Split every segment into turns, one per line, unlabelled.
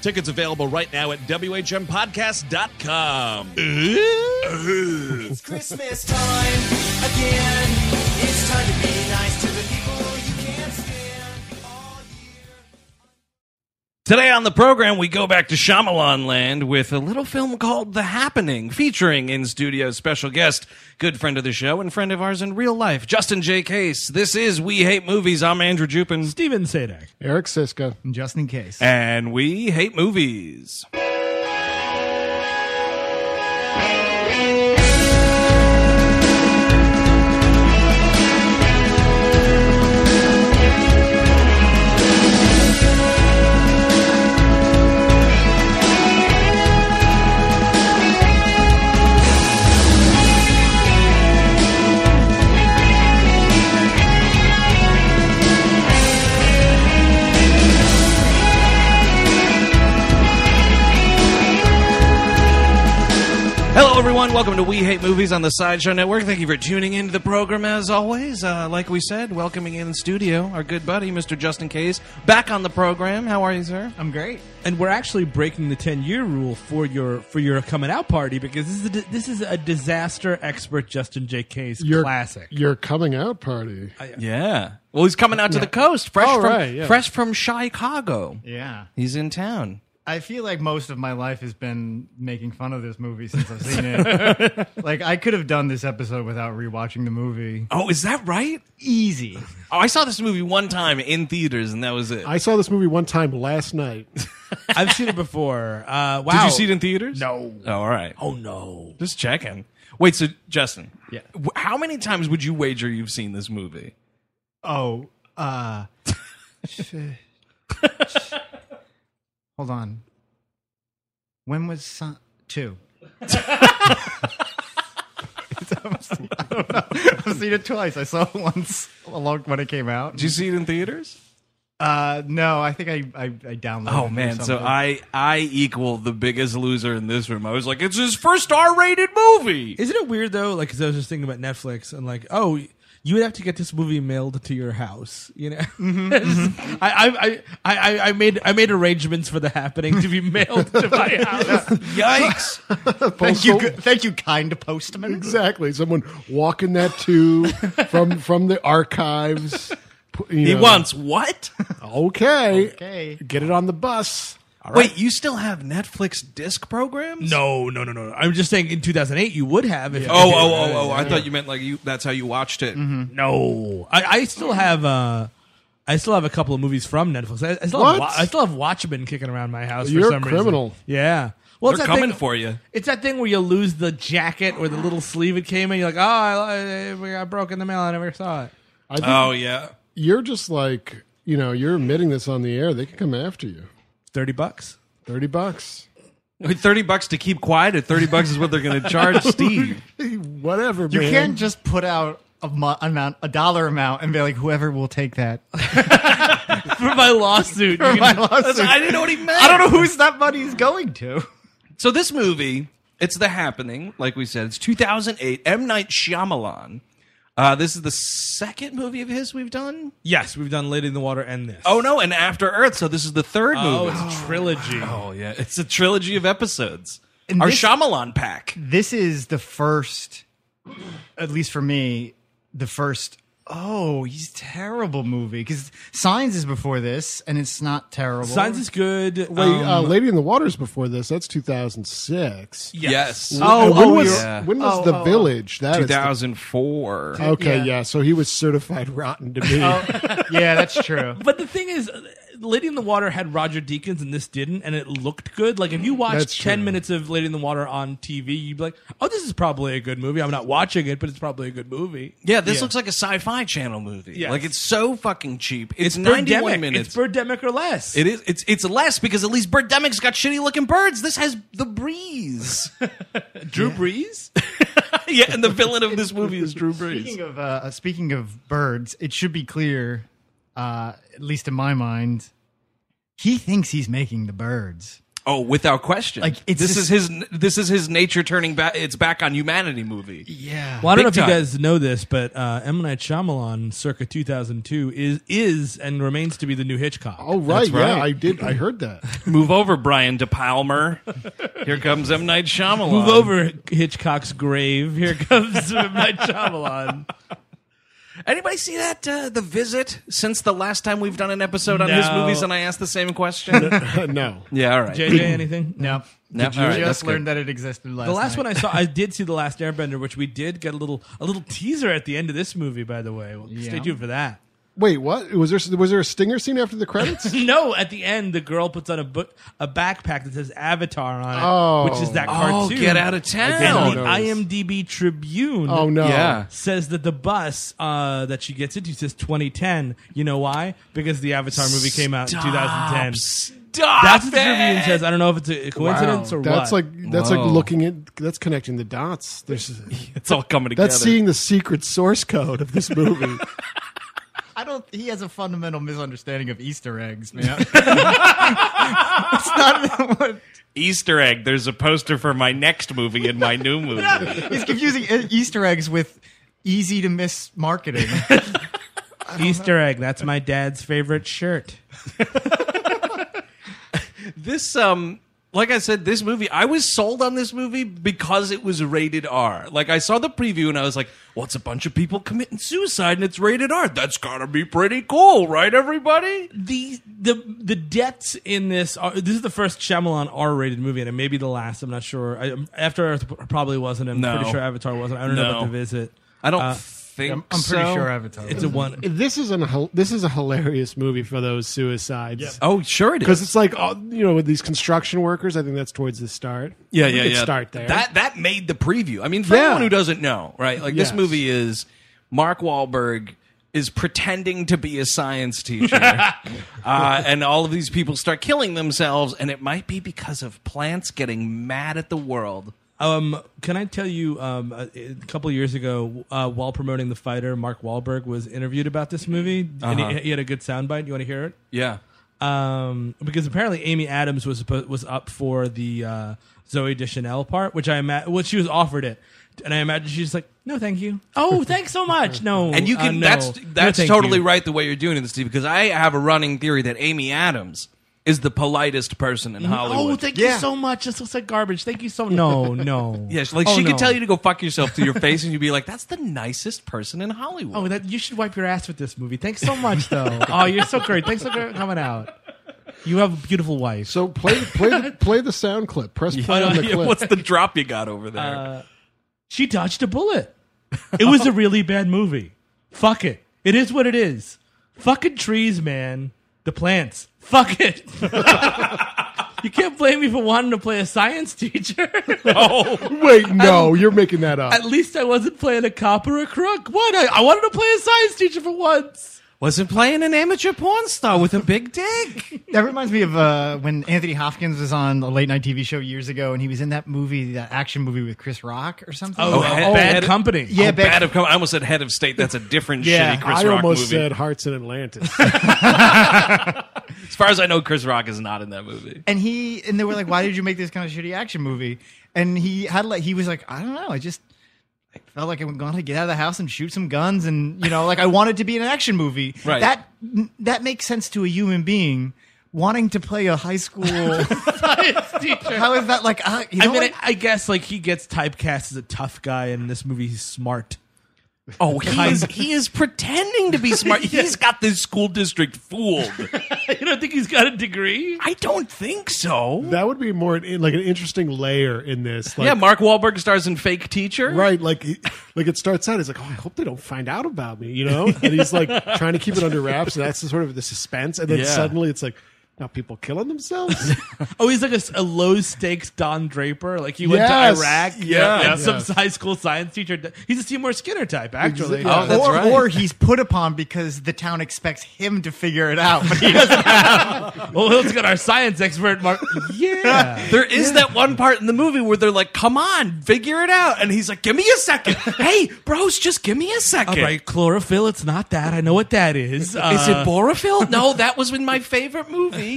Tickets available right now at WHMPodcast.com.
It's Christmas time again. It's time to be nice to the people you can't stand all year.
Today on the program, we go back to Shyamalan land with a little film called The Happening, featuring in studio special guest, good friend of the show and friend of ours in real life, Justin J. Case. This is We Hate Movies. I'm Andrew Jupin,
Steven Sadak.
Eric Siska.
Just in case.
and we hate movies. Hello, everyone. Welcome to We Hate Movies on the Sideshow Network. Thank you for tuning into the program as always. Uh, like we said, welcoming in studio our good buddy, Mr. Justin Case, back on the program. How are you, sir?
I'm great. And we're actually breaking the 10 year rule for your for your coming out party because this is a, di- this is a disaster expert Justin J. Case
Your
classic.
Your coming out party.
Yeah. Well, he's coming out to the coast, fresh
Oh,
from
right, yeah.
fresh from Chicago.
Yeah.
He's in town.
I feel like most of my life has been making fun of this movie since I've seen it. like, I could have done this episode without rewatching the movie.
Oh, is that right?
Easy.
Oh, I saw this movie one time in theaters, and that was it.
I saw this movie one time last night.
I've seen it before. Uh, wow.
Did you see it in theaters?
No.
Oh, all right.
Oh no.
Just checking. Wait, so Justin,
Yeah.
wh- how many times would you wager you've seen this movie?
Oh, uh. Hold on. When was Son- two? I've seen- I don't know. I've seen it twice. I saw it once along when it came out.
Did you see it in theaters?
Uh, no, I think I I, I downloaded. it
Oh
or
man, so
something.
I I equal the biggest loser in this room. I was like, it's his first R-rated movie.
Isn't it weird though? Like, 'cause I was just thinking about Netflix and like, oh, you would have to get this movie mailed to your house. You know,
Mm-hmm,
I, I, I, I, I made I made arrangements for the happening to be mailed to my house.
Yikes!
thank you,
Postal-
good- thank you, kind postman.
Exactly. Someone walking that tube from from the archives. Pu- you
he
know.
wants what?
Okay.
Okay.
Get it on the bus.
Wait, you still have Netflix disc programs?
No, no, no, no. I'm just saying, in 2008, you would have. If
Oh, oh, oh, oh! I thought you meant like you—that's how you watched it.
No, I, I still have. Uh, I still have a couple of movies from Netflix. I, I still,
What?
Have, Wa- I still have Watchmen kicking around my house.
You're a
for some
criminal.
Reason. Yeah, well,
They're
it's that
coming
thing,
for you.
It's that thing where you lose the jacket or the little sleeve it came in. You're like, oh, I, I, I broke in the mail. I never saw it.
I think
Oh yeah.
you're just like you know you're admitting this on the air. They can come after you.
Thirty bucks.
Thirty bucks,
Wait, Thirty bucks to keep quiet, or thirty bucks is what they're going to charge Steve.
whatever.
You
man.
can't just put out a mo- amount, a dollar amount, and be like, whoever will take that.
for my lawsuit. You
My
can-
lawsuit.
I didn't know what he meant.
I don't know who's that money's going to.
So this movie, it's The Happening, like we said. It's 2008. M. Night Shyamalan. Uh, this is the second movie of his we've done.
yes, we've done Lady in the Water and this.
Oh no, and After Earth. So this is the third
Oh,
movie.
it's a trilogy.
Oh yeah, it's a trilogy of episodes.
And
Our
this-
Shyamalan pack.
This is the first, at least for me, the first. Oh, he's terrible movie because Signs is before this, and it's not terrible.
Signs is good. um,
Wait, uh, Lady in the Waters before this. That's 2006.
Yes.
Uh, when
oh,
was
yeah.
when was
Oh,
the
oh, oh.
Village? That is the-
2004.
okay,
Yeah. Oh.
yeah. So he was certified rotten to me.
yeah, that's true.
But the thing is, uh, Lady in the Water had Roger Deakins and this didn't, and it looked good. Like if you watched
That's
ten
true.
minutes of Lady in the Water on TV, you'd be like, "Oh, this is probably a good movie." I'm not watching it, but it's probably a good movie.
Yeah, this looks like a sci-fi channel movie.
Yes.
Like it's so fucking cheap. It's,
Birdemic.
91 minutes.
It's Birdemic or less.
It is. It's it's less because at least Birdemic's got shitty looking birds. This has the breeze.
Drew Brees.
yeah, and the villain of this movie is Drew
Speaking
Brees.
of uh, speaking of birds, it should be clear, uh, at least in my mind, he thinks he's making the birds.
Oh, without question.
Like, it's
this
just-
is his this is his nature turning back its back on humanity movie.
Yeah,
Well, I don't know
Big
if you
time.
guys know this, but uh, M Night Shyamalan, circa 2002, is is and remains to be the new Hitchcock.
Oh right, yeah,
right.
I did. I heard that.
Move over, Brian De Palmer. Here comes M Night Shyamalan.
Move over Hitchcock's grave. Here comes M Night Shyamalan.
Anybody see that uh, the visit since the last time we've done an episode on his
No.
movies and I asked the same question?
no,
yeah, all right.
JJ, anything?
no,
No, all right, that's
just
good.
learned that it existed Mm. last.
The last
night.
one I saw, I did see the last Airbender, which we did get a little a little teaser at the end of this movie. By the way, Well, stay
Yeah.
tuned for that.
wait, what was there? Was there a stinger scene after the credits?
No, at the end, the girl puts on a book, a backpack that says Avatar on it,
Oh.
which is that
Oh,
cartoon.
get out
And
of
the
town.
notice.
IMDb Tribune.
oh no,
Yeah.
Says that the bus uh, that she gets into says 2010. You know why? Because the Avatar movie came out in 2010.
Stop.
That's what the
it.
Tribune says. I don't know if it's a coincidence or
that's
what.
like that's
Whoa.
like looking at that's connecting the dots. There's
It's all coming together.
that's seeing the secret source code of this movie.
I don't. He has a fundamental misunderstanding of Easter eggs, man. it's not.
Easter egg. There's a poster for my next movie and my new movie.
He's confusing e- Easter eggs with easy to miss marketing.
Easter egg. That's my dad's favorite shirt.
This um like I said, this movie, I was sold on this movie because it was rated R. Like, I saw the preview and I was like, well, it's a bunch of people committing suicide and it's rated R. That's gotta be pretty cool, right, everybody?
the the the deaths in this are this is the first Shyamalan R-rated movie and it may be the last. I'm not sure. I, After Earth probably wasn't. I'm
No.
pretty sure Avatar wasn't. I don't know
No.
about the visit.
I don't
Uh,
think
I'm, I'm pretty
so.
sure Avatar.
It's a one.
this is an hil- this is a hilarious movie for those suicides.
Oh, sure it
Because
is.
it's like all, you know with these construction workers. I think that's towards the start.
Yeah,
We
yeah,
could
yeah.
Start there.
That that made the preview. I mean, for
Yeah.
anyone who doesn't know, right? Like this
Yes.
movie is Mark Wahlberg is pretending to be a science teacher, uh, and all of these people start killing themselves, and it might be because of plants getting mad at the world.
Um, can I tell you? Um, a, a couple years ago, uh, while promoting The Fighter, Mark Wahlberg was interviewed about this movie, and
Uh-huh.
he, he had a good soundbite. You want to hear it?
Yeah.
um, because apparently Amy Adams was supposed, was up for the uh, Zoe Deschanel part, which I imagine well, she was offered it, and I imagine she's like, "No, thank you." Oh, thanks so much. No,
And you
uh,
can
no.
that's
No,
that's
thank
totally
you.
right the way you're doing this, Steve, because I have a running theory that Amy Adams is the politest person in Hollywood.
Oh, thank you so much. This looks like garbage. Thank you so much. No, no.
yeah, she- like
Oh,
she
no.
could tell you to go fuck yourself to your face, and you'd be like, "That's the nicest person in Hollywood."
Oh, that you should wipe your ass with this movie. Thanks so much, though. oh, you're so great. Thanks so great for coming out. You have a beautiful wife.
so play play the, play the sound clip. Press play on the
Yeah,
clip.
What's the drop you got over there?
She dodged a bullet. It was a really bad movie. Fuck it. It is what it is. Fucking trees, man. The plants. Fuck it. you can't blame me for wanting to play a science teacher.
Wait, no, you're making that up.
At least I wasn't playing a cop or a crook. What? I, I wanted to play a science teacher for once.
wasn't playing an amateur porn star with a big dick.
That reminds me of uh, when Anthony Hopkins was on a late night TV show years ago, and he was in that movie, that action movie with Chris Rock or something.
Oh,
oh,
head-
oh,
head-
bad company.
yeah,
oh,
back-
bad of com- I almost said head of state. That's a different
Yeah,
shitty Chris
I
Rock
almost
movie.
said Hearts in Atlantis.
as far as I know, Chris Rock is not in that movie.
and he and they were like, "Why did you make this kind of shitty action movie?" And he had like he was like, "I don't know, I just." I felt like I wanted to get out of the house and shoot some guns, and you know, like I wanted to be an action movie.
Right.
That that makes sense to a human being wanting to play a high school. How is that like? Uh, you know
I mean,
what?
I, I guess like he gets typecast as a tough guy, and in this movie he's smart.
Oh, he is, he is pretending to be smart. He's got this school district fooled.
you don't think he's got a degree?
I don't think so.
that would be more in, like an interesting layer in this. Like,
yeah, Mark Wahlberg stars in Fake Teacher.
right. Like, he- like it starts out. He's like, "Oh, I hope they don't find out about me," you know. And he's like trying to keep it under wraps. And that's the sort of the suspense. And then
Yeah.
suddenly it's like, now people killing themselves.
Oh, he's like a, s- a low stakes Don Draper. Like he went
Yes.
to Iraq.
Yeah.
and
Yes.
some high school science teacher. d- He's a Seymour Skinner type, actually.
Yeah.
Oh, that's
or,
right.
or he's put upon because the town expects him to figure it out, but he doesn't.
Well, let's get our science expert, Mark. Yeah.
There is that one part in the movie where they're like, "Come on, figure it out," and he's like, "Give me a second. hey, bros, just give me a
All
second.
right, chlorophyll. It's not that. I know what that is.
Is
Uh,
it Borophyll? No, that was in my favorite movie.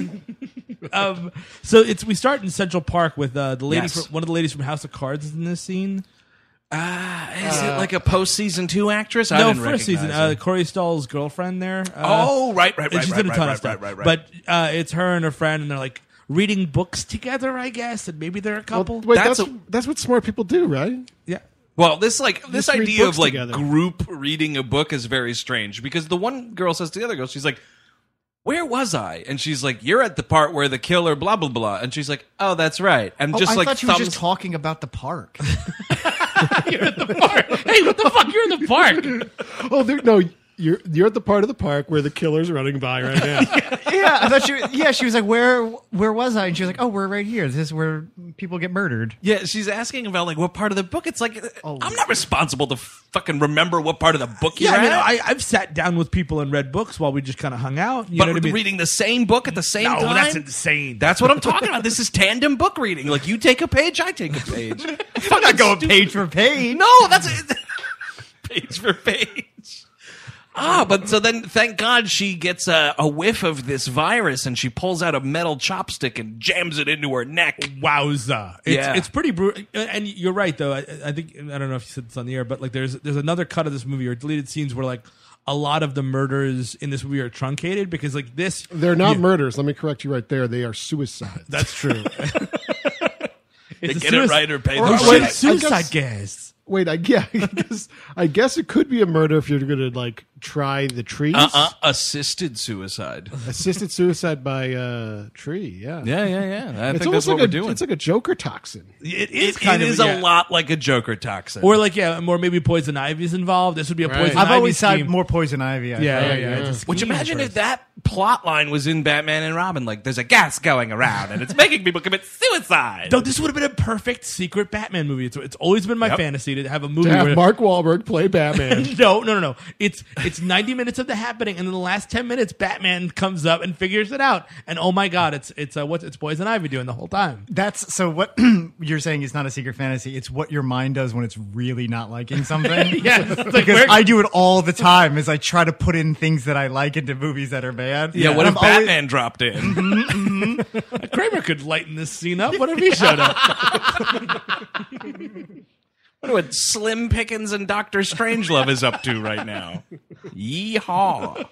um, so it's we start in Central Park with uh, the lady.
Yes.
From, one of the ladies from House of Cards is in this scene.
Is it like a postseason two actress? I
Uh, no,
didn't
first
recognize
season.
her.
Uh, Corey Stahl's girlfriend there. Uh,
oh, right, right, right,
she's
right,
in a
right,
ton
right,
of stuff.
right, right, right.
But uh, it's her and her friend, and they're like reading books together, I guess, and maybe they're a couple.
Wait,
That's
that's
a-
that's what smart people do, right?
yeah.
Well, this like this
Just read
idea of
books
like
together.
group reading a book is very strange because the one girl says to the other girl, she's like, "Where was I?" And she's like, "You're at the part where the killer blah blah blah," and she's like, "Oh, that's right," and
Oh,
just
I
like
thought you
thumbs.
were just talking about the park.
hey, what the fuck? You're in the park.
Oh, there, no. You're, you're at the part of the park where the killer's running by right now.
yeah, I thought she. Yeah, she was like, "Where, where was I?" And she was like, "Oh, we're right here. This is where people get murdered."
yeah, she's asking about like what part of the book. It's like I'm not responsible to fucking remember what part of the book you're
Yeah, I mean,
at.
I, I've sat down with people and read books while we just kind of hung out. You
but
know what I mean?
reading the same book at the same
no,
time.
that's insane.
That's what I'm talking about. This is tandem book reading. Like you take a page, I take a page.
I'm not going page for page.
No, that's page for page. Ah, but so then, thank God, she gets a, a whiff of this virus and she pulls out a metal chopstick and jams it into her neck.
Wowza! It's,
Yeah.
it's pretty brutal. And you're right, though. I, I think I don't know if you said this on the air, but like there's there's another cut of this movie or deleted scenes where like a lot of the murders in this movie are truncated because like this
They're not murders. Let me correct you right there. They are suicides.
That's true.
They
It's a
get it
suic-
right or pay
Or-
the
or
price.
wait, I
Suicide,
guess-
suicide gas.
Wait, I, yeah, I guess, I guess it could be a murder if you're going to like try the trees.
Uh-uh, assisted suicide.
Assisted suicide by uh, tree. Yeah,
Yeah, yeah, yeah. I
It's
think that's
almost
what
like
we're
a,
doing.
it's like a Joker toxin.
it is,
kind
it
of-
is
yeah.
a lot like a Joker toxin.
Or like yeah, or maybe poison ivy's involved. This would be a poison.
I've
ivy
always
scheme.
had more poison ivy. I
Yeah, yeah,
thought.
yeah.
yeah.
It's a
Which
scheme
imagine
for
if that plot line was in Batman and Robin. Like, there's a gas going around and it's making people commit suicide.
No, this would have been a perfect secret Batman movie. It's, it's always been my fantasy to have a movie
To have
where
Mark Wahlberg play Batman.
no, no, no, no. It's it's 90 minutes of the happening, and in the last 10 minutes, Batman comes up and figures it out. And oh my god, it's it's uh, what's it's Poison Ivy doing the whole time.
That's so. What you're saying is not a secret fantasy. It's what your mind does when it's really not liking something.
Yeah, it's like
Because
where-
I do it all the time. Is I try to put in things that I like into movies that are bad.
yeah, what
And
if
I'm always-
Batman dropped in?
Kramer could lighten this scene up. What if he showed up?
wonder what Slim Pickens and Doctor Strangelove is up to right now. Yeehaw!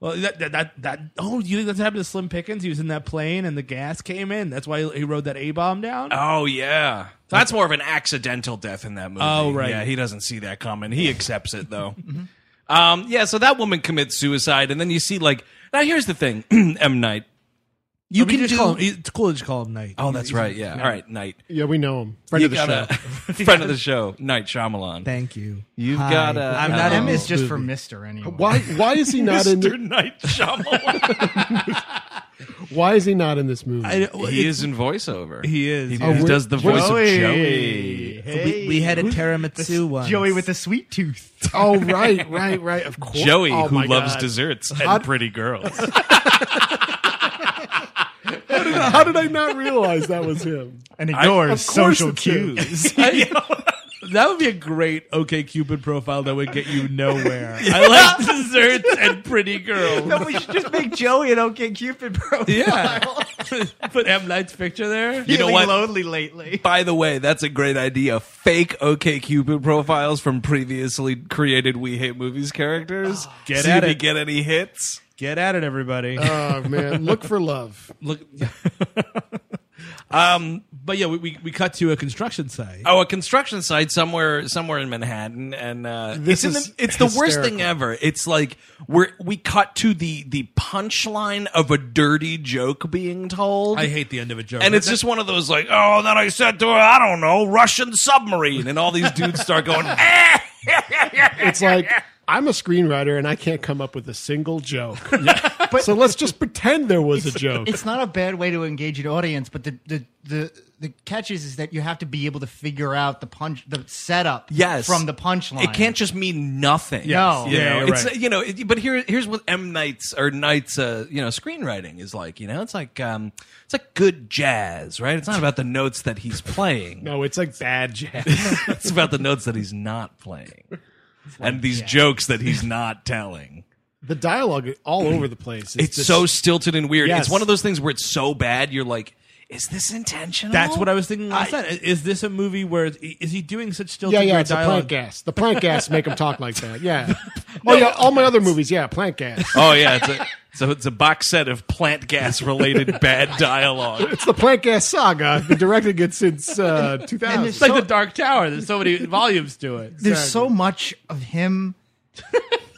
Well, that, that that that oh, you think that's happened to Slim Pickens? He was in that plane, and the gas came in. That's why he rode that A bomb down.
Oh yeah, that's more of an accidental death in that movie.
Oh, right. Mm-hmm.
Yeah, he doesn't see that coming. He accepts it though. um, yeah, so that woman commits suicide, and then you see like now. Here's the thing, M Night. You
I mean,
can
just
do.
call him. It's cool to just call him Knight.
oh, that's right. Yeah. All right, Night.
yeah, we know him. Friend
you
of the
got
show.
a friend of the show, Night Shyamalan.
Thank you.
You've got a. uh,
I'm not
M
in
is
this
just for Mister anyway.
Why? Why is he not in?
Mr.
The,
Night Shyamalan.
Why is he not in this movie?
I,
He is in voiceover. He
uh, is.
He
Oh,
we're-
does the voice
Joey.
of Joey.
Hey.
We, we had a tiramisu one.
Joey with the sweet tooth.
oh, right, right, right. Of course.
Joey,
Oh,
who
my
loves
God.
desserts and pretty girls.
How did I not realize that was him?
And ignores
of course
social
it's him.
cues.
that would be a great OK Cupid profile that would get you nowhere. I like desserts and pretty girls.
no, we should just make Joey an OK Cupid profile.
Yeah. Put M Night's picture there.
You know
Feeling
what?
lonely lately.
By the way, that's a great idea. Fake OKCupid profiles from previously created We Hate Movies characters.
Get
See
at
if you
it.
get any hits.
Get at it, everybody.
Oh man, look for love.
Look. but yeah, we, we, we cut to a construction site.
Oh, a construction site somewhere somewhere in Manhattan, and uh,
This
it's in the,
is
it's the worst
hysterical.
thing ever. It's like we're we cut to the the punchline of a dirty joke being told.
I hate the end of a joke.
and it's just one of those like, oh, and then I said to her, I don't know, Russian submarine, and all these dudes start going, eh!
It's like I'm a screenwriter and I can't come up with a single joke. so let's just pretend there was a joke.
It's not a bad way to engage an audience, but the the the the catch is, is that you have to be able to figure out the punch, the setup,
yes
from the punchline.
It can't just mean nothing.
No.
you
Yeah,
know?
you're
it's
right.
you know. It, but here, here's what M Knight's or Knight's uh, you know screenwriting is like. You know, it's like um, it's like good jazz, right? It's not about the notes that he's playing.
no, it's like bad jazz.
it's about the notes that he's not playing, and these jokes that he's not telling.
the dialogue is all over the place.
It's
just-
so stilted and weird.
Yes.
It's one of those things where it's so bad you're like, is this intentional?
That's what I was thinking last night. Is this a movie where is he doing such still
yeah, yeah. It's a
dialogue?
plant gas. The plant gas make him talk like that. Yeah. Oh yeah, all my other movies. Yeah, plant gas.
Oh yeah, it's a, so it's a box set of plant gas related bad dialogue.
It's the plant gas saga. I've been directing it since uh, 2000.
It's like the Dark Tower. There's so many volumes to it.
There's so much of him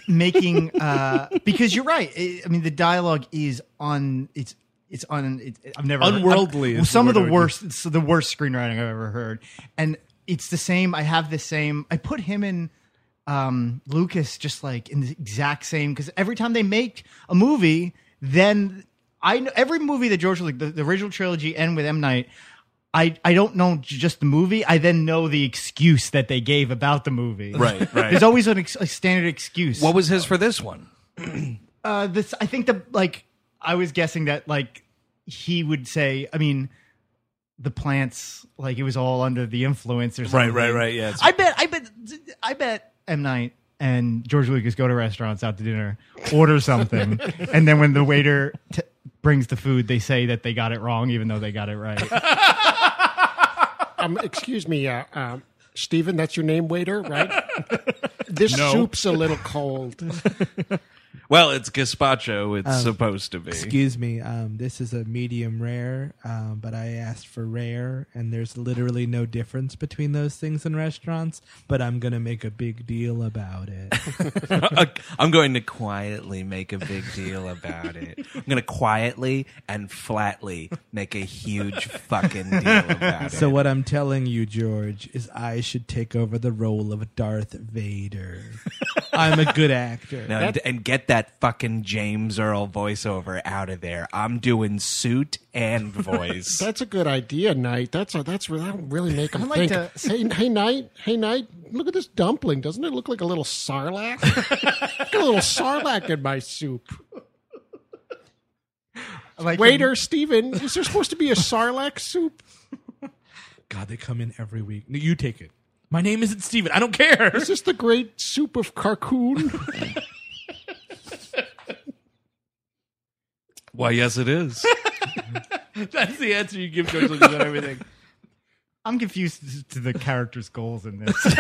making uh because you're right. I I mean, the dialogue is on. It's it's on. It's, I've never heard-
Unworldly
I've-
is the
some of
word I
the
would
worst. It's the worst screenwriting I've ever heard, and it's the same. I have the same. I put him in. Um, Lucas just like in the exact same because every time they make a movie, then I know every movie that George like the, the original trilogy and with M Night, I, I don't know j- just the movie. I then know the excuse that they gave about the movie.
Right, right.
There's always an ex- a standard excuse.
What was his for this one?
uh, this? I think the like I was guessing that like he would say. I mean, the plants like it was all under the influence or something.
Yeah. it's-
I bet. I bet. I bet. M Night and George Lucas go to restaurants out to dinner, order something, and then when the waiter t- brings the food, they say that they got it wrong, even though they got it right.
um, excuse me, uh, um, Stephen, that's your name, waiter, right? This soup's a little cold.
well, it's gazpacho. It's supposed to be.
Oh. Excuse me. Um, this is a medium rare, um, but I asked for rare, and there's literally no difference between those things in restaurants. But I'm gonna make a big deal about it.
I'm going to quietly make a big deal about it. I'm going to quietly and flatly make a huge fucking deal about it.
so what I'm telling you, George, is I should take over the role of Darth Vader. I'm a good actor.
Now, and, and get that fucking James Earl voiceover out of there. I'm doing suit and voice.
That's a good idea, Knight. That's a, that's that'll really make him
I'd like
think.
to-
Hey, hey, Knight. Hey, Knight. Look at this dumpling. Doesn't it look like a little sarlacc? Got a little sarlacc in my soup.
Like
Waiter, Stephen, is there supposed to be a sarlacc soup?
God, they come in every week. No, you take it. My name isn't Steven. I don't care.
Is this the great soup of Carcoon?
Why, yes, it is.
That's the answer you give George Lucas on everything.
I'm confused to the character's goals in this.
you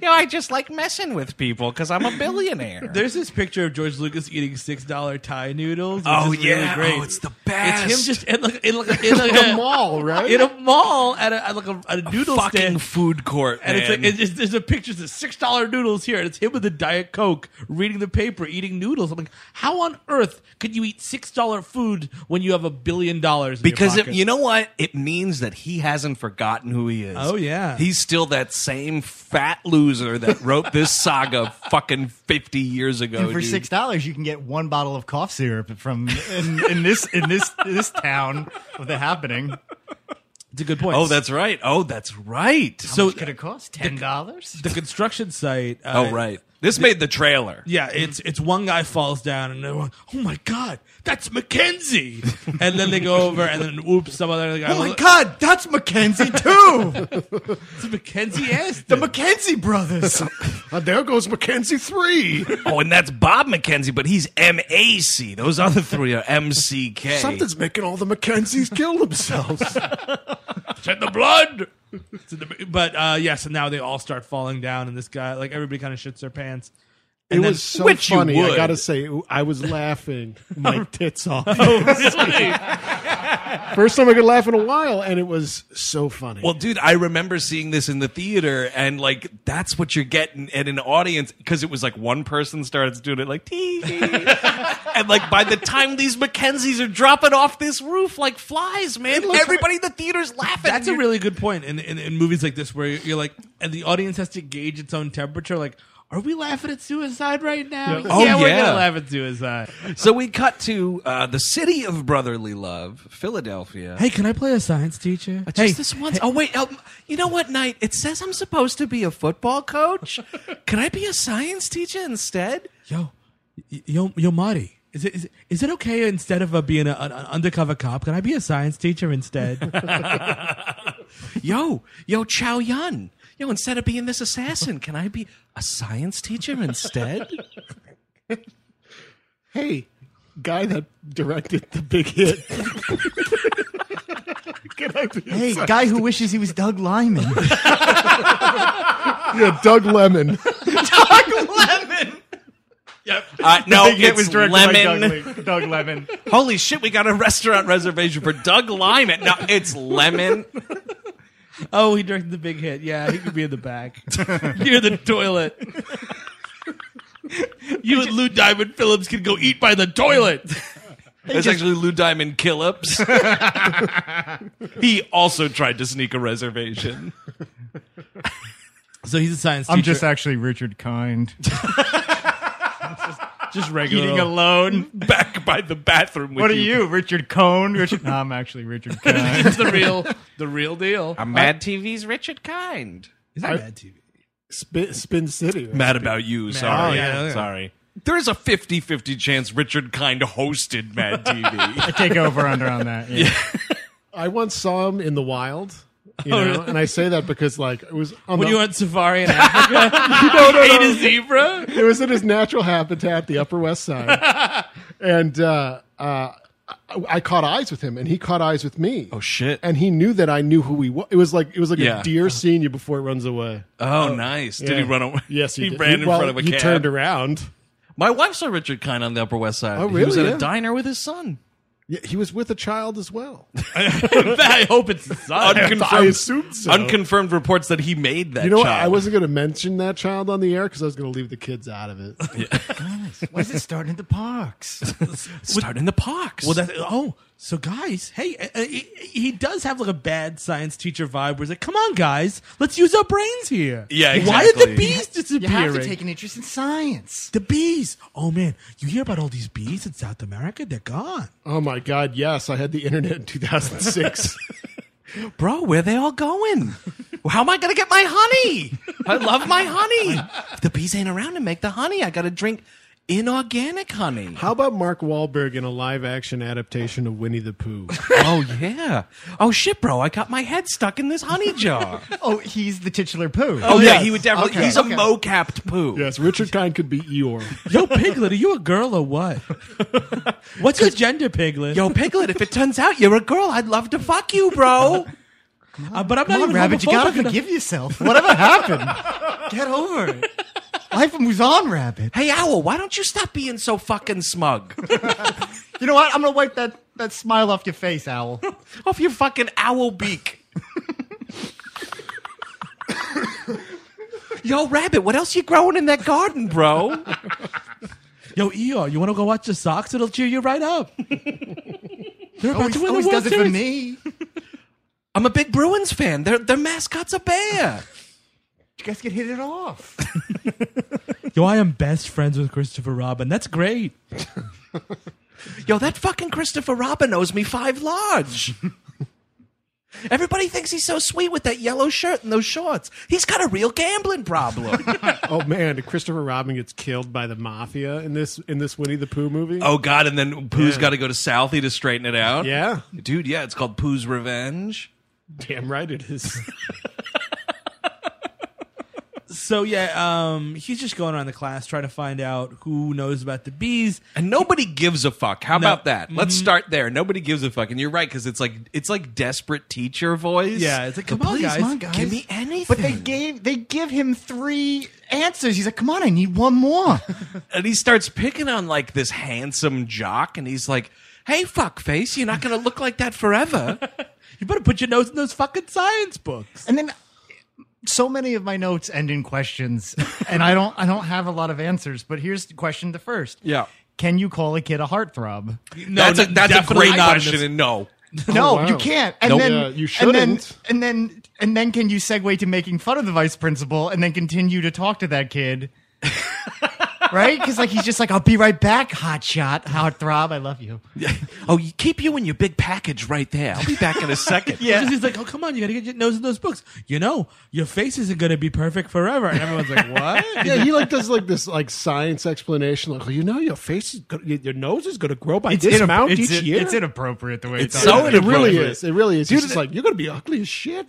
know, I just like messing with people because I'm a billionaire.
There's this picture of George Lucas eating six dollar Thai noodles. Which
oh,
is really
yeah.
great.
Oh, it's the best.
It's him just in like in like in like
the mall, right?
in a mall at a at like a, at a noodle
fucking
stand.
food court.
And it's like
man.
it's just, there's a picture of six dollar noodles here, and it's him with a diet coke, reading the paper, eating noodles. I'm like, how on earth could you eat six dollar food when you have a billion dollars? in your
Because it,
pocket?
you know what? It means that he hasn't forgotten who he is.
Oh, yeah.
He's still that that same fat loser that wrote this saga fucking 50 years ago.
And for
dude.
six dollars, you can get one bottle of cough syrup from in, in this in this this town of the happening.
It's a good point.
Oh, that's right. Oh, that's right.
So could it cost ten dollars?
the construction site. Uh,
oh, right. This made the trailer.
Yeah, it's it's one guy falls down and they're like, "Oh my god, that's Mackenzie!" and then they go over and then oops, some other guy.
Oh my God, that's Mackenzie too.
it's Mackenzie ass.
the Mackenzie brothers.
Uh, there goes Mackenzie three.
Oh, and that's Bob McKenzie, but he's MAC. Those other three are MCK.
Something's making all the Mackenzies kill themselves.
It's in the blood. It's in the- but uh, yeah, so now they all start falling down, and this guy, like everybody, kind of shits their pants.
it was so
Which you
funny. I
would.
gotta say, I was laughing my tits off.
Really?
First time I could laugh in a while, and it was so funny.
Well, dude, I remember seeing this in the theater, and like that's what you're getting at an audience because it was like one person starts doing it like, "Tee, tee." and like by the time these Mackenzies are dropping off this roof like flies, man, everybody in the theater's laughing.
That's a really good point in, in in movies like this where you're like, and the audience has to gauge its own temperature. Like, are we laughing at suicide right now? Yeah,
Oh,
we're
yeah.
gonna laugh at suicide.
so we cut to uh, the city of brotherly love, Philadelphia.
Hey, can I play a science teacher?
Just this once. Oh wait, um, you know what, Knight? It says I'm supposed to be a football coach. Can I be a science teacher instead?
yo, y- yo, yo, Marty. Is it, is, it- is it okay instead of uh, being a, an, an undercover cop? Can I be a science teacher instead?
yo, yo, Chow Yun. Yo, instead of being this assassin, can I be a science teacher instead?
hey, guy that directed the big hit. Can I be a
hey,
sci-
guy who wishes he was Doug Lyman.
yeah, Doug Lemon.
Uh,
Oh,
no, it was
Doug,
Lemon.
Le- Doug Lemon.
Holy shit, we got a restaurant reservation for Doug Lyman. No, it's Lemon.
oh, he directed the big hit. Yeah, he could be in the back near the toilet. you and Lou Diamond Phillips can go eat by the toilet.
It's actually Lou Diamond Killips. he also tried to sneak a reservation.
So he's a science teacher.
I'm just actually Richard Kind.
just regular.
Eating alone.
Back by the bathroom with
What are you, Richard Cohn? Richard? No, I'm actually Richard Kind.
It's the real, the real deal.
I'm Mad TV's Richard Kind.
Is that bad TV?
Spin, Spin City. right?
Mad About You, sorry.
Oh, yeah, yeah.
Sorry. There's a 50 50 chance Richard Kind hosted Mad TV.
I take over under on that. Yeah.
I once saw him in the wild. You know, and I say that because like it was on
When
the-
you went safari in Africa, you ate a zebra.
Oh,
it was in his natural habitat, the Upper West Side, and uh, uh, I, I caught eyes with him, and he caught eyes with me. Oh
shit.
And he knew that I knew who he was. It was like it was like
Yeah.
a deer seeing you before it runs away.
Oh, nice. Did he
Yeah.
run away?
Yes, he,
he
did.
ran in
well,
front of a
He
cab.
turned around.
My wife saw Richard Kind on the Upper West Side.
Oh,
He was
really?
at a
Yeah.
diner with his son.
Yeah, he was with a child as well.
I hope it's the sun.
I assumed so.
Unconfirmed reports that he made that.
you know what?
child.
I wasn't going to mention that child on the air because I was going to leave the kids out of it.
Why is it starting at the parks?
start in the parks.
Well, that oh, so guys, hey, uh, uh, he, he does have like a bad science teacher vibe where he's like, "Come on, guys, let's use our brains here."
Yeah,
Why are
exactly.
the bees
You have
disappearing?
to take an interest in science.
the bees. Oh man, you hear about all these bees in South America? They're gone,
oh my God! Yes, I had the internet in 2006.
bro, where they all going? How am I gonna get my honey? I love my honey. If the bees ain't around to make the honey, I gotta drink inorganic honey.
How about Mark Wahlberg in a live-action adaptation of Winnie the Pooh?
oh yeah. Oh shit, bro, I got my head stuck in this honey jar.
Oh, he's the titular poo.
Oh yeah,
yes.
he would definitely.
Okay.
He's
Okay.
a mo-capped poo.
yes, Richard Kind could be Eeyore.
yo, Piglet, are you a girl or what? What's your gender, Piglet?
Yo, Piglet, if it turns out you're a girl, I'd love to fuck you, bro.
Uh, but I'm not
Come on,
even
Rabbit, you gotta
homophobic enough.
forgive yourself. Whatever happened, get over it. Life moves on, Rabbit.
hey, Owl, why don't you stop being so fucking smug?
You know what? I'm gonna wipe that, that smile off your face, Owl.
Off your fucking owl beak. Yo, Rabbit, what else you growing in that garden, bro?
Yo, Eeyore, you want to go watch the Sox? It'll cheer you right up. They're about
Always,
to win
always
the World
does it for
Series.
me.
I'm a big Bruins fan. Their, their mascot's a bear.
you guys could hit it off.
Yo, I am best friends with Christopher Robin. That's great.
Yo, that fucking Christopher Robin owes me five large. Everybody thinks he's so sweet with that yellow shirt and those shorts. He's got a real gambling problem.
Oh man, Christopher Robin gets killed by the mafia in this in this Winnie the Pooh movie.
oh God! And then Pooh's got to go to Southie to straighten it out.
Yeah,
dude. Yeah, it's called Pooh's Revenge.
damn right it is.
So yeah, um, he's just going around the class trying to find out who knows about the bees.
And nobody gives a fuck. How about that? Let's
Mm-hmm.
start there. Nobody gives a fuck. And you're right because it's like it's like desperate teacher voice.
Yeah, it's like come on,
Please,
guys.
come on, guys.
give me anything.
But they gave they give him three answers. He's like, come on, I need one more.
and he starts picking on like this handsome jock, and he's like, "Hey, fuckface, you're not gonna look like that forever."
You better put your nose in those fucking science books.
and then so many of my notes end in questions, and I don't I don't have a lot of answers. But here's the question: the first,
Yeah.
can you call a kid a heartthrob?
No,
that's a,
no,
that's a
definitely
great
not in
question,
this-
and no.
no,
Oh, wow.
you can't. And
Nope.
then
Yeah, you shouldn't.
And then, and then and then can you segue to making fun of the vice principal and then continue to talk to that kid? right? Because like he's just like, I'll be right back, hot shot, hot throb, I love you.
Oh, you keep you and your big package right there. I'll be back in a second.
Because he's like, oh come on, you gotta get your nose in those books. You know, your face isn't gonna be perfect forever. And everyone's like, what?
yeah, he like does like this like science explanation. Like you know, your face is gonna, your, your nose is going to grow by this
inap-
amount
it's
each
in-
year.
It's inappropriate the way it's,
It's so
it really
inappropriate.
is. It really is. He's just like you're going to be ugly as shit.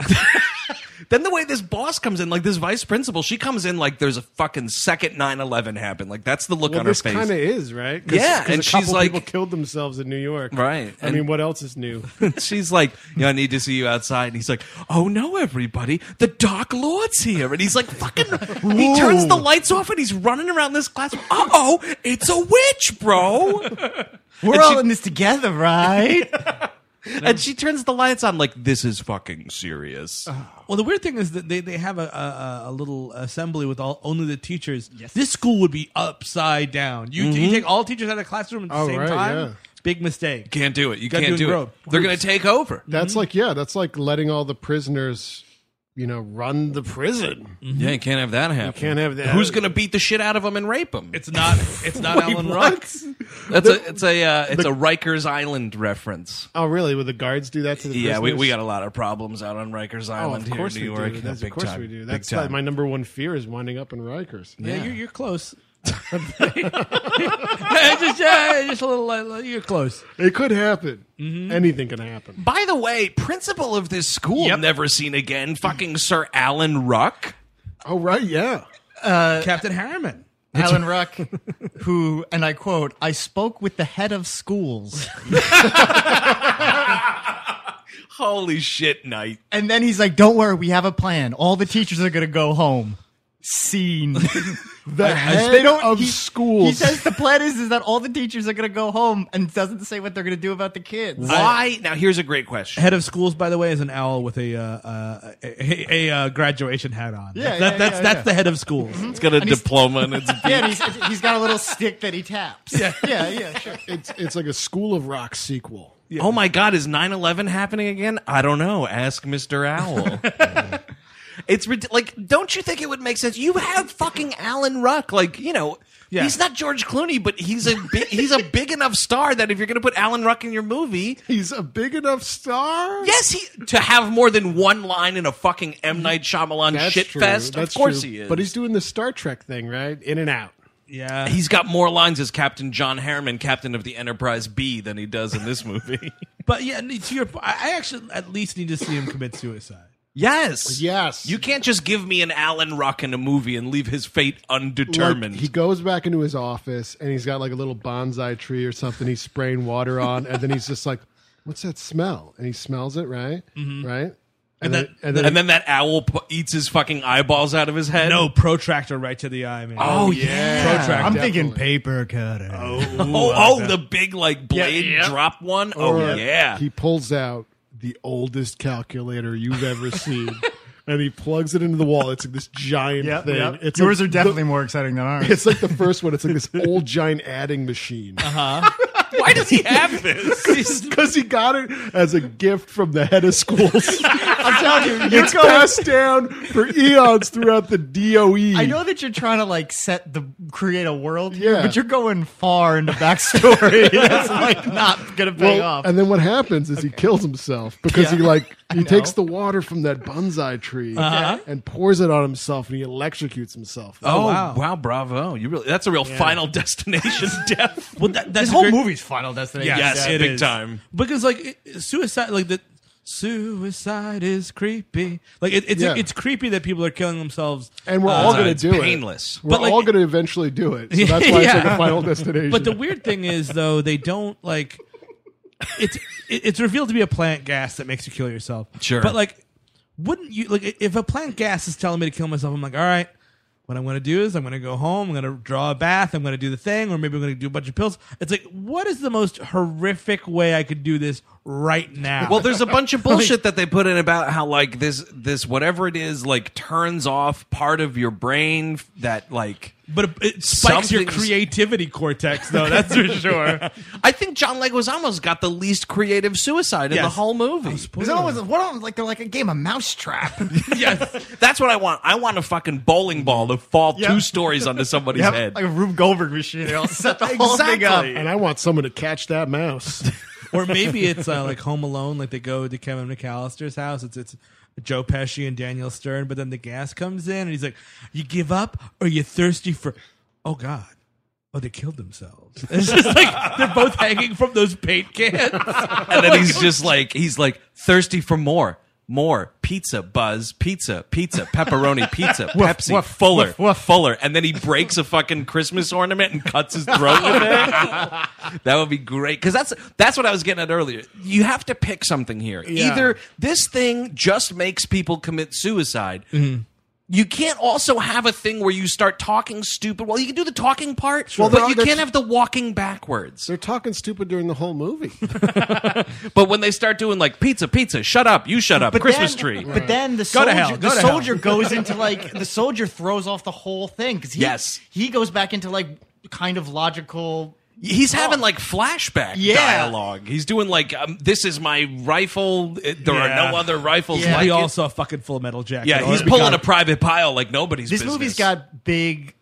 Then the way this boss comes in, like this vice principal, she comes in like there's a fucking second 9-11 happened. Like that's the look
well,
on her
this
face.
kind of is right. 'Cause-
Yeah,
'cause
and
a couple
she's like-
people killed themselves in New York.
Right,
I
and-
mean, what else is new?
She's like, yeah, I need to see you outside. And he's like, oh no, everybody, the Dark Lord's here. And he's like, fucking, he turns the lights off and he's running around this classroom. Uh oh, it's a witch, bro.
We're all in this together, right?
and she turns the lights on like, this is fucking serious.
Uh-huh.
well, the weird thing is that they, they have a, a a- a little assembly with all only the teachers. This school would be upside down. You, you take all teachers out of the classroom at the
Mm-hmm. Oh,
same
right,
time.
yeah.
Big mistake.
Can't do it. You
Gotta
can't
do it
do it.
grow.
They're going to take over.
That's like yeah, that's like letting all the prisoners, you know, run the prison.
Yeah, you can't have that happen.
Mm-hmm. Can't have that.
Who's going to beat the shit out of him and rape him?
It's not. It's not Alan Rock.
That's a it's a uh, it's a Rikers Island reference.
Oh, really? Will the guards do that to the
Yeah, we, we
prisoners?
got a lot of problems out on Rikers
Oh,
Island
of
here in
course
New
we
York.
do.
Yeah,
That's,
big
of course
time.
we do.
Big
That's
time.
my number one fear is winding up in Rikers.
Yeah, You're, you're close. just, yeah, just a little. uh, you're close.
It could happen. Anything can happen.
By the way, principal of this school never seen again. Fucking Sir Alan Ruck.
Oh, right. Yeah.
Captain Harriman.
Alan Ruck, who, and I quote, I spoke with the head of schools.
Holy shit, night.
And then he's like, Don't worry, we have a plan. All the teachers are gonna go home. Scene.
The head
they don't-
of
he-
schools.
He says the plan is, is that all the teachers are going to go home and doesn't say what they're going to do about the kids.
Why? now here's a great question.
Head of schools, by the way, is an owl with a uh, uh, a, a, a uh, graduation hat on.
Yeah,
that,
yeah,
that's
yeah,
that's
yeah.
the head of schools.
It's got a
he's-
diploma and it's
Yeah, and he's, he's got a little stick that he taps. Yeah, yeah, yeah sure.
it's it's like a School of Rock sequel.
Oh my god, is 9/11 happening again? I don't know. Ask Mr. Owl. it's rid- like don't you think it would make sense? You have fucking Alan Ruck like, you know,
Yeah.
he's not George Clooney, but he's a big, he's a big enough star that if you're going to put Alan Ruck in your movie,
He's a big enough star.
yes, he to have more than one line in a fucking M Night Shyamalan
That's
shit
true.
fest.
That's
of course
true.
he is.
But he's doing the Star Trek thing, right? In and out.
Yeah,
He's got more lines as Captain John Harriman, captain of the Enterprise B, than he does in this movie.
but yeah, to your, po- I I actually at least need to see him commit suicide.
yes.
Yes.
You can't just give me an Alan Ruck in a movie and leave his fate undetermined.
Like, he goes back into his office and he's got like a little bonsai tree or something he's spraying water on and then he's just like what's that smell and he smells it right right
then-
and, and then,
and then Mm-hmm. that owl p- eats his fucking eyeballs out of his head.
No protractor right to the eye, man.
Oh, yeah.
protractor.
I'm thinking paper cutter. Oh,
Oh, oh, the big like blade
yeah.
drop one. Oh
or
yeah.
he pulls out the oldest calculator you've ever seen and he plugs it into the wall it's like this giant thing it's
Yours
like
are definitely
the,
more exciting than ours.
it's like the first one it's like this old giant adding machine
Why does he have this?
because he got it as a gift from the head of schools
I'm telling you, you're
It's
going.
passed down for eons throughout the E. DOE.
Hmm.
I know that you're trying to like set the create a world here,
Yeah.
but you're going far into backstory. That's like not gonna pay
Well,
off.
And then what happens is he kills himself because he like he
know.
takes the water from that bonsai tree and pours it on himself and he electrocutes himself.
Oh, wow. bravo. You really that's a real final destination death.
Well, that, that's
this
a
whole
great-
movie's Final Destination.
Yes,
it
big
is.
time.
because like it- it- suicide, like the suicide is creepy. Like it, it's
Yeah.
it's creepy that people are killing themselves.
and we're
Uh,
all going
it's
to do
painless.
it. We're
But, like-
all going to eventually do it. So that's why it's like
Yeah.
a final destination.
But the weird thing is, though, they don't like. It's it- it's revealed to be a plant gas that makes you kill yourself.
Sure.
but like, wouldn't you like if a plant gas is telling me to kill myself? I'm like, all right. What I'm going to do is I'm going to go home. I'm going to draw a bath. I'm going to do the thing, or maybe I'm going to do a bunch of pills. It's like, what is the most horrific way I could do this right now?
Well, there's a bunch of bullshit that they put in about how like this this whatever it is like turns off part of your brain f- that like
but it- it spikes your
Something's-
creativity cortex, though. That's for sure.
I think John Leguizamo's got the least creative suicide in the
Yes.
whole movie.
Because that was one of them, like they're like a game of mousetrap.
yes, that's what I want. I want a fucking bowling ball to fall two stories onto somebody's head.
like a Rube Goldberg machine. It'll set the whole thing up.
and I want someone to catch that mouse.
or maybe it's uh, like Home Alone, like they go to Kevin McAllister's house. It's it's Joe Pesci and Daniel Stern, but then the gas comes in and he's like, "You give up, or you thirsty for?" Oh God. Oh, they killed themselves. It's just like they're both hanging from those paint cans.
and then he's just like he's like thirsty for more more pizza buzz pizza pizza pepperoni pizza pepsi fuller fuller and then he breaks a fucking christmas ornament and cuts his throat with it that would be great because that's that's what i was getting at earlier you have to pick something here either this thing just makes people commit suicide You can't also have a thing where you start talking stupid. Well, you can do the talking part, but
they're-
you
they're-
can't have the walking backwards.
They're talking stupid during the whole movie.
But when they start doing like pizza, pizza, shut up, you shut up, Christmas
then,
tree.
But then the
Go to
soldier,
hell, go
the
to hell.
soldier goes into like the soldier throws off the whole thing because he,
Yes.
he goes back into like kind of logical.
He's having like flashback
Yeah.
dialogue. He's doing like, um, "This is my rifle. uh, There
Yeah.
are no other rifles
Yeah.
like
we
it."
all saw fucking Full Metal Jacket.
yeah,
Or
he's
we
pulling
got-
a private pile like nobody's.
This
business.
movie's got big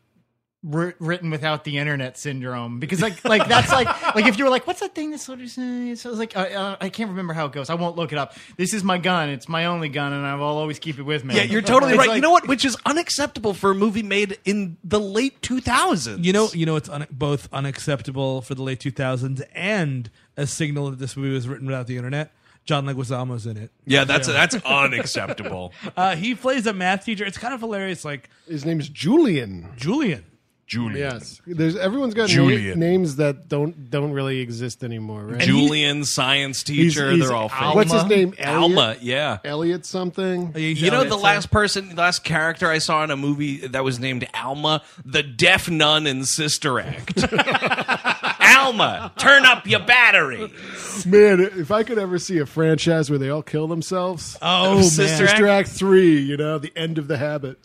wri- written without the internet syndrome because like like that's like like if you were like what's that thing that soldier says? So I was like uh, uh, I can't remember how it goes. I won't look it up. This is my gun. It's my only gun, and I will always keep it with me.
Yeah, you're totally
It's
right. you
like-
know what? Which is unacceptable for a movie made in the late 2000s.
You know, you know, it's un- both unacceptable for the late 2000s and a signal that this movie was written without the internet. John Leguizamo's in it.
yeah, that's that's unacceptable.
Uh, he plays a math teacher. It's kind of hilarious. Like
His name's Julian.
Julian.
Julian,
Yes, there's everyone's got na-
Julian.
names that don't don't really exist anymore, right?
Julian, science
He's-
teacher.
he's
they're all fake.
Al-
What's his
Alma.
name? Elliot?
Alma, yeah.
Elliot something.
You know the last person, the last character I saw in a movie that was named Alma, the deaf nun in Sister Act. Alma, turn up your battery.
Man, if I could ever see a franchise where they all kill themselves.
Oh
Sister
man.
Sister Act 3, you know, the end of the habit.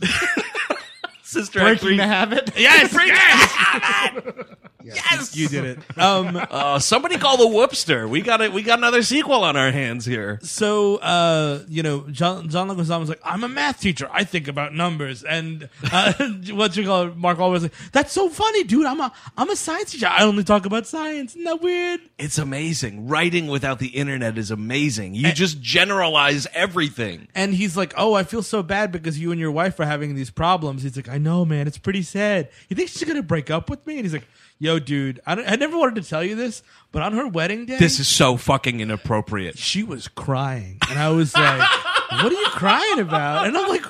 Sister Act
breaking
three.
the habit.
Yes, yes, yes.
You did it. Um,
Uh, somebody call the whoopster. We got it. We got another sequel on our hands here.
so uh, you know, John John Leguizamo's like, I'm a math teacher. I think about numbers. And uh, what you call it, Mark Wahlberg's like, that's so funny, dude. I'm a I'm a science teacher. I only talk about science. Isn't that weird?
It's amazing. Writing without the internet is amazing. You just generalize everything.
And he's like, Oh, I feel so bad because you and your wife are having these problems. He's like, I know, man. It's pretty sad. You think she's gonna break up with me? And he's like, Yo, dude, I, don't, I never wanted to tell you this, but on her wedding day,
This is so fucking inappropriate.
she was crying and i was like what are you crying about and i'm like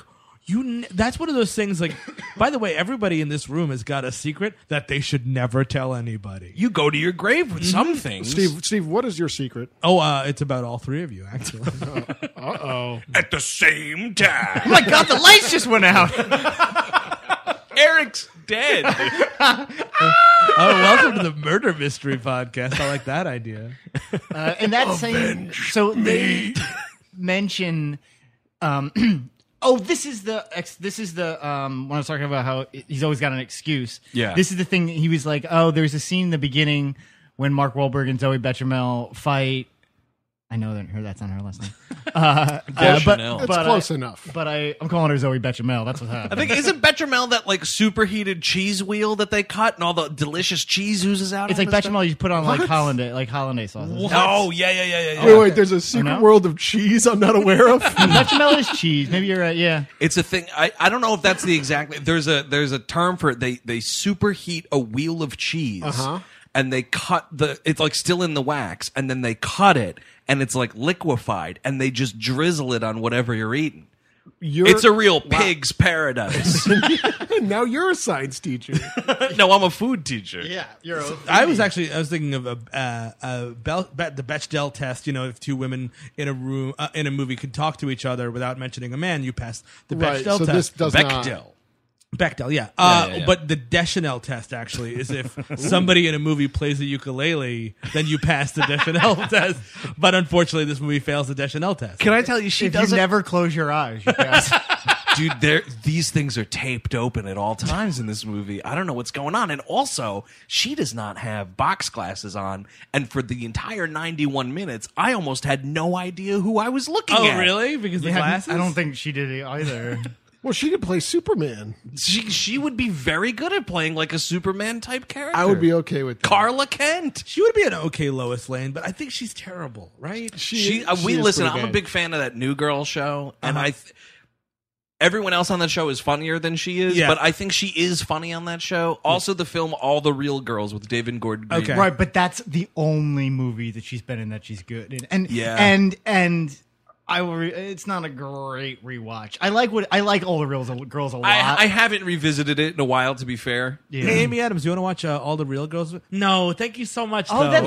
you n- that's one of those things like by the way everybody in this room has got a secret that they should never tell anybody
You go to your grave with some things.
Steve, Steve, what is your secret?
oh uh, it's about all three of you actually
at the same time.
Oh my god, the lights just went out.
Eric's dead.
oh welcome to the murder mystery podcast i like that idea
Uh, and that's saying so they mention um oh this is the ex this is the um when i was talking about how he's always got an excuse
Yeah.
this is the thing that he was like oh there's a scene in the beginning when mark Wahlberg and zoe bechamel fight I know that her that's on her last name. Uh,
Yeah,
but-
Chanel.
That's
But
close
I-
enough.
But I, I'm calling her Zoe Bechamel. That's what's happening.
I think isn't bechamel that like superheated cheese wheel that they cut and all the delicious cheese oozes out.
It's
of it
like
and stuff?
bechamel you put on like hollandaise, like hollandaise sauce. isn't it?
Oh yeah, yeah, yeah, yeah. yeah.
Wait, wait. There's a secret
know.
world of cheese I'm not aware of.
bechamel is cheese. Maybe you're right. Yeah,
It's a thing. I, I don't know if that's the exact. There's a there's a term for it. They they superheat a wheel of cheese,
Uh-huh.
and they cut the. It's like still in the wax, and then they cut it, and it's like liquefied, and they just drizzle it on whatever you're eating.
You're,
It's a real pig's paradise.
now you're a science teacher.
no, I'm a food teacher.
yeah. You're
I was actually I was thinking of a, uh, a Bel- Be- the Bechdel test. You know, if two women in a room uh, in a movie could talk to each other without mentioning a man, you pass the
right.
Bechdel
So
test.
this does not.
Bechdel.
Bechdel, yeah. Uh,
yeah, yeah.
But the Deschanel test actually is if somebody in a movie plays a ukulele, then you pass the Deschanel test. But unfortunately, this movie fails the Deschanel test.
Can I tell you, she
If you
doesn't.
never close your eyes, you guys.
dude, there these things are taped open at all times in this movie. I don't know what's going on. And also, she does not have box glasses on. And for the entire 91 minutes, I almost had no idea who I was looking
oh,
at.
really? Because the
Yeah,
glasses?
I don't think she did it either.
Well, she could play Superman.
She she would be very good at playing like a Superman type character.
I would be okay with that.
Carla Kent.
she would be an okay Lois Lane, but I think she's terrible, right?
She, uh,
she
we
is pretty
listen.
Uh-huh.
I'm a
bad.
big fan of that New Girl show, and I. Th- Everyone else on that show is funnier than she is,
Yeah.
but I think she is funny on that show. Also, the film All the Real Girls with David Gordon Green.
Okay.
right, but that's the only movie that she's been in that she's good in. And
Yeah.
and and I will. Re- it's not a great rewatch. I like what I like all the real girls a lot.
I, I haven't revisited it in a while, to be fair.
Yeah.
Hey, Amy Adams, you want to watch uh, All the Real Girls? No, thank you so much.
Oh,
though.
that's-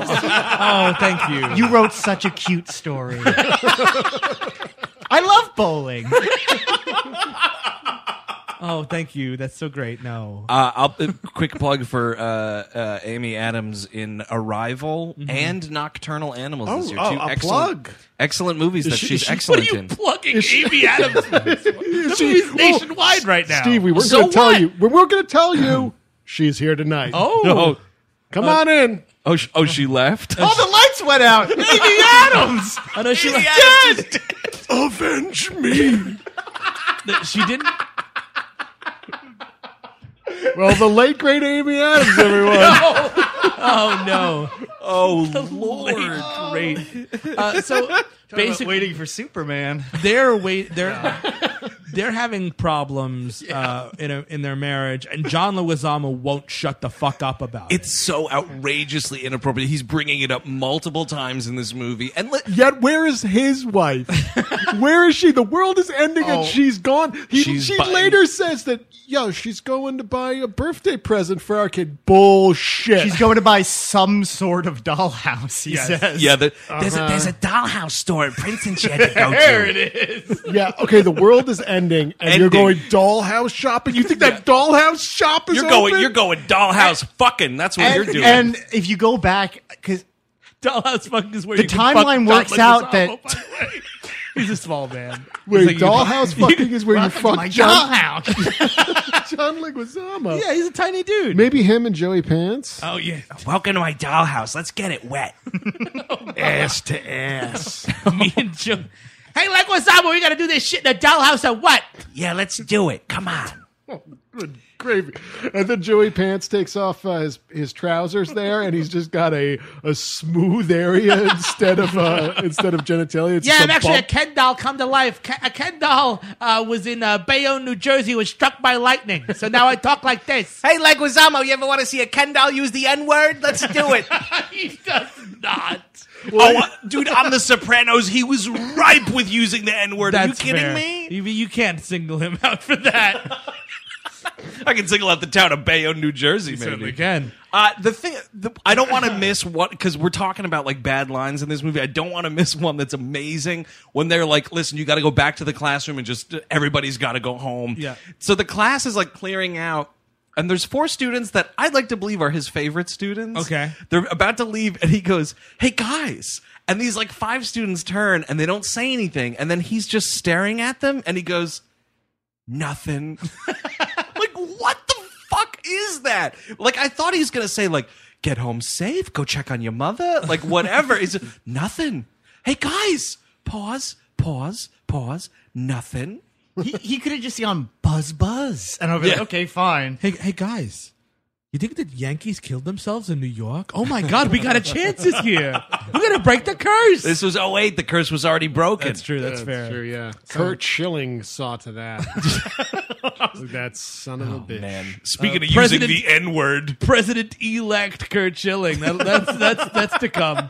oh, thank you.
You wrote such a cute story. I love bowling.
Oh, thank you. That's so great. No.
Uh, I'll uh, quick plug for uh, uh, Amy Adams in Arrival and Nocturnal Animals this year.
Mm-hmm. oh,
Two
a
excellent,
plug.
excellent movies that
she-
she's
is she-
excellent in.
plugging Amy Adams?
The
movie's nationwide right now.
Steve, we weren't
So
going to tell
what?
you. We weren't going to tell you. She's here tonight.
Oh,
Oh,
come on in.
oh, sh- oh, she left.
All the lights went out. Amy Adams.
I know she was
Avenge me.
She didn't.
well, the late great Amy Adams, everyone.
Oh no!
oh,
Lord, great. Uh, so basically,
waiting for Superman.
they're wait they're they're having problems uh, in a, in their marriage, and John Leguizamo won't shut the fuck up about it.
it's so outrageously inappropriate. He's bringing it up multiple times in this movie, and let,
Yet, where is his wife? Where is she? The world is ending
Oh.
and she's gone. He,
She's
she
buying-
later says that, yo, she's going to buy a birthday present for our kid. Bullshit.
She's going to buy some sort of dollhouse. He says.
yeah, the, there's a there's a dollhouse store in Princeton she had to go to.
yeah, okay, the world is ending and you're
Ending.
going dollhouse shopping. You think that dollhouse shop is
You're going,
open?
you're going dollhouse fucking. That's what you're
And,
doing.
and if you go back, because
Dollhouse fucking is where
The
you can fuck
timeline
John
works
Leguizamo,
out that-
by the way. he's a small man.
Wait,
He's like, you-
dollhouse fucking is where you
welcome to
fuck
my
John,
dollhouse.
John Leguizamo.
Yeah, he's a tiny dude.
Maybe him and Joey Pants.
Oh yeah,
Welcome to my dollhouse. Let's get it wet.
ass to ass.
me and Jim. Hey, Leguizamo, we gotta do this shit in a dollhouse or what?
Yeah, let's do it. Come on.
Good Oh, gravy. And then Joey Pants takes off uh, his his trousers there, and he's just got a, a smooth area instead of uh, instead of genitalia. It's
Yeah,
just
I'm actually a
bump.
Ken doll come to life. Ke- A Ken doll uh, was in uh, Bayonne, New Jersey, was struck by lightning. So now I talk like this.
Hey, Leguizamo, you ever want to see a Ken doll use the N word? Let's do it.
he does not.
oh, uh, dude, on The Sopranos, he was ripe with using the N word. Are you kidding me?
You, you can't single him out for that.
I can single out the town of Bayonne, New Jersey, maybe.
Again,
Uh, the thing, the, I don't want to miss what because we're talking about like bad lines in this movie. I don't want to miss one that's amazing when they're like, "Listen, you got to go back to the classroom and just everybody's got to go home."
Yeah.
So the class is like clearing out, and there's four students that I'd like to believe are his favorite students.
Okay.
They're about to leave, and he goes, "Hey guys!" And these like five students turn and they don't say anything, and then he's just staring at them, and he goes, "Nothing." like what the fuck is that like i thought he's gonna say like get home safe go check on your mother like whatever is nothing hey guys, pause, pause, pause, nothing.
he, he could have just gone buzz buzz, and I'll be like, okay, fine.
Hey, hey guys, you think the Yankees killed themselves in New York? Oh my God, we got a chance this year. We're gonna break the curse.
This was 08. The curse was already broken.
that's true. That's, fair.
Sure, yeah. Kurt Schilling saw to that. that son
Oh,
of a bitch.
Speaking of
President-
using the N word,
President-elect Kurt Schilling. That, that's that's that's to come.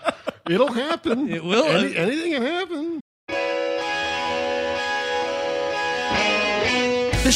It'll happen.
It will.
Any- anything can happen.
This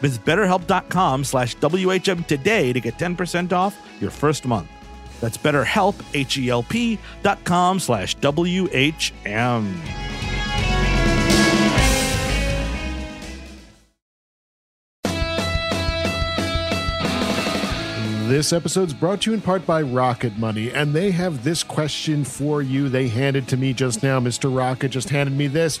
Visit betterhelp.com slash WHM today to get 10% off your first month. That's betterhelp, H-E-L-P dot com slash W-H-M.
This episode's brought to you in part by Rocket Money, and they have this question for you. They handed to me just now. Mr. Rocket just handed me this.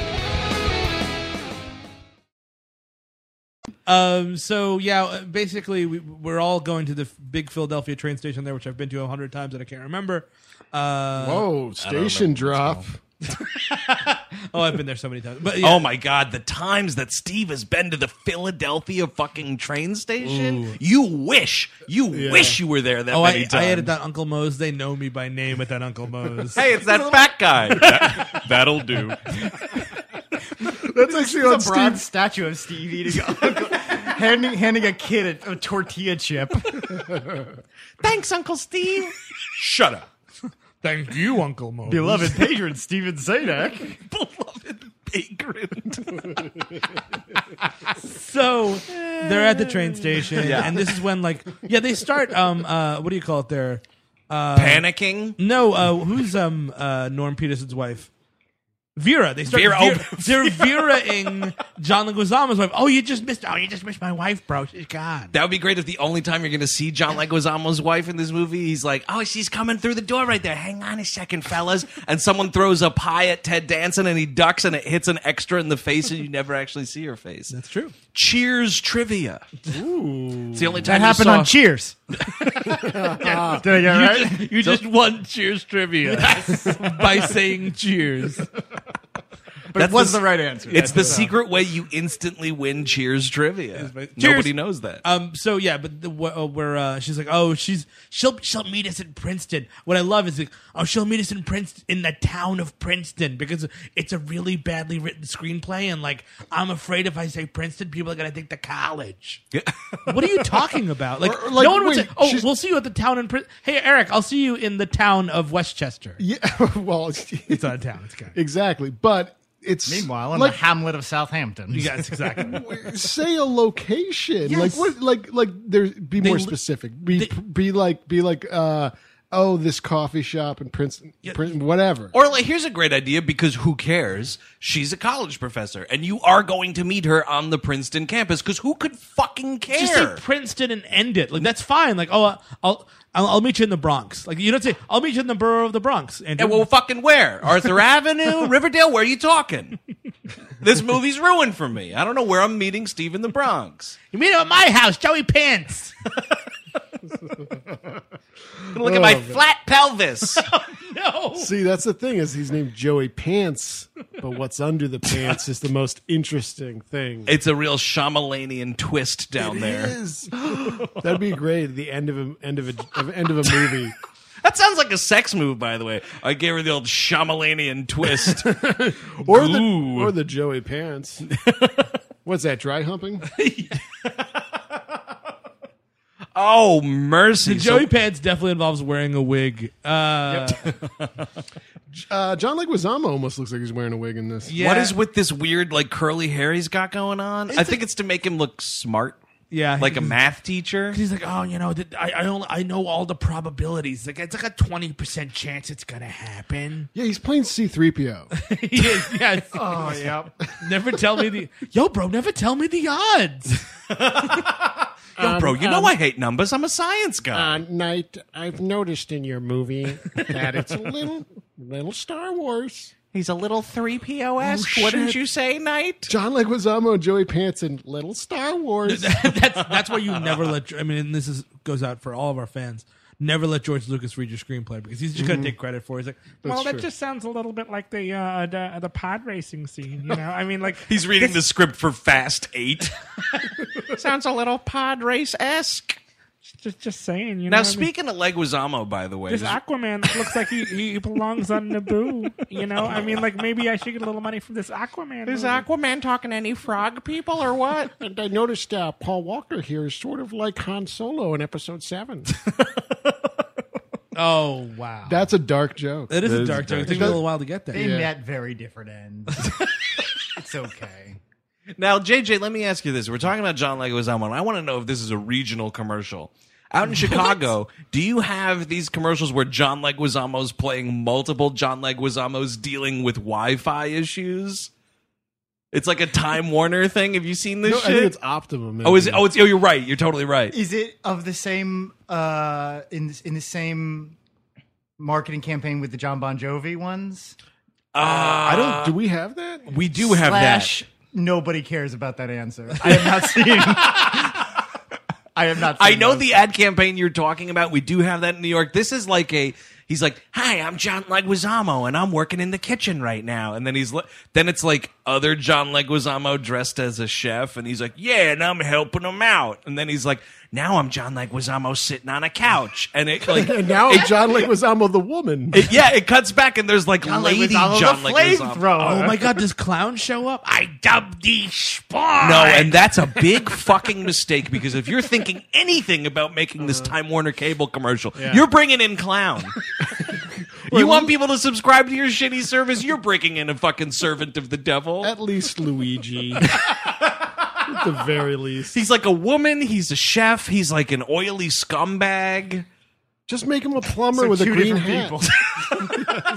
Um, so yeah, uh, basically we, we're all going to the f- big Philadelphia train station there, which I've been to a hundred times and I can't remember. Uh,
Whoa, Oh, station drop.
oh, I've been there so many times. But yeah,
Oh my God, the times that Steve has been to the Philadelphia fucking train station. You wish, you wish you were there that
oh,
many
I,
times.
I added that Uncle Moe's. They know me by name at that Uncle Moe's.
Hey, it's that fat guy.
that'll do.
That's actually
There's
on
a bronze
Steve's
statue of Steve eating, handing, handing a kid a, a tortilla chip.
Thanks, Uncle Steve.
Shut up.
Thank you, Uncle Moe's.
Beloved patron Steven Zadak.
Beloved vagrant.
So they're at the train station, and this is when like yeah they start um uh what do you call it there?
Panicking.
No, uh, who's um uh, Norm Peterson's wife? Vera. They start.
Vera-
Vera,
oh,
they're Vera-ing John Leguizamo's wife. Oh, you just missed. Oh, you just missed my wife, bro. She's gone.
That would be great if the only time you're going to see John Leguizamo's wife in this movie, he's like, "Oh, she's coming through the door right there. Hang on a second, fellas." And someone throws a pie at Ted Danson, and he ducks, and it hits an extra in the face, and you never actually see her face. That's
true.
Cheers trivia. It's the only time
That
you
happened
saw-
on Cheers. Did I get it right?
You just won Cheers trivia by saying Cheers.
But it was the right answer.
It's the secret way you instantly win Cheers trivia. Nobody
Cheers.
knows that.
Uh,
Um. So yeah, but the, wh- uh, where uh, she's like, oh, she's she'll she'll meet us in Princeton. What I love is like, oh, she'll meet us in Princeton in the town of Princeton because it's a really badly written screenplay, and like I'm afraid if I say Princeton, people are gonna think the college. what are you talking about? Like,
Or- or, like,
no one would
wait,
say, oh,
she's-
we'll see you at the town in Princeton. Hey, Eric, I'll see you in the town of Westchester.
Yeah, well,
It's not a town. It's a guy.
exactly. But it's
Meanwhile, in
like
the hamlet of Southampton.
Yeah, it's exactly.
say a location. Like
Yes.
what? Like like there. Be more
li-
specific. Be
they-
be like be like. uh Oh, this coffee shop in Princeton, Princeton whatever.
Or like, here's a great idea because who cares? She's a college professor, and you are going to meet her on the Princeton campus because who could fucking care?
Just say Princeton and end it. Like that's fine. Like oh, I'll I'll, I'll meet you in the Bronx. Like you don't say I'll meet you in the borough of the Bronx. And
Yeah, well, fucking where? Arthur Avenue, Riverdale. Where are you talking? This movie's ruined for me. I don't know where I'm meeting Steve in the Bronx.
you meet him at my house, Joey Pants.
I'm gonna look at my flat pelvis.
no,
See, that's the thing is he's named Joey Pants, but what's under the pants is the most interesting thing.
it's a real Shyamalanian twist down there.
is. That'd be great. at The end of a end of a of- end of a movie.
That sounds like a sex move, by the way. I gave her the old Shyamalanian twist.
Or the or the Joey Pants. What's that? Dry humping?
oh mercy!
Joey
So-
Pants definitely involves wearing a wig. Uh,
Uh, John Leguizamo almost looks like he's wearing a wig in this.
yeah,
What is with this weird like curly hair he's got going on? I think it's to make him look smart.
Yeah,
like a
he's-
math teacher.
He's like, oh, you know, th- I I, only, I know all the probabilities. Like it's like a twenty percent chance it's gonna happen.
Yeah, he's playing C three PO.
He is, yes. oh yeah. Never tell me the yo, bro. Never tell me the odds.
Yo, bro,
Um,
you know I hate numbers. I'm a science guy.
night, Uh, I've noticed in your movie that it's a little little Star Wars.
he's a little three POS. wouldn't you say, Knight?
John Leguizamo and Joey Pants in Little Star Wars.
that's that's why you never let. I mean, and this is goes out for all of our fans. Never let George Lucas read your screenplay because he's just gonna take credit for. it. He's like, well, that
true.
just sounds a little bit like the uh, the, the pod racing scene. You know, I mean, like
He's reading the script for Fast Eight. Sounds a little pod race esque.
just just saying. You
Now,
know, speaking.
speaking of Leguizamo, by the way,
This
this-
Aquaman looks like he, he belongs on Naboo. You know, I mean, like maybe I should get a little money from this Aquaman. This
Aquaman talking to any frog people or what?
and I noticed uh, Paul Walker here is sort of like Han Solo in Episode Seven.
oh wow,
That's a dark joke.
that is a dark joke. It took me a little while to get there.
They
Yeah.
met very different ends. it's okay.
Now, JJ, let me ask you this. We're talking about John Leguizamo, and I want to know if this is a regional commercial. Out in Chicago, do you have these commercials where John Leguizamo's playing multiple John Leguizamo's dealing with Wi-Fi issues? It's like a Time Warner thing. Have you seen this
No, I think
shit?
it's Optimum.
Oh, is it? Oh, it's. Oh, you're right. You're totally right.
Is it of the same uh, in in the same marketing campaign with the John Bon Jovi ones?
I don't. Do we have that?
We do have
Slash,
that.
nobody cares about that answer. I have not seen. I have not.
I
seen
know
those.
the ad campaign you're talking about. We do have that in New York. This is like a. He's like, "Hi, I'm John Leguizamo, and I'm working in the kitchen right now." And then he's li- then it's like other John Leguizamo dressed as a chef, and he's like, "Yeah, and I'm helping him out." And then he's like, "Now I'm John Leguizamo sitting on a couch," and it like
And now John Leguizamo, the woman.
it- yeah, it cuts back, and there's like lady
Leguizamo, the
John Leguizamo.
flamethrower.
Oh my god, does clown show up? I dubbed the spawn.
No, and that's a big fucking mistake because if you're thinking anything about making this Time Warner cable commercial, you're bringing in clown. you want people to subscribe to your shitty service? You're bringing in a fucking servant of the devil.
At least Luigi. At the very least.
He's like a woman. He's a chef. He's like an oily scumbag.
Just make him a plumber with a
two
green
different
hat.
people.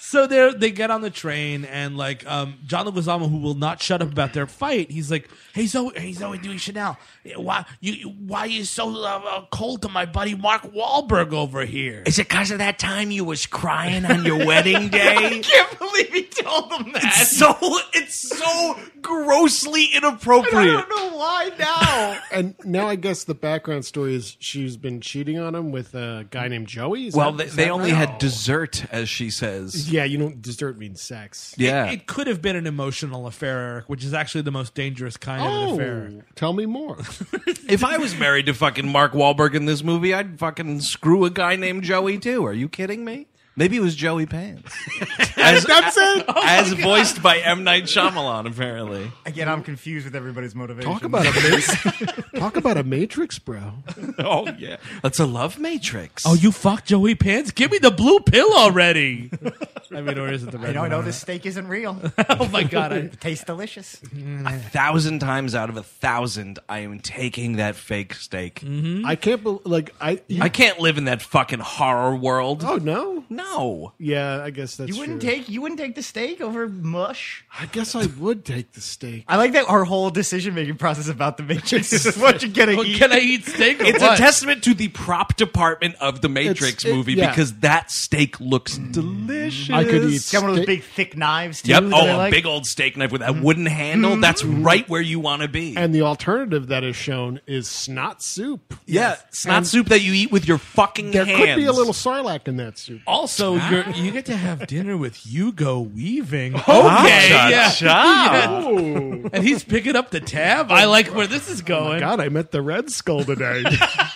So they they get on the train and like um, John Leguizamo, who will not shut up about their fight. He's like, "Hey Zoe, hey Zoe, Dewey Chanel, why you why you so uh, uh, cold to my buddy Mark Wahlberg over here?"
Is it because of that time you was crying on your wedding day?
can't believe he told them that.
It's so it's so grossly inappropriate.
know Why now?
And now I guess the background story is she's been cheating on him with a guy named Joey. Is
Well,
that-
they,
is
they
that
only
right?
had dessert, as she says.
Yeah, you don't dessert means sex.
Yeah.
It could have been an emotional affair, Eric, which is actually the most dangerous kind of an affair.
Oh, tell me more.
if I was married to fucking Mark Wahlberg in this movie, I'd fucking screw a guy named Joey too. Are you kidding me? Maybe it was Joey Pants. as
That's it.
as voiced by M. Night Shyamalan, apparently.
Again, I'm confused with everybody's motivation.
Talk about a matrix. Talk about a matrix, bro.
Oh, yeah. That's a love matrix.
Oh, you fucked Joey Pants? Give me the blue pill already. I mean, or is it the red?
I know, I
one?
know this steak isn't real.
Oh my god! I,
It tastes delicious.
thousand times out of a thousand, I am taking that fake steak.
Hmm?
I can't believe. Like I.
I can't live in that fucking horror world.
oh no.
No.
Yeah, I guess that's
You wouldn't
true.
take you wouldn't take the steak over mush.
I guess I would take the steak.
I like that our whole decision making process about the Matrix is what you're gonna eat.
Oh, can I eat steak? Or
It's
what?
a testament to the prop department of the Matrix
It's- it-
movie
yeah.
because that steak looks delicious.
I could eat
Got one of those
steak-
big thick knives too.
Yep.
that
Oh,
I
a
like.
big old steak knife with that wooden handle. That's right where you want to be.
And the alternative that is shown is snot soup.
yeah, it's not soup that you eat with your fucking
There
hands. Oh,
could be a little sarlacc in that soup.
also you're, you get to have dinner with Hugo Weaving. Okay,
Shut
yeah.
up.
Oh
and he's picking up the tab. I like where this is going.
God! I met the Red Skull today.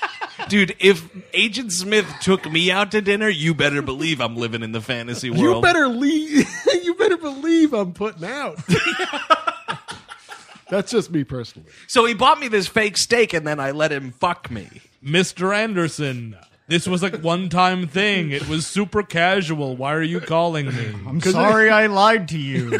Dude, if Agent Smith took me out to dinner, you better believe I'm living in the fantasy world.
you better leave. you better believe I'm putting out. That's just me personally.
So he bought me this fake steak and then I let him fuck me.
Mr. Anderson, this was a one time thing. It was super casual. Why are you calling me?
I'm sorry I lied to you.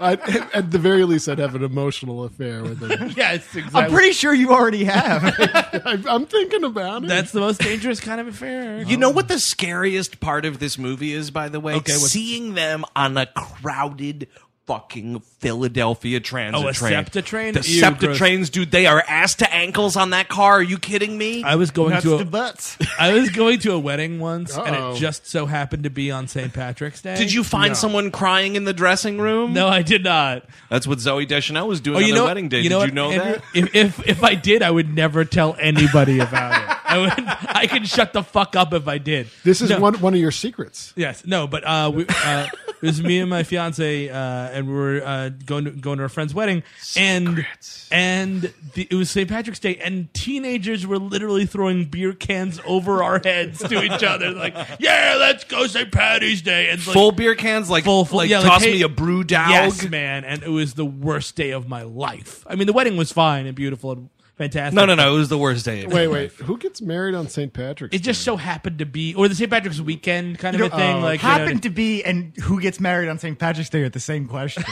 I, at the very least, I'd have an emotional affair with it.
yes, exactly.
I'm pretty sure you already have.
I, I'm thinking about it.
That's the most dangerous kind of affair.
You know what the scariest part of this movie is, by the way?
Okay, what's-
Seeing them on a crowded fucking Philadelphia transit
Oh, a
train.
SEPTA train?
The
Ew,
SEPTA
gross.
trains, dude, they are ass to ankles on that car. Are you kidding me?
I was going
That's
to
the
a,
butts.
I was going to a wedding once, and
Uh-oh.
it just so happened to be on St. Patrick's Day.
Did you find someone crying in the dressing room?
No, I did not.
That's what Zoe Deschanel was doing
Oh,
on
you
their
know,
wedding day.
You know
Did
what,
you know
Andrew? If,
that?
if if I did, I would never tell anybody about it. I would. I could shut the fuck up if I did.
this is
No.
one one of your secrets.
Yes, no, but uh, we, uh, it was me and my fiance, uh, and we were uh, going to going to a friend's wedding, and and the, it was St. Patrick's Day, and teenagers were literally throwing beer cans over our heads to each other, like, "Yeah, let's go St. Patty's Day!" And like,
full beer cans, like,
Full- full-
like
yeah, like,
toss
hey-
me a brew dog.
yes, man, and it was the worst day of my life. I mean, the wedding was fine and beautiful and fantastic.
no, no, no. It was the worst day. ever.
Wait, wait. Who gets married on St. Patrick's?
It just so happened to be, or the St. Patrick's weekend kind of a
uh,
thing. like, you uh, know,
Happened to be and who gets married on St. Patrick's Day at the same question.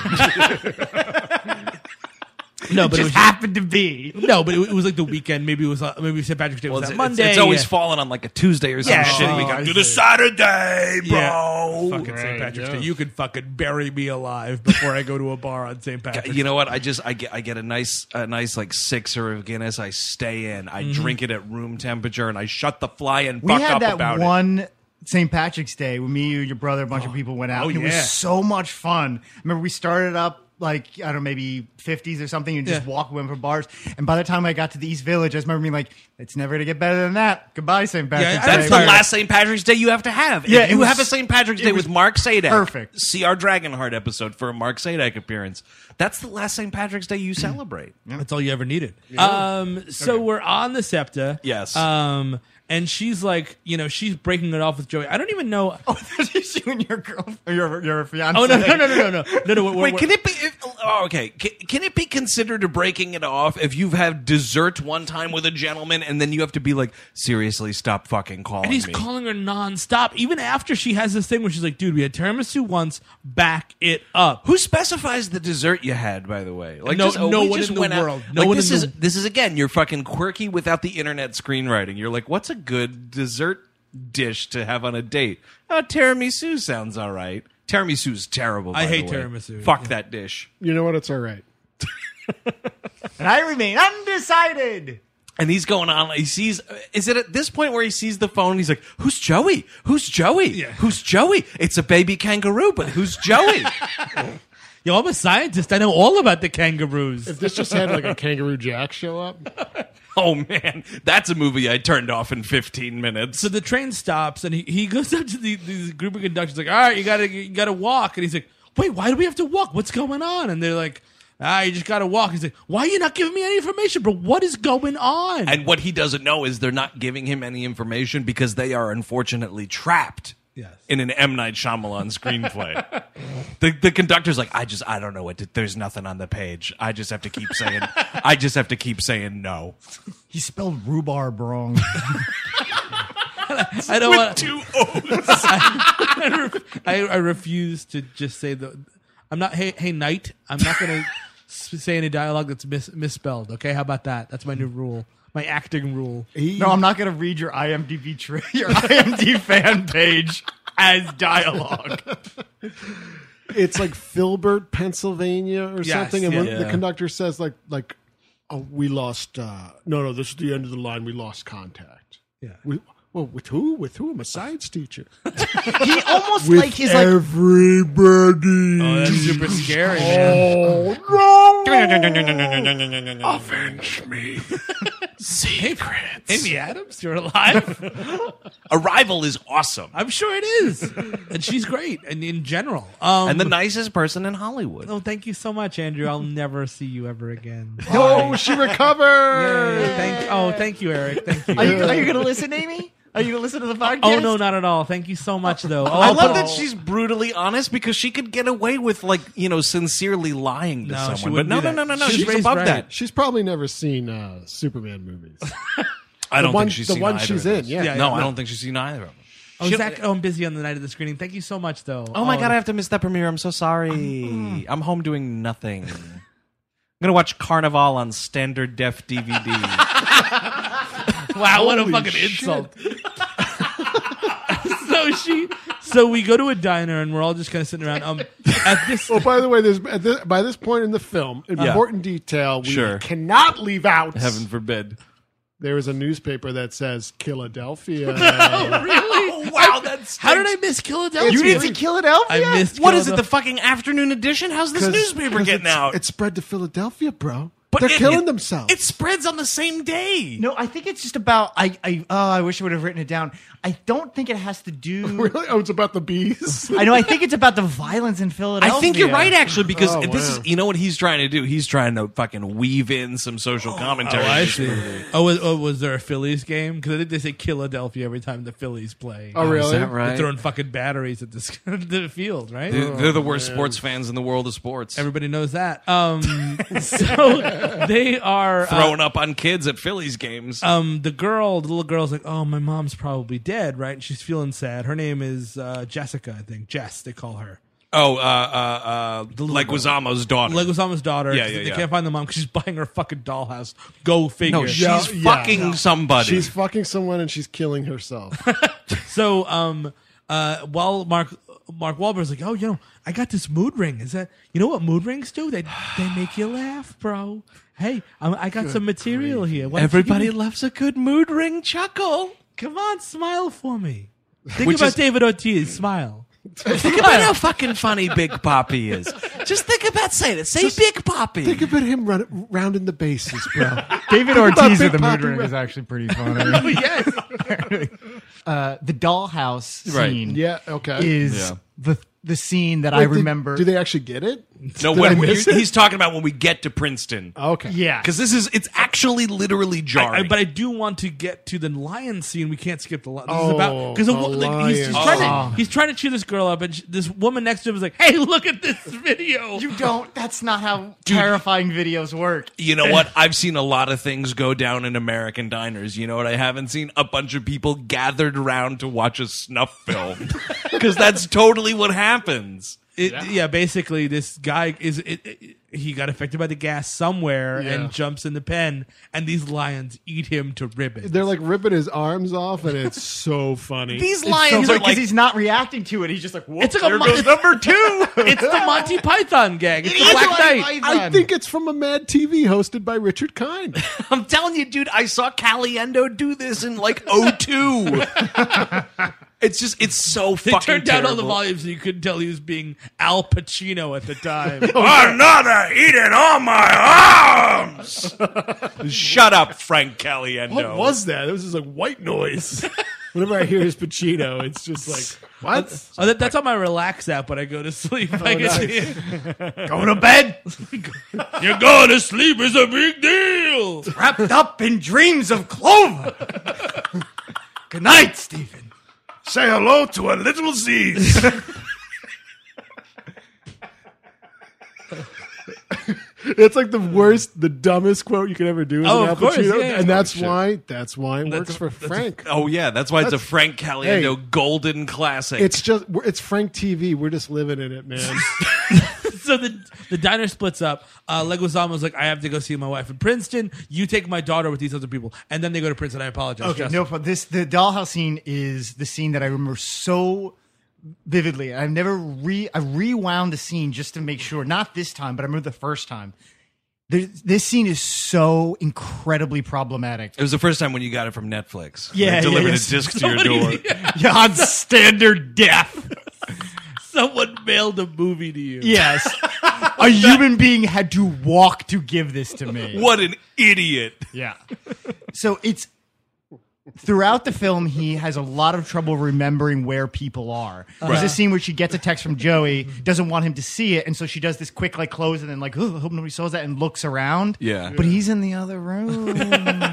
no, but it was
Just happened to be.
no, but it, it was like the weekend. Maybe it was uh, maybe St. Patrick's Day was
It's-
that
it's-
Monday.
It's always
yeah.
fallen on like a Tuesday or some
Yeah.
shit.
Oh,
we got
I
to do the Saturday, bro.
Yeah. Fucking St. Patrick's Day. You could fucking bury me alive before I go to a bar on St. Patrick's.
You know what? I just I get I get a nice a nice like sixer of Guinness. I stay in. I drink it at room temperature, and I shut the flying
Mm-hmm. We
fuck
had
up
that
about
one St. Patrick's Day when me, you, your brother, a bunch of people went out.
oh,
and it
yeah.
was so much fun. I remember we started up like I don't know, maybe fifties or something, and just
Yeah.
walk went for bars. And by the time I got to the East Village, I just remember being like, "It's never gonna get better than that." Goodbye, St. Patrick's
it.
Day.
That's the last St. Patrick's Day you have to have.
Yeah,
if
it
you
was-
have a St. Patrick's
it
Day
was
with Mark Sadak.
perfect.
See our Dragonheart episode for a Mark Sadak appearance. That's the last St. Patrick's Day you celebrate.
That's all you ever needed. Um, so we're on the SEPTA.
Yes.
Um, and she's like, you know, she's breaking it off with Joey. I don't even know. Oh,
That's you and your girlfriend, or your your fiance.
no, no, no, no, no, no, no, no. we're-
Wait,
we're-
can it be? If, oh, okay. Can, can it be considered a breaking it off if you've had dessert one time with a gentleman and then you have to be like, seriously, stop fucking calling
And he's
me?
calling her nonstop, even after she has this thing where she's like, "Dude, we had tiramisu once. Back it up."
Who specifies the dessert you had, by the way? Like,
No-
just, oh,
no
we
one
just
in the
went out-
world. No
like,
one
this
in
is
the-
this is again. You're fucking quirky without the internet screenwriting. You're like, what's a good dessert dish to have on a date? Oh, tiramisu sounds all right. Tiramisu is terrible. by the
hate
way.
tiramisu,
Fuck
yeah.
that dish.
you know what? It's all right.
And I remain undecided.
And he's going on. He sees. Is it at this point where he sees the phone? He's like, "Who's Joey? Who's Joey? Who's Joey? It's a baby kangaroo, but who's Joey?"
Yo, I'm a scientist. I know all about the kangaroos.
If this just had like a Kangaroo Jack show up,
Oh man, that's a movie I turned off in 15 minutes.
So the train stops, and he, he goes up to the, the group of conductors, like, "All right, you gotta you gotta walk." And he's like, "Wait, why do we have to walk? What's going on?" And they're like, "Ah, you just gotta walk." He's like, "Why are you not giving me any information, bro? What is going on?"
And what he doesn't know is they're not giving him any information because they are unfortunately trapped
Yes.
in an M Night Shyamalan screenplay. the the conductor's like, I just I don't know what. To, there's nothing on the page. I just have to keep saying. I just have to keep saying no.
He spelled rhubarb wrong.
I don't want.
Two O's.
I, ref- I, I refuse to just say the. I'm not. Hey, hey, knight. I'm not gonna s- say any dialogue that's mis- misspelled. Okay, how about that? That's my new rule. My acting rule.
no, I'm not going to read your IMDb tri- your IMDb fan page as dialogue.
it's like Filbert, Pennsylvania, or
Yes,
something. And
yeah.
when the conductor says, like, like, oh, we lost. Uh, no, no, this is the end of the line. We lost contact.
Yeah.
We, well, with who? With who? I'm a science teacher.
He almost like he's like
everybody.
Oh, that's super scary, man. Amy Adams, you're alive.
Arrival is awesome.
I'm sure it is, and she's great, and in general. Um,
And the nicest person in Hollywood.
oh, thank you so much, Andrew. I'll never see you ever again.
Oh, she recovered.
Yay, thank, oh, thank you, Eric. Thank you.
Are you, are you going to listen, Amy? Are you going to listen to the podcast?
Oh no, not at all. Thank you so much, though. Oh,
I love
but-
that she's brutally honest because she could get away with like you know sincerely lying to
No, she
someone, but
wouldn't
no,
do
no,
that.
no, no, no,
She's
she's,
raised
above
right.
that.
She's probably never seen uh, Superman movies.
I don't
the one,
think she's
the
seen
one
either
she's
of
in.
those.
Yeah.
Yeah.
No, I don't think she's seen either of them.
Oh, Zach, oh, I'm busy on the night of the screening. Thank you so much, though.
Oh my god, I have to miss that premiere. I'm so sorry. I'm home doing nothing. I'm gonna watch Carnival on standard def DVD.
Wow, what a fucking insult. so she, so we go to a diner and we're all just kind of sitting around. Um, at this,
Oh, by the way, there's at this, by this point in the film, important detail we
Sure.
cannot leave out.
Heaven forbid.
There is a newspaper that says Philadelphia.
Oh, wow, that's
how did I miss Philadelphia?
you didn't see Philadelphia.
I missed.
What is it? The
Philadelphia.
fucking afternoon edition? How's this
'Cause-
newspaper
'cause
getting
it's-
out?
It spread to Philadelphia, bro.
But
They're
it-
killing
it-
themselves.
It spreads on the same day.
No, I think it's just about I. I oh, I wish I would have written it down. I don't think it has to do.
really? Oh, it's about the bees. Oh,
I know. I think it's about the violence in Philadelphia.
I think you're right, actually, because
Oh,
this
wow.
is you know what he's trying to do. He's trying to fucking weave in some social commentary.
Oh, I see. Oh, was, oh, was there a Phillies game? Because I think they say Philadelphia every time the Phillies play.
oh, really?
They're throwing fucking batteries at this, the field, right?
They're, they're the worst sports fans in the world of sports.
Everybody knows that. Um, so they are uh,
Throwing up on kids at Phillies games.
um, the girl, the little girl's like, oh, my mom's probably dead, right? And she's feeling sad. Her name is uh, Jessica, I think. Jess, they call her.
oh, uh, uh, uh, Leguizamo's daughter.
Leguizamo's daughter.
Yeah,
'cause
yeah,
they
yeah.
can't find the mom 'cause she's buying her fucking dollhouse. Go figure.
no, she's
Yeah, yeah.
fucking somebody.
She's fucking someone and she's killing herself.
So, um, uh, while Mark Mark Wahlberg's like, oh, you know, I got this mood ring. Is that you know what mood rings do? They they make you laugh, bro. Hey, I'm, I got some material here. Why don't you give
Everybody
me-
loves a good mood ring chuckle.
come on, smile for me. Think
Which
about
is-
David Ortiz. Smile.
Think about how fucking funny Big Poppy is. Just think about saying it. Say Big Poppy.
Think about him run, rounding the bases, bro.
David
about
Ortiz
Big
with the mood
Poppy
ring
Ra-
is actually pretty funny.
yes.
Oh, uh, the dollhouse
Right.
scene
yeah, okay.
is
Yeah.
the the scene that I
Wait, did-
remember.
Do they actually get it?
no,
Did I
when,
miss
you-
it? Oh.
he's talking about when we get to Princeton.
Okay.
yeah,
Because this is, it's actually literally jarring.
I, but I do want to get to the lion scene. We can't skip the lion. This is
Oh,
about because the,
the
wo- like, he's, he's
lion.
trying
Oh.
to he's trying to cheer this girl up, and she, this woman next to him is like, "Hey, look at this video."
you don't. That's not how terrifying videos work.
You know what? I've seen a lot of things go down in American diners. You know what I haven't seen? A bunch of people gathered around to watch a snuff film. Because that's totally what happens.
It, yeah. basically, this guy is it, it- he got affected by the gas somewhere
Yeah.
and jumps in the pen, and these lions eat him to ribbons.
They're like ripping his arms off, and it's so funny.
These
sounds
lions are
like-
like he's not reacting to it. He's just like, whoa.
it's like a mon- number two. it's the Monty Python gag. It's the Black Knight.
I think it's from a Mad TV hosted by Richard Kind.
I'm oh telling you, dude, I saw Caliendo do this in like 02.
It's just it's so
They
fucking
turned down all the
terrible.
volumes so you couldn't tell he was being Al Pacino at the time.
Another eating all my arms. Shut up, Frank Caliendo.
What was that? It was just like white noise. Whenever I hear his Pacino, it's just like what?
oh, that, that's on my relax app when I go to sleep.
Oh,
I guess
Going to bed,
You're going to sleep is a big deal.
wrapped up in dreams of clover. Good night, Stephen.
Say hello to a little Z's. it's like the worst, the dumbest quote you could ever do. Is
Oh,
an
of
Al
course,
Pacino,
yeah, yeah.
and that's
That's why. That's why it works for Frank.
Oh yeah, that's why it's a Frank Caliendo
Hey.
golden classic.
It's just we're- it's Frank TV. We're just living in it, man.
so the the diner splits up. Uh, Leguizamo's like, I have to go see my wife in Princeton. You take my daughter with these other people, and then they go to Princeton. I apologize.
Okay,
Justin.
no problem. This the dollhouse scene is the scene that I remember so vividly. I've never re I rewound the scene just to make sure. Not this time, but I remember the first time. There, this scene is so incredibly problematic.
it was the first time when you got it from Netflix.
Yeah,
they
yeah,
delivered
yes.
a disc to your door.
Yeah, on standard death.
Someone mailed a movie to you.
Yes, a human being had to walk to give this to me.
What an idiot!
Yeah. So it's throughout the film, he has a lot of trouble remembering where people are. There's a scene where she gets a text from Joey, doesn't want him to see it, and so she does this quick like close and then like, oh, I hope nobody saw that, and looks around.
Yeah.
But he's in the other room.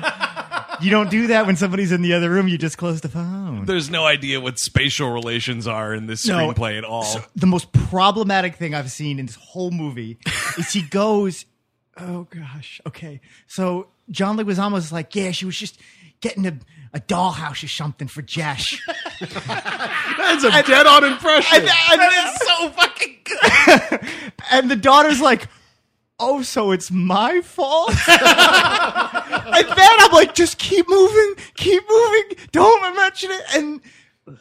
you don't do that when somebody's in the other room. You just close the phone.
There's no idea what spatial relations are in this
No.
screenplay at all.
the most problematic thing I've seen in this whole movie is he goes, oh gosh, okay. So John Leguizamo's like, yeah, she was just getting a, a dollhouse or something for Jesh.
That's a dead-on impression.
and, and so fucking good. and the daughter's like, oh, so it's my fault? and then I'm like, just keep moving, keep moving, don't mention it. And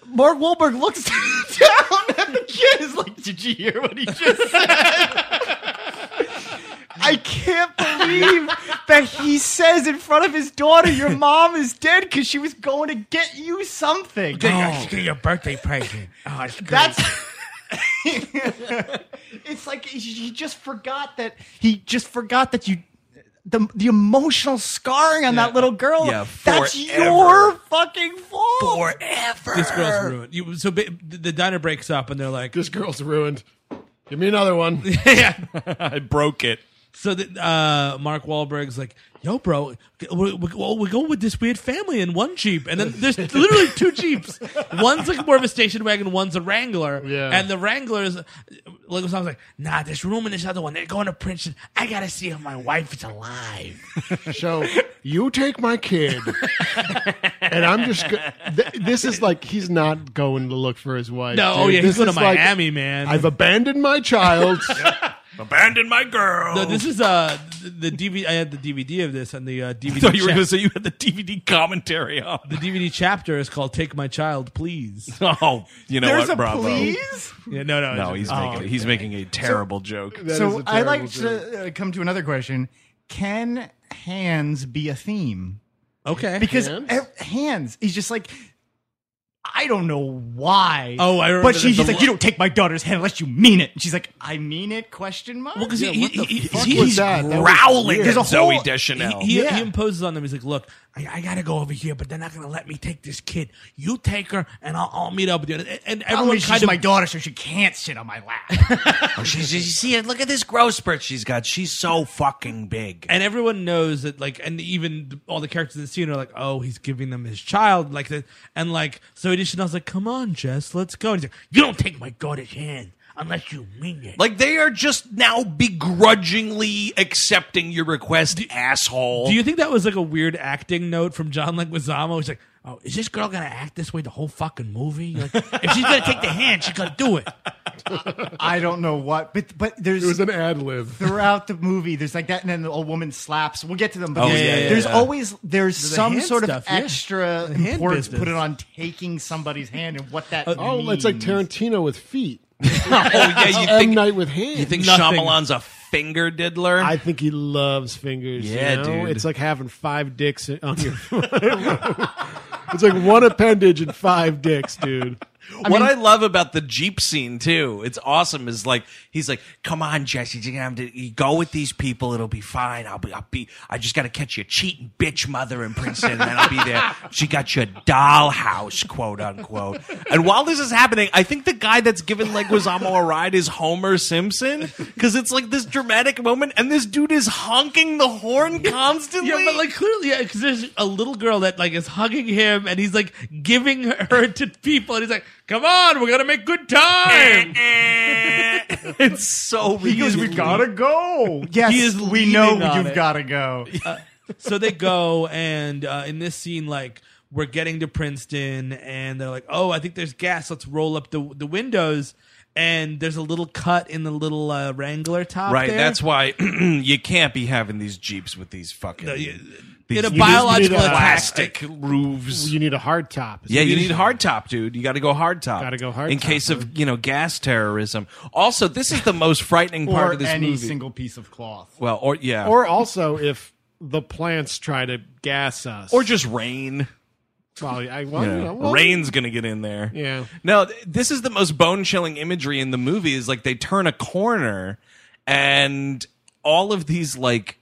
Mark Wahlberg looks down at the kid. Is like, did you hear what he just said? I can't believe that he says in front of his daughter, "Your mom is dead because she was going to get you something."
your birthday present. Oh, it's great.
That's. it's like he just forgot that he just forgot that you the the emotional scarring on that little girl.
Yeah,
that's
forever.
your fucking fault.
this girl's ruined. You, so ba- the diner breaks up, and they're like,
this girl's ruined. Give me another one.
I broke it.
So that uh, Mark Wahlberg's like, "Yo, bro, we're, we're, we're going with this weird family in one jeep, and then there's literally two jeeps. One's like more of a station wagon, one's a Wrangler.
Yeah.
And the Wrangler's, like, was like, nah, there's room in this other one. They're going to Princeton. I gotta see if my wife is alive.
so you take my kid, and I'm just. Go- th- this is like he's not going to look for his wife.
No,
dude.
oh yeah,
This
he's going to
is like,
Miami, man.
I've abandoned my child.
Abandon my girl.
No, this is uh the, the DVD. I had the DVD of this, and the uh, DVD.
I thought you were
chap-
going to say you had the DVD commentary on.
the DVD chapter is called "Take My Child, Please."
Oh, you know
There's
what,
a Oh,
Bravo?
please.
Yeah, no, no,
No,
it's-
he's making he's making a terrible joke.
That is
so
a
I like
terrible joke.
to uh, come to another question: Can hands be a theme?
Oh, okay.
Because hands, hands he's just like. I don't know why.
Oh, I remember
But she,
the-
he's
the
like,
look.
you don't take my daughter's hand unless you mean it. And she's like, I mean it? Question mark.
Well, because he, he, he,
fuck
he-
was
he's
that? That was
growling
weird. There's a
at
whole-
Zoe
Deschanel.
He, he,
Yeah.
he imposes on them. He's like, "Look, I, I got to go over here, but they're not going to let me take this kid. You take her, and I'll, I'll meet up with you." And, and everyone
Probably she's
kind of
my daughter, so she can't sit on my lap.
She's, you see it? Look at this growth spurt she's got. She's so fucking big.
and everyone knows that, like, and even th- all the characters in the scene are like, "Oh, he's giving them his child," like that, and like Zoe Deschanel's like, "Come on, Jess, let's go." And he's like, "You don't take my daughter's hand unless you mean it."
Like they are just now begrudgingly accepting your request, asshole.
Do you think that was like a weird acting note from John Leguizamo? He's like, "Oh, is this girl gonna act this way the whole fucking movie? Like, if she's gonna take the hand, she's gonna do it."
I don't know what, but but there's
It was an ad lib.
throughout the movie there's like that, and then the old woman slaps. We'll get to them, but
Oh,
there's,
yeah, yeah,
there's
yeah.
always there's some
hand
sort
stuff,
of
yeah.
extra
The hand
importance
business. Uh,
put it on taking somebody's hand and what that.
Oh, it's like
means.
Tarantino with feet.
oh yeah, you
M.
think
Night with hands.
you think
Nothing.
Shyamalan's a finger diddler?
I think he loves fingers.
Yeah,
you know?
dude.
It's like having five dicks on your.
It's like one appendage and five dicks, dude.
what I love about the Jeep scene too, it's awesome. Is like he's like, "Come on, Jesse, you have to you go with these people. It'll be fine. I'll be, I'll be. I just got to catch your cheating bitch mother in Princeton, and then I'll be there. She got your dollhouse, quote unquote." And while this is happening, I think the guy that's given Leguizamo a ride is Homer Simpson because it's like this dramatic moment, and this dude is honking the horn constantly.
Yeah, but like clearly, yeah, because there's a little girl that like is hugging him, and he's like giving her to people, and he's like, "Come on, we're gonna make good time."
it's so
He goes, we gotta go. Yes,
He is
we know
leaning on
you've
it.
gotta go.
so they go, and uh, in this scene, like we're getting to Princeton, and they're like, "Oh, I think there's gas. Let's roll up the the windows." And there's a little cut in the little uh, Wrangler top.
Right,
there.
that's why you can't be having these jeeps with these fucking
you-
these
in a biological
need a
attack.
plastic roofs.
You need a hard top.
yeah, you need hard top, dude. You got to go hard top.
Got to go hard
in
top,
case of you know gas terrorism. Also, this is the most frightening part
Or
of this
any
movie.
single piece of cloth.
well, or yeah,
Or also if the plants try to gas us.
or just rain.
Well, I, well, you know, well,
Rain's gonna get in there.
Yeah.
No, th- this is the most bone chilling imagery in the movie. Is like they turn a corner, and all of these like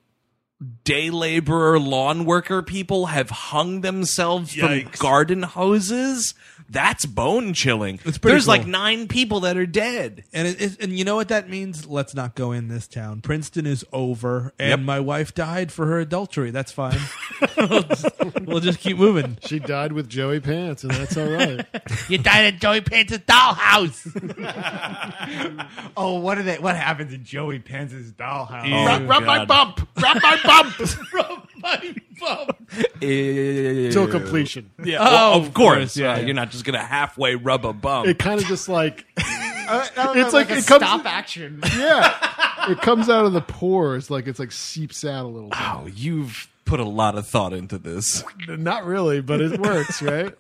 day laborer, lawn worker people have hung themselves from garden hoses. That's bone chilling.
It's pretty
There's like
cool.
nine people that are dead.
And it, it, and you know what that means? Let's not go in this town. Princeton is over, and
Yep.
my wife died for her adultery. That's fine. we'll, just, we'll just keep moving.
She died with Joey Pants, and that's all right.
You died at Joey Pants' dollhouse.
Oh, what are they? What happens in Joey Penz's dollhouse?
Rub- rub my
bump. Rub my bump. Till completion.
Yeah,
Oh,
well, of
of
course.
course,
Yeah,
yeah.
you're not just gonna halfway rub a bum.
It kind of just like
it's like,
like
a
it comes-
stop action.
yeah, it comes out of the pores, like it's like seeps out a little. bit.
wow, you've put a lot of thought into this.
Not really, but it works, right?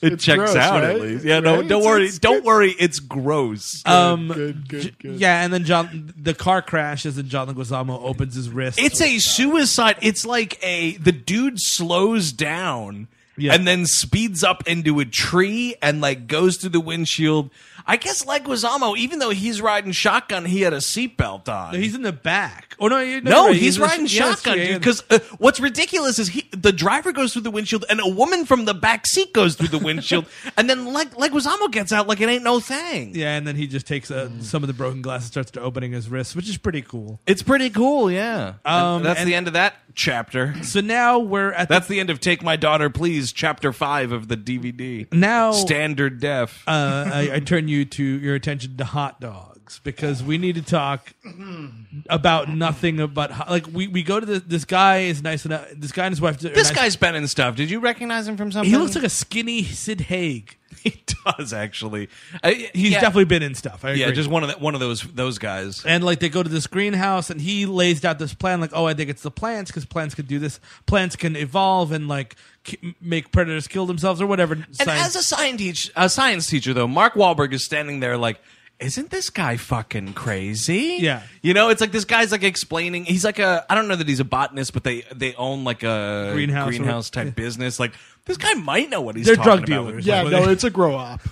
It
It's
checks
gross,
out at
right?
least. Yeah, no,
Right?
don't
It's-
worry.
it's
don't
good.
worry. It's gross.
Um,
Good, good, good.
yeah, and then John, the car crashes, and John Leguizamo opens his wrist.
It's a suicide. It's like a the dude slows down
Yeah.
and then speeds up into a tree and like goes through the windshield. I guess Leguizamo, even though he's riding shotgun, he had a seatbelt on.
he's in the back. Oh no, you're not
no,
right.
he's,
in the-
riding
yes,
shotgun,
yeah,
dude.
yeah.
Because uh, what's ridiculous is he, the driver goes through the windshield, and a woman from the back seat goes through the windshield, and then like Leguizamo gets out like it ain't no thing.
yeah, and then he just takes uh some of the broken glass and starts to opening his wrist, which is pretty cool.
It's pretty cool, yeah.
Um,
And that's
and-
the end of that chapter.
So now we're at
That's the end of Take My Daughter, Please, chapter five of the DVD.
the, now
Standard def.
uh, I, I turn you to your attention to hot dogs because we need to talk about nothing about hot- like we, we go to the, this guy is nice enough this guy and his wife are
this
nice-
guy's been in stuff. Did you recognize him from something?
he looks like a skinny Sid Haig
he does actually. I,
he's definitely been in stuff I
yeah,
agree.
just one of the, one of those those guys.
and like they go to this greenhouse and he lays out this plan like oh I think it's the plants because plants can do this plants can evolve and like k- make predators kill themselves or whatever
And as a science teach, a science teacher though, Mark Wahlberg is standing there like. Isn't this guy fucking crazy?
Yeah.
you know, it's like this guy's like explaining. He's like a I don't know that he's a botanist, but they they own like a
Greenhouse or-
type business. Like this guy might know what he's
They're
talking
drug
about.
dealers.
Yeah, no, it's a grow up.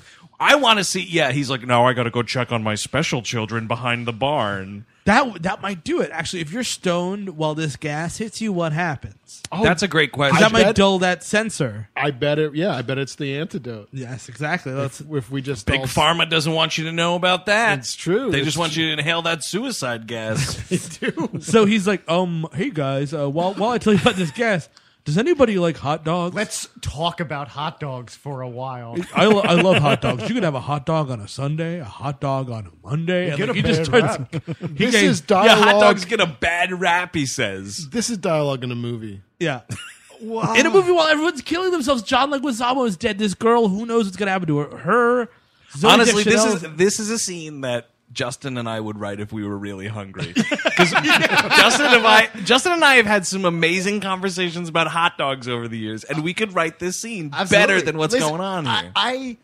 I want to see. Yeah, he's like, no, I got to go check on my special children behind the barn.
that that might do it actually if you're stoned while this gas hits you what happens
That's a great question.
Because that
I
might
bet-
dull that sensor.
I bet it. Yeah, I bet it's the antidote.
Yes, exactly. That's
If we just
Big
all-
Pharma doesn't want you to know about that.
It's true.
They
It's
just want you to inhale that suicide gas.
so he's like, um, hey guys, uh, while while I tell you about this gas, does anybody like hot dogs?
Let's talk about hot dogs for a while.
I, lo- I love hot dogs. You can have a hot dog on a Sunday, a hot dog on a Monday, and
get
like,
a
he just
bad
starts. He
This
gave-
is
yeah,
dialogue.
hot dogs get a bad rap. He says.
This is dialogue in a movie.
yeah. In a movie while everyone's killing themselves, John Leguizamo is dead. This girl, who knows what's gonna happen to her? Her. Zooey
Honestly, this
Deschanel-
is this is a scene that. Justin and I would write if we were really hungry. 'Cause Justin and I, Justin and I have had some amazing conversations about hot dogs over the years, and we could write this scene better
Absolutely.
than what's
Listen,
going on
I-
here.
I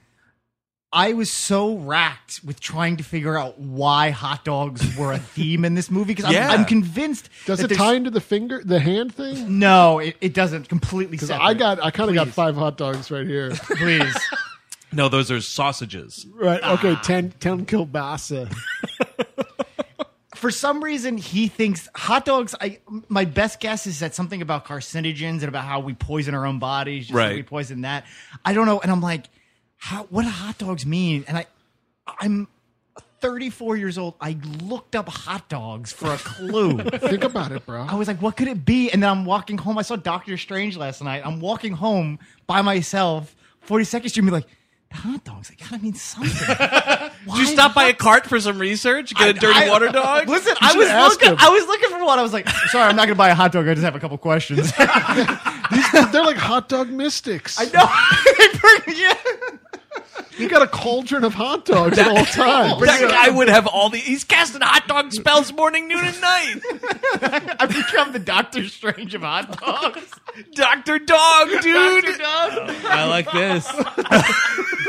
I was so racked with trying to figure out why hot dogs were a theme in this movie because
Yeah.
I'm, I'm convinced.
Does
that
it
there's-
tie into the finger, the hand thing?
No, it, it doesn't completely.
Because
separate.
I got, I kind of got
Please.
five hot dogs right here.
please.
No, those are sausages.
right. Okay. Ten, ten kielbasa.
for some reason he thinks hot dogs i my best guess is that something about carcinogens and about how we poison our own bodies just like
Right.
we poison that i don't know and i'm like how what do hot dogs mean and i i'm 34 years old i looked up hot dogs for a clue
Think about it, bro.
i was like what could it be and then i'm walking home i saw doctor strange last night i'm walking home by myself 42nd street and be like hot dogs i gotta mean something
Did you stop by a cart for some research? Get a dirty
I-
water dog?
Listen, I was looking. I was looking for one. I was like, sorry, I'm not going to buy a hot dog. I just have a couple questions. I
They're like hot dog mystics.
know. yeah.
you got a cauldron of hot dogs at all times.
that guy would have all the. He's casting hot dog spells morning, noon, and night.
I become the Doctor Strange of hot dogs.
Dr. Dog, dude.
Doctor Dog.
I like this.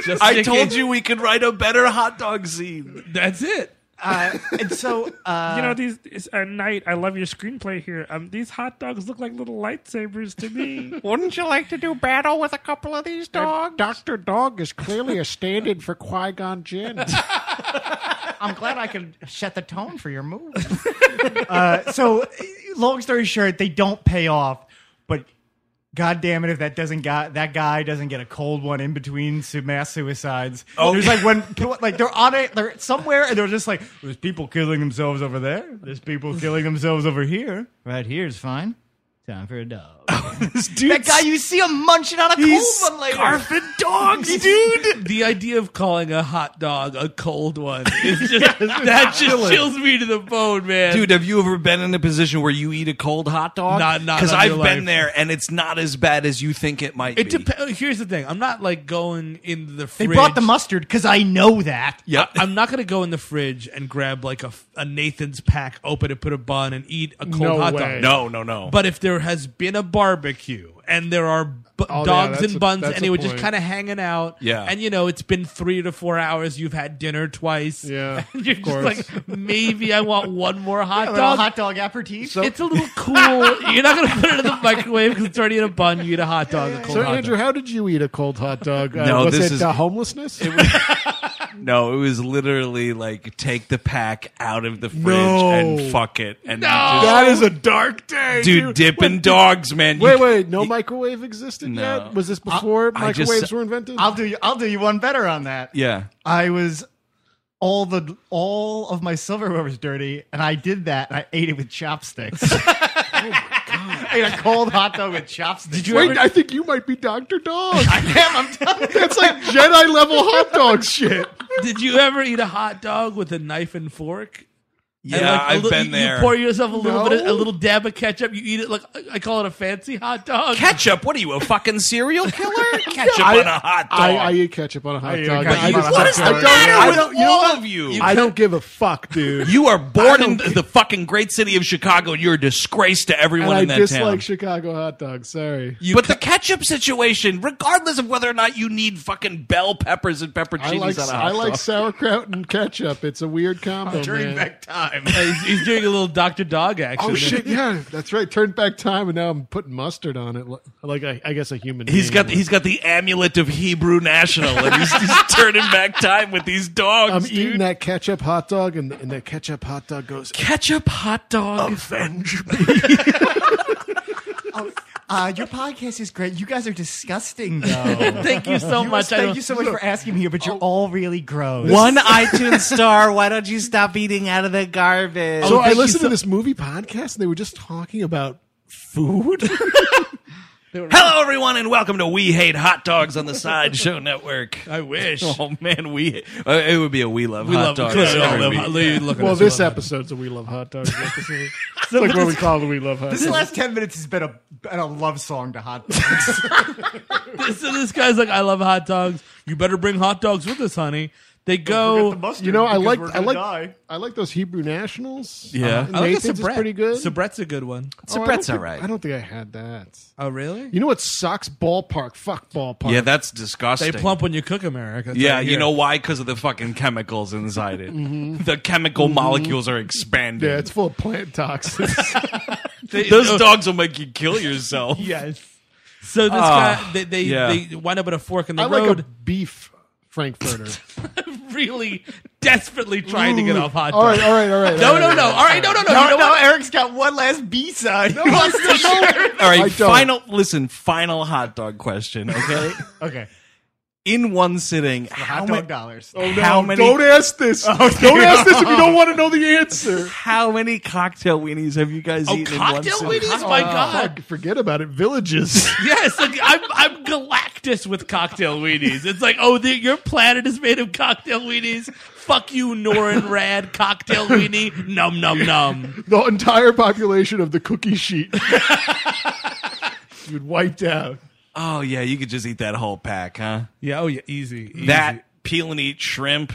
Just
I
stick
told
it-
you we could write a better hot dog scene.
That's it.
Uh, and so, uh,
you know these it's
uh,
at night i love your screenplay here um these hot dogs look like little lightsabers to me
Wouldn't you like to do battle with a couple of these dogs?
Doctor Dog is clearly a stand-in for Qui Gon Jinn.
I'm glad I could set the tone for your movie. uh, so, long story short, they don't pay off, but. God damn it! If that doesn't got that guy doesn't get a cold one in between su- mass suicides. Oh, there's like when like they're on it, they're somewhere, and they're just like, "There's people killing themselves over there. There's people killing themselves over here. Right here is fine. Time for a dog." that guy you see him munching on a cold one later.
Scarfing dogs, dude. The idea of calling a hot dog a cold one is just that just chills me to the bone, man.
Dude, have you ever been in a position where you eat a cold hot dog?
Not- not
Because
on
I've
your
been
life.
there, and it's not as bad as you think it might
It
be.
depends. Here's the thing: I'm not like going in the
They
fridge.
brought the mustard because I know that.
Yep.
I'm not gonna go in the fridge and grab like a, f- a Nathan's pack, open it, put a bun, and eat a cold
No
hot
way.
dog.
no, no, no.
But if there has been a barbecue and there are b-
Oh, yeah,
dogs
that's
and
a-
buns
that's a
anyway, just
point.
kind of hanging out,
Yeah.
and you know it's been three to four hours, you've had dinner twice,
Yeah,
and you're
of
just
course.
like maybe I want one more hot
A little
dog.
hot dog aperitif.
it's a little cool. You're not gonna put it in the microwave because it's already in a bun. You eat a hot dog, a cold
So,
hot
Andrew,
dog.
how did you eat a cold hot dog? Uh,
No,
was
this
it
is-
uh, homelessness?
No, it was literally like take the pack out of the fridge and fuck it. And no.
That is a dark day,
just, dude, dipping dogs, man. You
wait,
ca-
wait, no microwave existed
No.
yet. Was this before
I just-
microwaves were invented?
I'll do you. I'll do you one better on that.
Yeah.
I was all the all of my silverware was dirty, and I did that. And I ate it with chopsticks.
Oh
I ate a cold hot dog with chopsticks. Did
wait, I think you might be Doctor Dog.
I am. I'm telling you.
That's like Jedi level hot dog shit.
Did you ever eat a hot dog with a knife and fork?
Yeah,
And, like, a
I've
li-
been
you,
there.
You pour yourself a little bit, of, a
No.
little dab of ketchup. You eat it like I call it a fancy hot dog.
Ketchup? What are you, a fucking serial killer? Ketchup
I-
on a hot dog.
I, I eat ketchup on a hot
eat
dog.
ketchup
I
on a
just-
hot
what is the
I don't-
matter
I
with
don't- you know
all
what?
of you?
I don't give a fuck, dude.
you are born in the, the fucking great city of Chicago, and you're a disgrace to
and
everyone
I
in that
dislike
town.
Chicago hot dogs. Sorry.
but the ketchup situation, regardless of whether or not you need fucking bell peppers and
I
pepperoncinis
like
on a hot
I like
dog.
sauerkraut and ketchup. It's a weird combo. Oh, man.
time.
he's, he's doing a little Doctor Dog action.
Oh shit! Yeah, that's right. Turned back time, and now I'm putting mustard on it. li- Like I, I guess a human.
He's
being
got
would.
he's got the amulet of Hebrew national, and he's, he's turning back time with these dogs.
I'm
dude.
eating that ketchup hot dog, and, and that ketchup hot dog goes.
ketchup hot dog. Avenge me.
Uh, your podcast is great. You guys are disgusting, though.
Thank you so
You-
much. I
Thank
don't-
you so much for asking me here, but you're
Oh.
all really gross.
One iTunes star. Why don't you stop eating out of the garbage?
oh, So I
thank you
listened
so-
to this movie podcast, and they were just talking about food.
Hello, everyone, and welcome to We Hate Hot Dogs on the Side Show Network.
I wish.
Oh man, we uh, it would be a we love
we
hot
love
dogs.
clearly all
every
love
week.
hot- look- look at
well,
us,
this
we love
episode's a we love hot dogs. episode. It's like what we call the we love hot
This
dogs.
last ten minutes has been a been a love song to hot dogs.
hot dogs. So this guy's like, I love hot dogs. You better bring hot dogs with us, honey. They go.
you know, I like I like I like those Hebrew nationals.
Yeah.
uh,
I like a
Nathan's is
Sabret.
pretty good.
Sabret's a good one.
Oh, I don't think- I don't think I had that.
Oh, really?
You know what sucks? Ballpark. Fuck ballpark.
Yeah, that's disgusting.
They plump when you cook them, Eric. That's
yeah,
what I
you
hear.
know why? Because of the fucking chemicals inside it.
Mm-hmm.
Mhm.
The chemical
Mhm.
molecules are expanding.
Yeah, it's full of plant toxins.
Those dogs will make you kill yourself.
yes. So this
Ah,
guy, they they,
yeah.
they wind up at a fork in the
I like
road.
a beef frankfurter.
really desperately trying to get off hot.
All
dog.
right, all right, all right,
No,
all right,
no,
all
no.
right.
All right, no, no, no.
No,
you know
no,
what?
Eric's got one last B side.
No, I don't.
All
I
right,
don't.
final. Listen, final hot dog question. Okay.
okay.
In one sitting, how
Hot
ma-
dog Oh dollars.
Oh,
how many?
Don't ask this. don't ask this if you don't want to know the answer.
How many cocktail weenies have you guys
Oh,
eaten?
cocktail
in one
weenies?
sitting?
My
Uh,
God.
Oh, Fuck, forget about it. Villages.
Yes, like, I'm I'm Galactus with cocktail weenies. It's like, oh, the, your planet is made of cocktail weenies. Fuck you, Norin Rad, cocktail weenie, num num num.
the entire population of the cookie sheet. You'd wiped out.
Oh yeah, you could just eat that whole pack, huh?
Yeah. Oh yeah. Easy.
That peel and eat shrimp.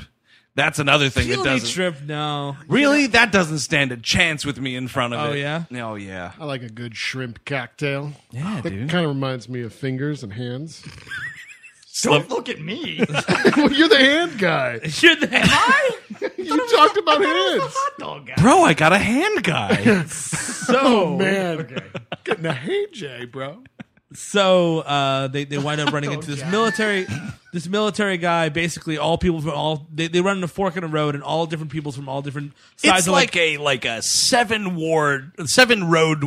That's another thing
Peel
that
and eat
doesn't.
shrimp. No.
Really, that doesn't stand a chance with me in front of
Oh,
it.
yeah?
Oh yeah.
I like a good shrimp cocktail.
Yeah,
Ah, that
dude.
kind of reminds me of fingers and hands.
Don't
look at me.
well, you're the hand guy.
You're the hand.
you talked about hands.
Bro, I got a hand guy.
So
Oh, man, getting a hand jay, bro.
So uh, they they wind up
Oh,
running into this military this military guy. Basically, all people from all they, they run in a fork in a road, and all different peoples from all different sides.
it's
are
like, a like a seven ward, seven road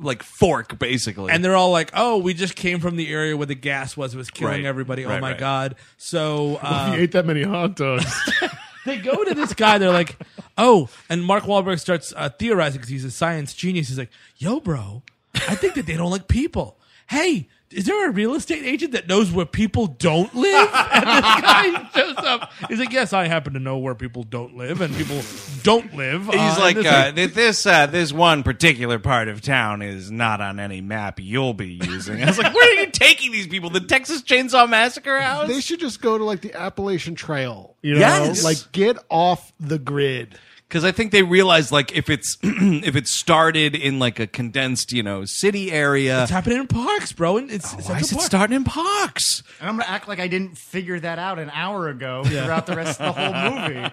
like fork basically.
and they're all like, "Oh, we just came from the area where the gas was. It was killing
Right.
everybody. oh
Right,
my
right.
god!" So
if
uh,
you ate that many hot dogs,
they go to this guy. They're like, "Oh," and Mark Wahlberg starts uh, theorizing because he's a science genius. He's like, "Yo, bro, I think that they don't like people. Hey." Is there a real estate agent that knows where people don't live? And this guy shows up. He's like, "Yes, I happen to know where people don't live, and people don't live." uh,
He's
and
like,
this
uh, th- this uh, this one particular part of town is not on any map you'll be using. I was like, where are you taking these people? The Texas Chainsaw Massacre house?
they should just go to like the Appalachian Trail. You know,
Yes.
like get off the grid.
because I think they realize like if it's if it started in like a condensed you know city area.
it's happening in parks, bro. And it's Central
Oh, Why is it
Park.
starting in parks?
And I'm going to act like I didn't figure that out an hour ago throughout the rest of the whole movie.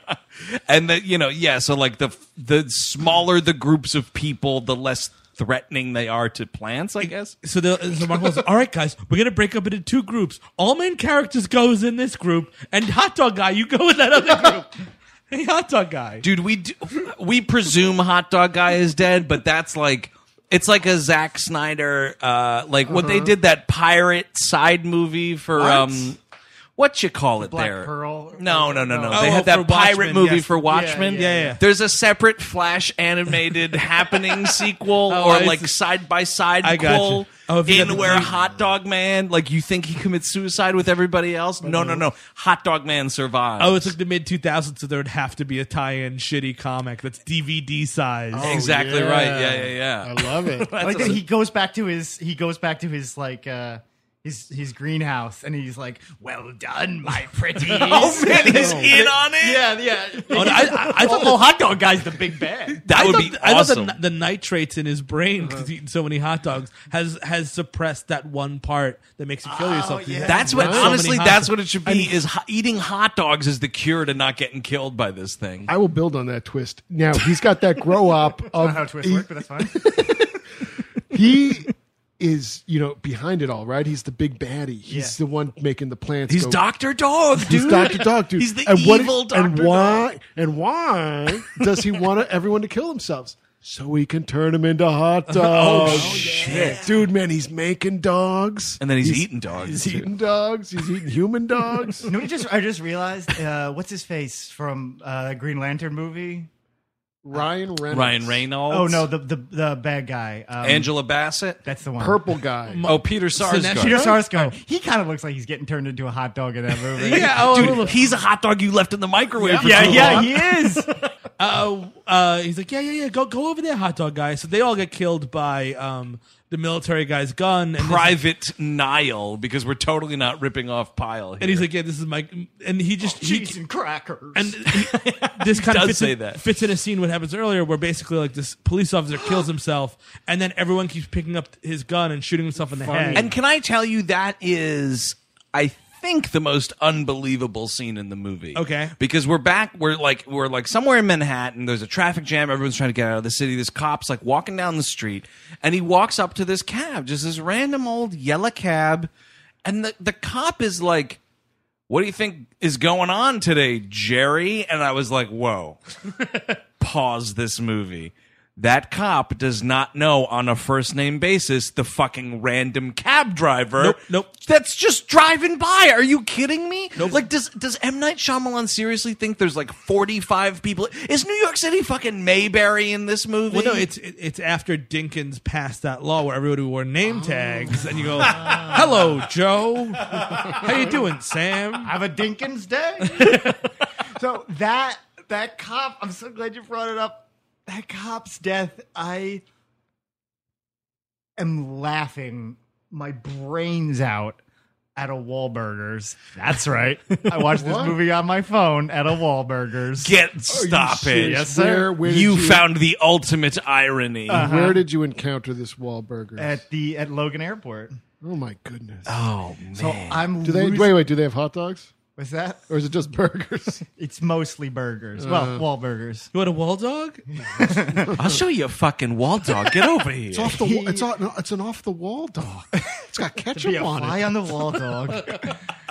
And that you know, yeah. So like the the smaller the groups of people, the less threatening they are to plants. I guess.
so the so Mark goes, all right, guys, we're gonna break up into two groups. All main characters goes in this group, and hot dog guy, you go in that other group. hey, hot dog guy.
dude we do, we presume hot dog guy is dead but that's like it's like a Zack Snyder uh like when
Uh-huh.
they did that pirate side movie for um what you call it
Black
there
Pearl?
no no no no
Oh,
they
oh,
had
for
that pirate
Watchmen,
movie
yes.
for Watchmen
yeah, yeah.
there's a separate flash animated happening sequel
Oh, I
or
see.
like side by side
I gotcha.
quill
Oh, if you got
in
the
where
green-
hot dog man like you think he commits suicide with everybody else no no no hot dog man survives
Uh-huh. Oh, it's like the mid 2000s, so there would have to be a tie-in shitty comic that's DVD size.
Oh.
exactly
Oh,
yeah.
right yeah yeah yeah
I love it.
I like
That's
that
a-
he goes back to his he goes back to his like uh his his greenhouse and he's like, Well done, my pretty.
Oh man, he's in on it.
Yeah, yeah.
Oh, no, I, I, I thought
oh,
that,
hot dog guy's the big bad.
That
I
would
thought,
be
I thought
awesome.
the, the nitrates in his brain
Uh-huh.
because he's eaten so many hot dogs has has suppressed that one part that makes you kill yourself.
Oh, yeah.
that's what
Wow. So
honestly.
many hot
that's
dogs.
what it should be. is ho- eating hot dogs is the cure to not getting killed by this thing.
I will build on that twist. Now he's got that grow up
I
of
don't know how twist work, but that's fine.
he is you know behind it all right he's the big baddie he's
Yeah.
the one making the plants
He's
go-
Doctor Dog, dude.
he's dr dog dude
He's the
what-
evil
and
Dr.
why and why does he want everyone to kill themselves so he can turn them into hot dogs oh shit dude man he's making dogs
And then he's eating dogs,
he's
too.
eating dogs he's eating human dogs
You know, what I just I just realized uh, what's his face from uh, Green Lantern movie?
ryan reynolds
Ryan Reynolds.
Oh no, the the, the bad guy. Um,
Angela Bassett.
that's the one.
purple guy
Oh, Peter
Peter
Sarsgaard.
Sarsgaard. He kind of looks like he's getting turned into a hot dog in that movie.
Yeah, oh,
Dude, he's a hot dog you left in the microwave. for
yeah,
too
yeah,
long.
he is. oh,
uh, uh, he's like, yeah, yeah, yeah, go, go over there, hot dog guy. So they all get killed by um, the military guy's gun. And this-
Private Nile, because we're totally not ripping off Pile. Here.
and he's like, yeah, this is my. And he just he-
Cheese and crackers.
and this kind of
does
fits
say
in,
that.
fits in a scene what happens earlier where basically like this police officer kills himself and then everyone keeps picking up his gun and shooting himself in the head.
And can I tell you that is I think the most unbelievable scene in the movie.
Okay.
Because we're back we're like we're like somewhere in Manhattan, there's a traffic jam, everyone's trying to get out of the city. This cop's like walking down the street and he walks up to this cab, just this random old yellow cab, and the the cop is like what do you think is going on today, Jerry? And I was like, whoa, pause this movie. That cop does not know on a first name basis the fucking random cab driver.
Nope, nope.
That's just driving by. Are you kidding me? Nope. Like, does does M Night Shyamalan seriously think there's like 45 people? Is New York City fucking Mayberry in this movie?
well, no, it's it, it's after Dinkins passed that law where everybody wore name
Oh.
tags, and you go, "Hello, Joe, how you doing, Sam?"
Have a Dinkins day. so that that cop, I'm so glad you brought it up. That cop's death, I am laughing my brains out at a Wahlburgers. That's right. I watched this movie on my phone at a Wahlburgers.
Get stop it.
Yes,
Where,
sir.
where did
you,
you, Uh,
found the ultimate irony.
Where did you encounter this Wahlburgers?
At the at Logan Airport.
oh my goodness!
oh man.
So I'm
do they
losing-
wait? Wait, do they have hot dogs
What's that?
or is it just burgers?
It's mostly burgers. well, Wahlburgers.
You want a wall dog?
Oh, I'll show you a fucking wall dog. Get over here.
It's off the. wa- It's off, no, It's an off the wall dog. It's got
to be
ketchup
a
on
fly
it.
on the wall, dog.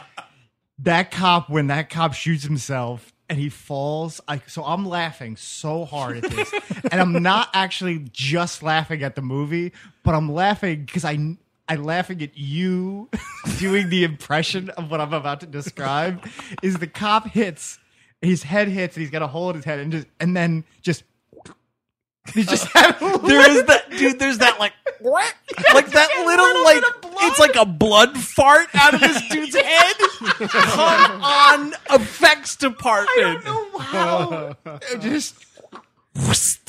that cop, when that cop shoots himself and he falls, I, so I'm laughing so hard at this, and I'm not actually just laughing at the movie, but I'm laughing because I. I'm laughing at you doing the impression of what I'm about to describe. Is the cop hits, his head hits, and he's got a hole in his head, and just and then just he's just having
There is that dude. There's that like like that little like it's like a blood fart out of this dude's head. Come on, effects department.
I don't know how. It just just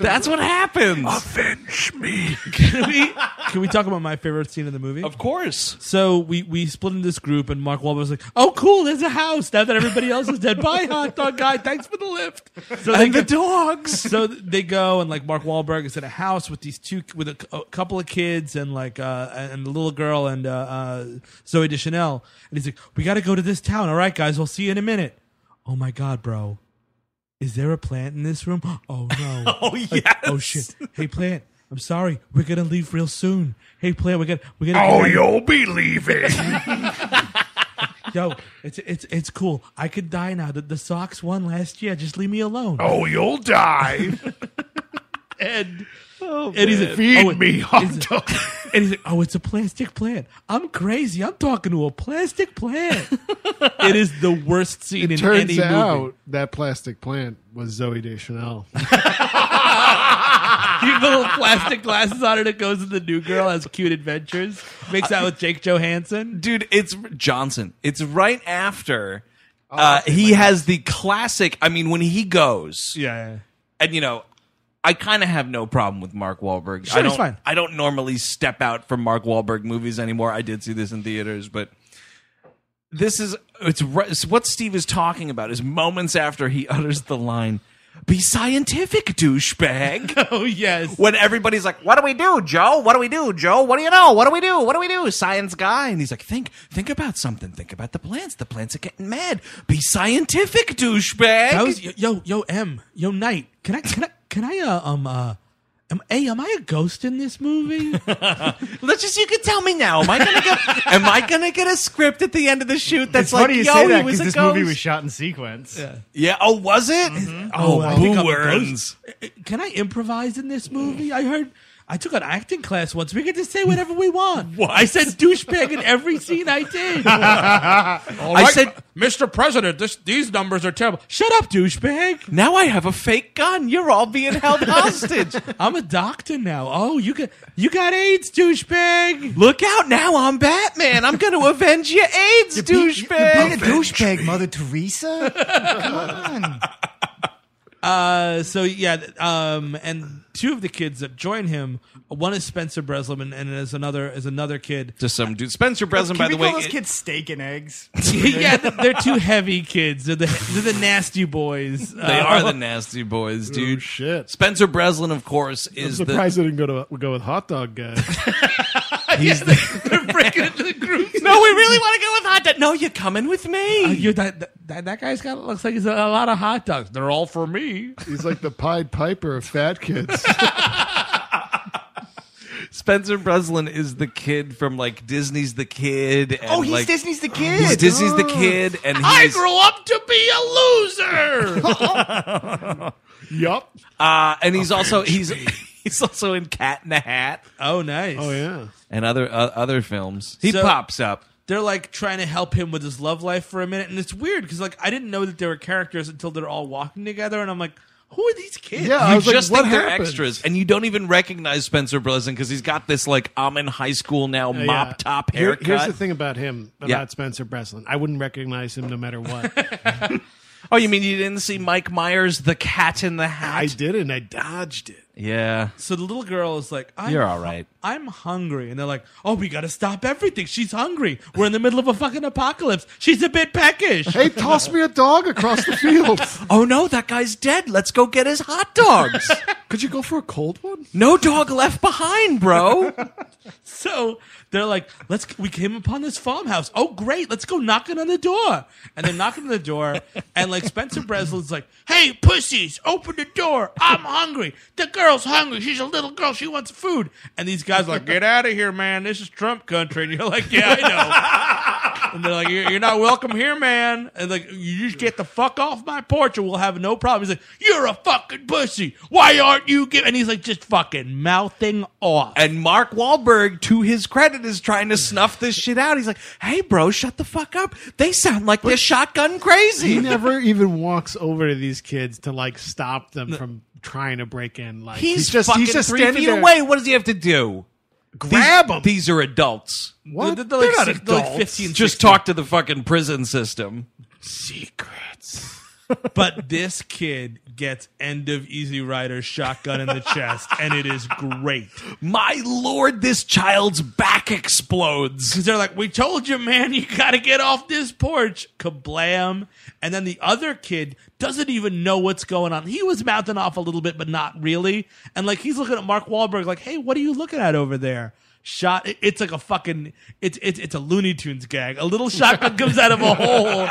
a-
That's what happens.
Can we can we talk about my favorite scene in the movie?
Of course.
So we we split into this group, and Mark Wahlberg was like, "Oh, cool, there's a house now that everybody else is dead. Bye, hot dog guy. Thanks for the lift." So they
And the
go-
dogs.
so they go and like Mark Wahlberg is in a house with these two with a, a couple of kids and like uh and the little girl and uh, uh Zoe Deschanel, and he's like, "We got to go to this town. All right, guys, we'll see you in a minute." Oh my god, bro. Is there a plant in this room? Oh no.
Oh yes.
Oh shit! Hey, plant. I'm sorry. We're gonna leave real soon. Hey, plant. We're gonna we're gonna. Oh, you'll be leaving. Yo, it's it's it's cool. I could die now. The, the Sox won last year. Just leave me alone. Oh, you'll die. and
Oh,
and he's oh, like, feed me hot dog. And he's like, oh, it's a plastic plant. I'm crazy. I'm talking to a plastic plant. it is the worst scene in
Turns
any movie.
out that plastic plant was Zoe Deschanel.
You put little plastic glasses on it. It goes to the new girl. Has cute adventures. Makes out with Jake Johansson.
dude it's johnson it's right after
Oh,
uh, he has the classic i mean when he goes
Yeah.
and you know I kind of have no problem with Mark Wahlberg.
he's
I don't.
fine.
I don't normally step out from Mark Wahlberg movies anymore. I did see this in theaters, but this is it's, ri- it's what Steve is talking about. Is moments after he utters the line, "Be scientific, douchebag."
Oh yes.
when everybody's like, "What do we do, Joe? What do we do, Joe? What do you know? What do we do? What do we do?" Science guy, and he's like, "Think, think about something. Think about the plants. The plants are getting mad. Be scientific, douchebag."
That was yo yo M yo Knight. Can I can I can I uh, um uh. Am, hey, am I a ghost in this movie?
Let's just—you can tell me now. Am I gonna get? am I gonna get a script at the end of the shoot? That's
It's
like,
funny you
yo,
say
he
that
was
because
a
this
ghost.
movie was Mm-hmm. shot in sequence.
yeah. Oh, was it? Oh,
I think I'm a
boo-erns.
Can I improvise in this movie? I heard I took an acting class once. We get to say whatever we want. I said douchebag in every scene I did.
I said,
Mr. President, this, these numbers are terrible. Shut up, douchebag.
now I have a fake gun. You're all being held hostage.
I'm a doctor now. Oh, you got you got AIDS, douchebag.
Look out! Now I'm Batman. I'm going to avenge your AIDS,
Be-
douchebag.
You're being a douchebag, Mother Teresa. Come on.
Uh, so yeah, th- um, and two of the kids that join him, one is Spencer Breslin, and, and is another is another kid.
Just some dude, Spencer Breslin.
Can
by
we
the way,
call those
it-
kids steak and eggs?
yeah, th- they're two heavy kids. They're the they're the nasty boys. Uh,
They are the nasty boys,
Oh,
dude. shit. Spencer Breslin, of course, is
I'm
the
surprised I didn't go to go with hot dog guy.
No, we really want to go with hot dog. No, you're coming with me.
you that, that that guy's got looks like he's got a lot of hot dogs. They're all for me.
He's like the Pied Piper of fat kids.
Spencer Breslin is the kid from like Disney's The Kid. And,
Oh, he's
like,
Disney's the kid.
He's Disney's The Kid, and
I
he's
grew up to be a loser.
yup.
uh, and he's also he's he's also in Cat in the Hat
oh, nice.
Oh yeah.
and other uh, other films. He
So-
pops up.
they're like trying to help him with his love life for a minute, and it's weird because like I didn't know that there were characters until they're all walking together, and I'm like, who are these kids?
Yeah. I
You
was like,
just
what
think they're
happened?
extras, and you don't even recognize Spencer Breslin because he's got this like I'm in high school now
Yeah.
mop top
Here-
haircut.
here's the thing about him, about
Yeah.
Spencer Breslin. I wouldn't recognize him no matter what.
Oh, you mean you didn't see Mike Myers, the Cat in the Hat?
I didn't. I dodged it.
yeah,
So the little girl is like, I'm
You're all right.
I'm hungry, and they're like, oh, we gotta stop everything. She's hungry. We're in the middle of a fucking apocalypse. She's a bit peckish.
Hey, toss me a dog across the field.
Oh no, that guy's dead. Let's go get his hot dogs.
Could you go for a cold one?
no dog left behind, bro.
So they're like, let's. We came upon this farmhouse. Oh, great! Let's go knocking on the door. And they're knocking on the door, and like Spencer Breslin's like, "Hey, pussies, open the door. I'm hungry. The girl's hungry. She's a little girl. She wants food." And these guys are like, "Get out of here, man. This is Trump country." And you're like, "Yeah, I know." And they're like, "You're you're not welcome here, man." And like, you just get the fuck off my porch, and we'll have no problem. He's like, "You're a fucking pussy. Why aren't you giving?" And he's like, just fucking mouthing off.
And Mark Wahlberg, to his credit, is trying to snuff this shit out. He's like, "Hey, bro, shut the fuck up. They sound like they're shotgun
He
crazy."
never even walks over to these kids to like stop them from trying to break in. Like
He's, just fucking three feet
there.
away. What does he have to do?
Grab
these,
'em.
These are adults.
What?
They're, they're like,
They're not
six, they're like
adults.
15,
Just
16.
talk to the fucking prison system.
secrets.
But this kid gets end of Easy Rider shotgun in the chest, and it is great.
My lord, this child's back explodes.
Because they're like, we told you, man, you got to get off this porch. Kablam. And then the other kid doesn't even know what's going on. He was mouthing off a little bit, but not really. And like, he's looking at Mark Wahlberg like, hey, what are you looking at over there? Shot. it- It's like a fucking. It's it's it's a Looney Tunes gag. A little shotgun comes out of a hole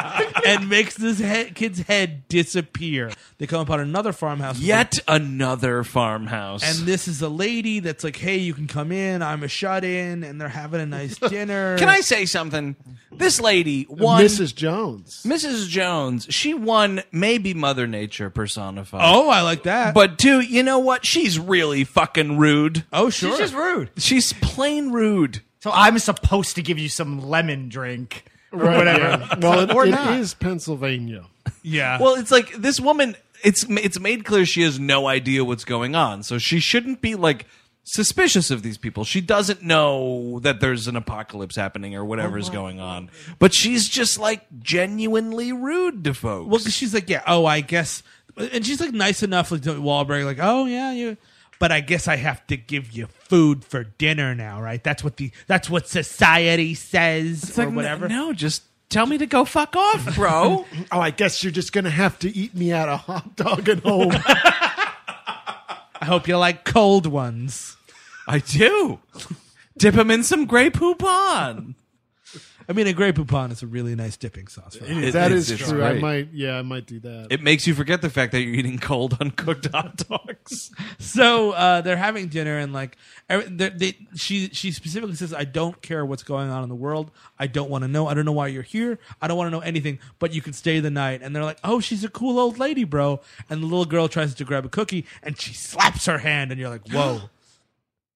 and makes this he- kid's head disappear. They come upon another farmhouse. with
Yet another farmhouse.
and this is a lady that's like, "Hey, you can come in. I'm a shut in," and they're having a nice dinner.
Can I say something? This lady won
Mrs. Jones.
Mrs. Jones. She won maybe Mother Nature personified.
Oh, I like that.
But two, you know what? She's really fucking rude.
oh, sure.
She's just rude.
She's plain rude.
So I'm supposed to give you some lemon drink.
Right, yeah. Well, it,
Or
it
not.
is Pennsylvania.
yeah.
Well, it's like this woman. It's it's made clear she has no idea what's going on, so she shouldn't be like suspicious of these people. She doesn't know that there's an apocalypse happening or whatever is going on, but she's just like genuinely rude to folks.
well, 'cause she's like, "Yeah, oh, I guess," and she's like nice enough, like to Wahlberg, like, "Oh, yeah, you." But I guess I have to give you food for dinner now, right? That's what the that's what society says
It's
or
like, n-
whatever.
No, just tell me to go fuck off, bro.
Oh, I guess you're just gonna have to eat me out of hot dog at home.
I hope you like cold ones.
I do. Dip him in some Grey Poupon.
I mean, a Grey Poupon is a really nice dipping sauce. For
It-
that
it's-
is
it's
true. I
great.
might. Yeah, I might do that.
It makes you forget the fact that you're eating cold, uncooked hot dogs.
so uh, they're having dinner and like every- they, they, she she specifically says i don't care what's going on in the world i don't want to know i don't know why you're here i don't want to know anything but you can stay the night and they're like oh she's a cool old lady bro and the little girl tries to grab a cookie and she slaps her hand and you're like whoa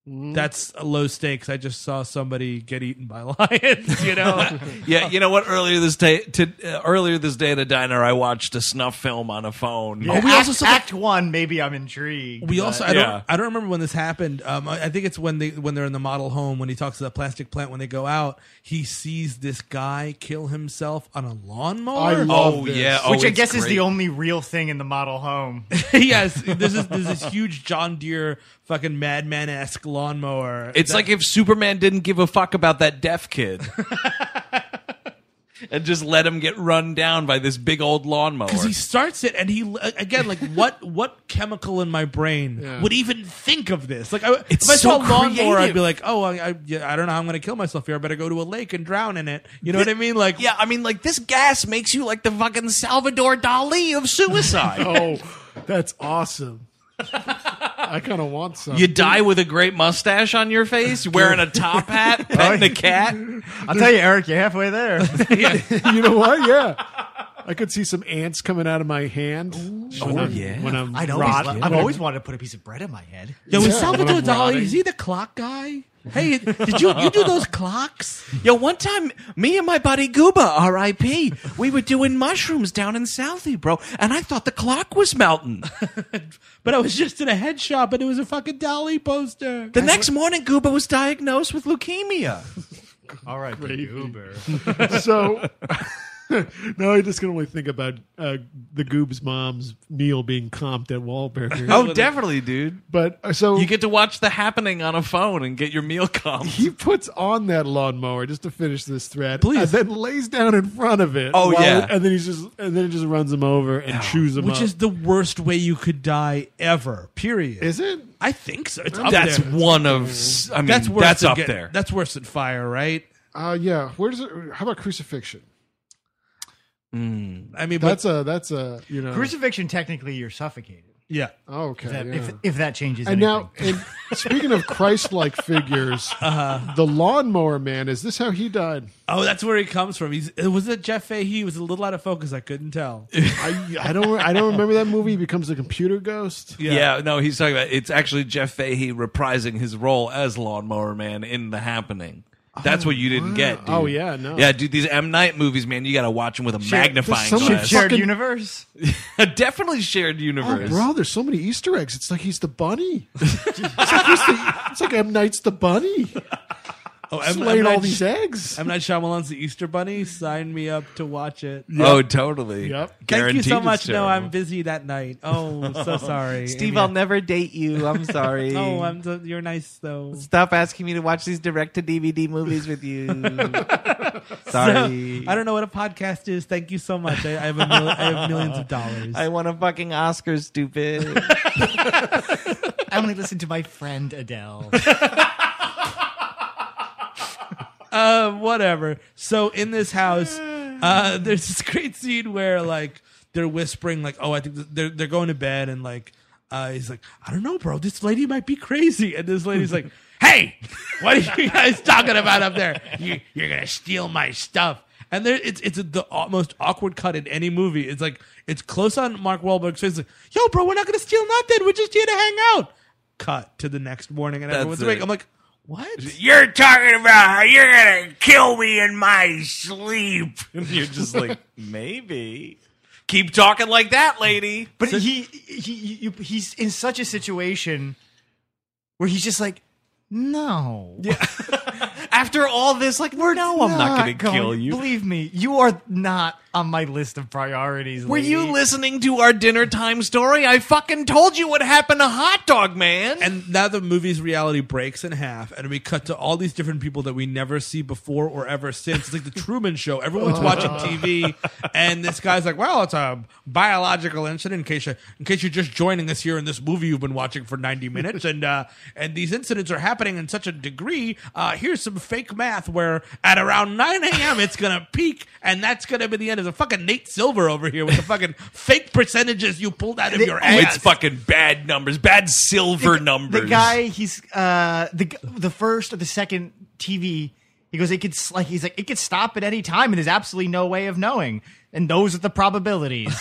That's a low stakes. I just saw somebody get eaten by lions. You know,
yeah, you know what? Earlier this day, to, uh, earlier this day at a diner, I watched a snuff film on a phone.
Yeah, act, act one. Maybe I'm intrigued.
We
but-
also I
Uh, Yeah.
don't I don't remember when this happened. Um, I I think it's when they when they're in the model home when he talks to that plastic plant when they go out. He sees this guy kill himself on a lawnmower.
I
love Oh, this. yeah. Oh,
which I
it's
guess is
great.
the only real thing in the model home.
yes, this is this is huge John Deere fucking madman esque lawnmower.
It's
That-
like if Superman didn't give a fuck about that deaf kid. And just let him get run down by this big old lawnmower.
because he starts it and he again like what what chemical in my brain would even think of this like I,
It's
if i
so
saw lawnmower i'd
creative.
be like oh I, I, yeah, I don't know how i'm gonna kill myself here i better go to a lake and drown in it you know what i mean like
yeah, I mean, like this gas makes you like the fucking Salvador Dali of suicide.
Oh, that's awesome. I kind of want some.
You die with a great mustache on your face, wearing a top hat, petting a cat.
I'll tell you, Eric, you're halfway there.
you know what? Yeah. I could see some ants coming out of my hand.
Oh,
when I'm,
yeah.
When I'm
I'd always,
rot-
lo- I've always wanted to put a piece of bread in my head.
yo
Yeah,
is salvador
when I'm
dali
rotting.
is he the clock guy hey did you you do those clocks
Yo, one time, me and my buddy Gooba, R.I.P., we were doing mushrooms down in Southie, bro, and I thought the clock was melting.
but i was just in a head shop and it was a fucking dali poster
The next morning, Gooba was diagnosed with leukemia.
All right, Uber.
so now I just can only think about uh, the Goob's mom's meal being comped at Wahlburger.
Oh, definitely, dude.
But uh, so
You get to watch the happening on a phone and get your meal comp.
he puts on that lawnmower just to finish this thread,
Please.
and then lays down in front of it.
Oh, yeah.
and then he's just and then it just runs him over and chews him
which
up.
is the worst way you could die ever period
is it?
i think so it's up
That's
there.
one of. s- I mean,
that's
that's,
worse than
up
get-
there.
that's worse than fire right
Uh, yeah. Where does it? How about crucifixion?
I mean,
That's a that's a you know.
Crucifixion, technically, you're suffocated.
yeah.
oh, okay.
That-
yeah.
if, if that changes
and
anything.
now, and speaking of Christ-like figures, the lawnmower man. Is this how he died?
Oh, that's where he comes from. He's it was it Jeff Fahey? He was a little out of focus. I couldn't tell.
I, I don't I don't remember that movie. He becomes a computer ghost.
yeah. no, he's talking about it's actually Jeff Fahey reprising his role as Lawnmower Man in The Happening. That's what you didn't get. Dude.
Oh yeah, no.
Yeah, dude, these M Night movies, man, you got to watch them with a
there's
magnifying
so
glass.
much
shared
fucking-
universe.
Definitely shared
Oh,
universe.
bro, there's so many Easter eggs. It's like he's the bunny. it's, like he's the, it's like M Night's the bunny.
Oh,
He's
I'm,
laying all
not,
these eggs.
I'm not Shyamalan's The Easter Bunny. Sign me up to watch it.
Oh, totally.
Yep. Thank
Thank you
Guaranteed
so
it's
much. No,
terrible.
I'm busy that night. Oh, so sorry,
Steve,
Amy.
I'll never date you. I'm sorry.
Oh, I'm so, you're nice though.
Stop asking me to watch these direct to DVD movies with you. sorry.
I don't know what a podcast is. Thank you so much. I, I have a mil- I have millions of dollars.
I want a fucking Oscar, stupid.
I only listen to my friend Adele.
uh, whatever. So in this house, uh, there's this great scene where like they're whispering, like, "Oh, I think th- they're they're going to bed," and like uh, he's like, "I don't know, bro. This lady might be crazy," and this lady's like, "Hey, what are you guys talking about up there? You, you're gonna steal my stuff." And there, it's it's the au- most awkward cut in any movie. It's like it's close on Mark Wahlberg's face. Like, yo, bro, we're not gonna steal nothing. We're just here to hang out. Cut to the next morning, and everyone's
it.
awake. I'm like, what?
You're talking about how you're gonna kill me in my sleep.
And you're just like, maybe. Keep talking like that, lady.
But he, he, you, he's in such a situation where he's just like, no,
After all this, like, we're no, I'm not gonna
going-
kill you.
Believe me, you are not on my list of priorities.
Were
lady.
you listening to our dinner time story? I fucking told you what happened to Hot Dog Man.
and now the movie's reality breaks in half and we cut to all these different people that we never see before or ever since it's like the truman show
Oh.
everyone's watching tv and this guy's like well it's a biological incident in case you, in case you're just joining us here in this movie you've been watching for 90 minutes and uh and these incidents are happening in such a degree uh here's some fake math where at around 9 a.m it's gonna peak and that's gonna be the end of the fucking nate silver over here with the fucking fake percentages you pulled out of your
Oh,
ass
it's fucking bad numbers, bad silver numbers.
The guy, he's uh, the g- the first or the second TV. He goes, it could s- like he's like it could stop at any time, and there's absolutely no way of knowing. And those are the probabilities.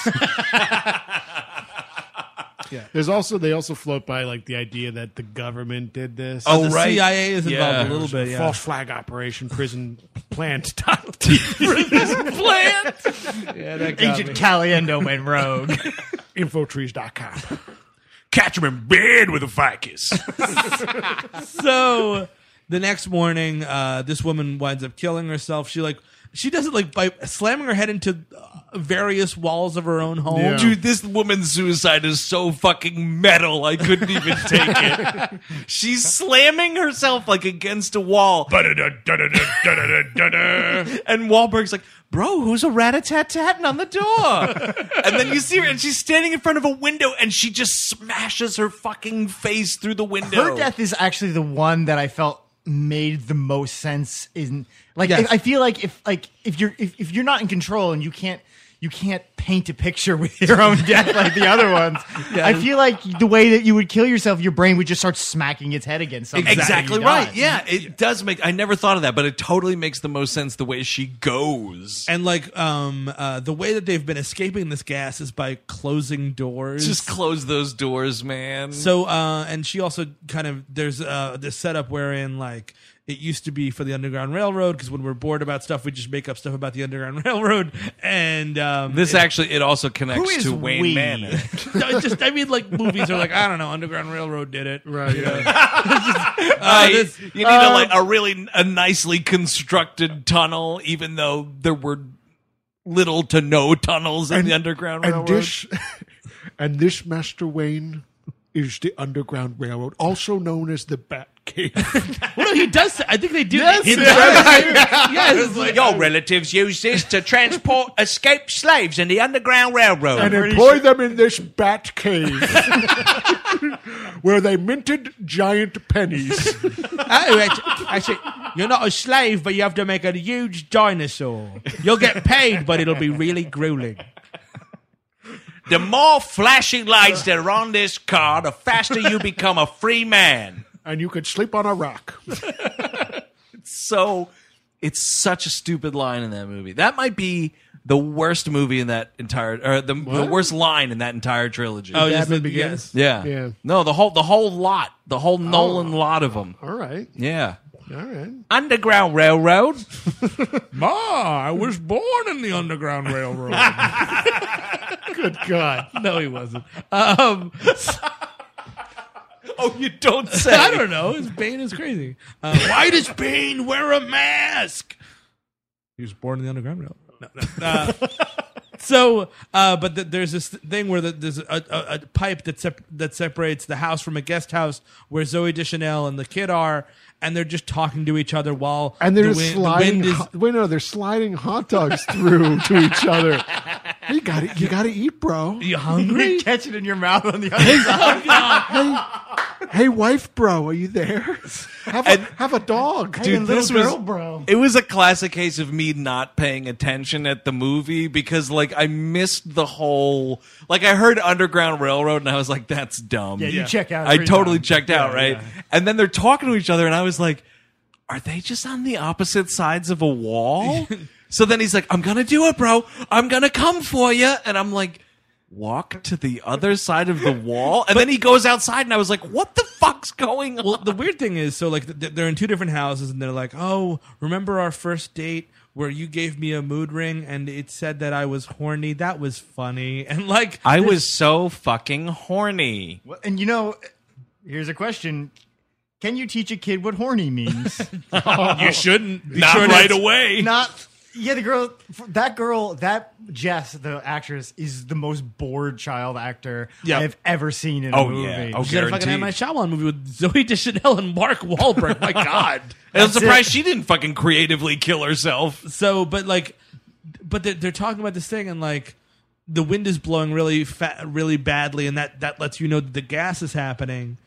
Yeah. There's also they also float by like the idea that the government did this.
Oh, The right. CIA is involved a little
It was
bit, yeah.
False flag operation, prison plant.
plant.
yeah,
that got Agent me. Caliendo went rogue.
Infotrees.com.
Catch him in bed with a ficus.
so the next morning, uh, this woman winds up killing herself. She like she does it like by slamming her head into uh, various walls of her own home.
Dude, this woman's suicide is so fucking metal. I couldn't even take it. She's slamming herself like against a wall. and Wahlberg's like, "Bro, who's a rat a tat tatting on the door?" and then you see her, and she's standing in front of a window, and she just smashes her fucking face through the window.
Her death is actually the one that I felt made the most sense in like
Yes.
I, I feel like if like if you're if, if you're not in control and you can't you can't paint a picture with your own death like the other ones.
Yeah.
I feel like the way that you would kill yourself, your brain would just start smacking its head against something. and
Exactly
you
right.
die.
Yeah, it does make. I never thought of that, but it totally makes the most sense the way she goes.
And like um uh, the way that they've been escaping this gas is by closing doors.
Just close those doors, man.
So, uh, and she also kind of there's uh, this setup wherein like it used to be for the Underground Railroad because when we're bored about stuff, we just make up stuff about the Underground Railroad. And um,
this
it-
actually it also connects
is
to Wayne
we?
Manor.
No, it's just I mean like movies are like I don't know Underground Railroad did it right.
Uh,
this-
you need a, like a really a nicely constructed tunnel, even though there were little to no tunnels in the underground
and
railroad.
this, and this Master Wayne is the Underground Railroad, also known as the Bat Cave.
well, no, he does. say- I think they do.
Yes,
hit-
yes.
yes.
Your relatives used this to transport escaped slaves in the Underground Railroad.
and employ them in this bat cave where they minted giant pennies.
Oh, actually, actually, you're not a slave, but you have to make a huge dinosaur. You'll get paid, but it'll be really grueling.
The more flashing lights that are on this car, the faster you become a free man.
And you could sleep on a rock.
So it's such a stupid line in that movie. That might be the worst movie in that entire, or the, the worst line in that entire trilogy.
Oh,
yeah,
yes, the- yes.
yeah,
Yeah. Oh.
No, the whole the whole lot, the whole Nolan lot of them.
All right.
Yeah,
All right.
Underground Railroad.
Ma, I was born in the Underground Railroad.
Good God.
no, he wasn't. Um,
Oh, you don't say.
I don't know. His Bane is crazy. Uh, why does Bane wear a mask? He was born in the Underground Railroad. No, no. Uh, so, uh, but th- there's this thing where the, there's a, a, a pipe that sep- that separates the house from a guest house where Zoe Deschanel and the kid are, and they're just talking to each other while
And they're
the win- the
sliding.
wind is-
ho- wait, no, they're sliding hot dogs through to each other. You got to You got to eat, bro.
you hungry?
Catch it in your mouth on the other side.
Hey, hey, wife, bro, are you there? Have a, have a dog,
Dude,
Dude, this
little girl,
was-
bro.
It was a classic case of me not paying attention at the movie because, like, I missed the whole. Like, I heard Underground Railroad and I was like, "That's dumb."
Yeah, you Yeah. check out
I
every
totally
time.
checked out,
Yeah,
right? And then they're talking to each other, and I was like, "Are they just on the opposite sides of a wall?" so then he's like, "I'm gonna do it, bro. I'm gonna come for you," and I'm like. Walk to the other side of the wall, and then he goes outside, and I was like, "What the fuck's going on?"
well, the weird thing is, so like th- th- they're in two different houses, and they're like, "Oh, remember our first date where you gave me a mood ring and it said that I was horny? That was funny." And like,
I was so fucking horny.
And you know, here's a question. Can you teach a kid what horny means?
you shouldn't be
Not
sure
right
that's-
away.
not yeah the girl that girl that jess the actress is the most bored child actor
Yeah.
i've ever seen in
Oh,
a movie
yeah. Oh,
She's in a fucking M. Night Shyamalan movie with Zoe Deschanel and Mark Wahlberg. My God.
I'm surprised she didn't fucking creatively kill herself.
So, but like, but they're, they're talking about this thing, and like, the wind is blowing really fa- really badly, and that that lets you know that the gas is happening.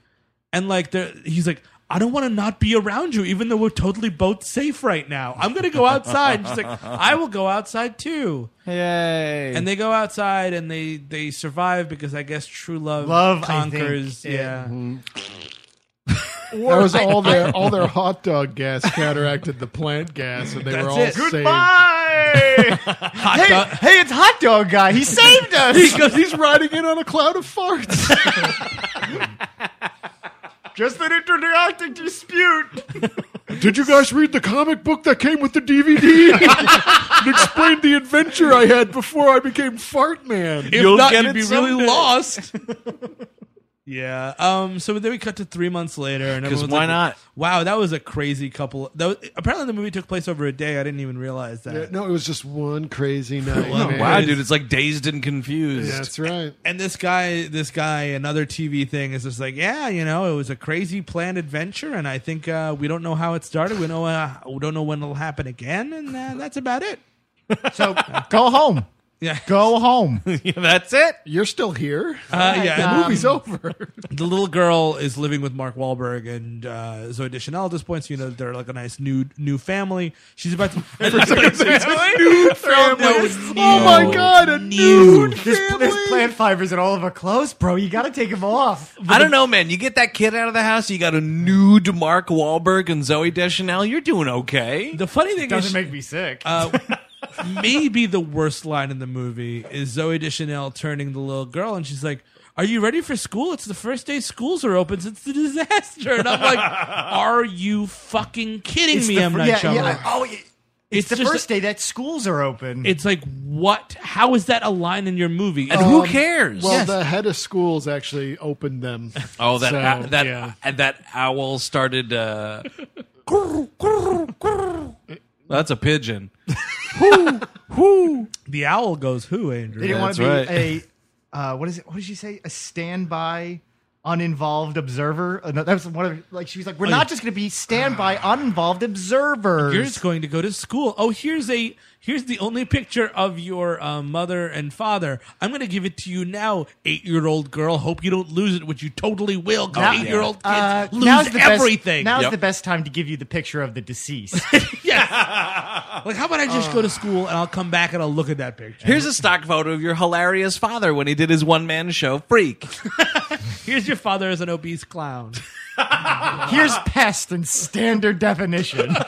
And like, they're- he's like, I don't want to not be around you, even though we're totally both safe right now. I'm gonna go outside. She's like, I will go outside too.
Yay.
And they go outside, and they they survive because I guess true love
Love, I think,
conquers.
it-
yeah.
That was all their all their hot dog gas counteracted the plant gas, and they were
That's
all
it.
saved.
Goodbye,
Hey!
hey, hey, it's hot dog guy. He saved us.
He goes- he's riding in on a cloud of farts.
Just an intergalactic dispute.
Did you guys read the comic book that came with the DVD? it explained the adventure I had before I became Fart Man.
If You'll not, get you'd it be really someday. lost. Yeah. Um. So then we cut to three months later, and
'Cause
everyone's
why
like,
not?
Wow, that was a crazy couple. That was, apparently the movie took place over a day. I didn't even realize that.
Yeah, no, it was just one crazy night. man.
wow, dude, it's like dazed and confused.
That's right.
And this guy, this guy, another TV thing is just like, yeah, you know, it was a crazy planned adventure, and I think uh, we don't know how it started. We know uh, we don't know when it'll happen again, and uh, that's about it.
So go home.
Yeah.
Go home.
that's it.
You're still here.
Uh, yeah,
Um,
The movie's
over.
the little girl is living with Mark Wahlberg and uh, Zoe Deschanel at this point, so you know they're like a nice new new family. She's about to
New
family.
Oh my
god,
a new There's, there's plant fibers in all of our clothes, bro. You got to take them off.
I don't know, man. You get that kid out of the house, you got a nude Mark Wahlberg and Zoe Deschanel. You're doing okay.
The funny thing
Doesn't
is,
make me sick.
uh, maybe the worst line in the movie is Zoe Deschanel turning to the little girl and she's like, "Are you ready for school? It's the first day schools are open since the disaster." And I'm like, "Are you fucking kidding me,
the
M
fir-
Night
yeah,
Shyamalan?"
yeah. Oh, yeah.
It's
It's, the
just-
first day that schools are open.
It's like what? How is that a line in your movie?
And
Um,
who cares?
Well, the head of schools actually opened them.
oh, that
So,
ow- that
yeah.
and that owl started. Uh, that's a pigeon.
who? Who? The owl goes who? Andrew.
They didn't want
That's
to be
right.
a uh, what is it? What did she say? A standby, uninvolved observer. Uh, no, that was one of like she was like, we're
Oh,
not
yeah.
just going to be standby, uninvolved observers.
You're just going to go to school. Oh, here's a here's the only picture of your uh, mother and father. I'm going to give it to you now, eight year old girl. Hope you don't lose it, which you totally will. 'cause
Now-
eight year old kids
Uh,
lose
now's the
everything.
Best, now's
Yep.
the best time to give you the picture of the deceased.
like, how about I just go to school and I'll come back and I'll look at that picture.
Here's a stock photo of your hilarious father when he did his one man show, Freak.
Here's your father as an obese clown.
Here's pest in standard definition.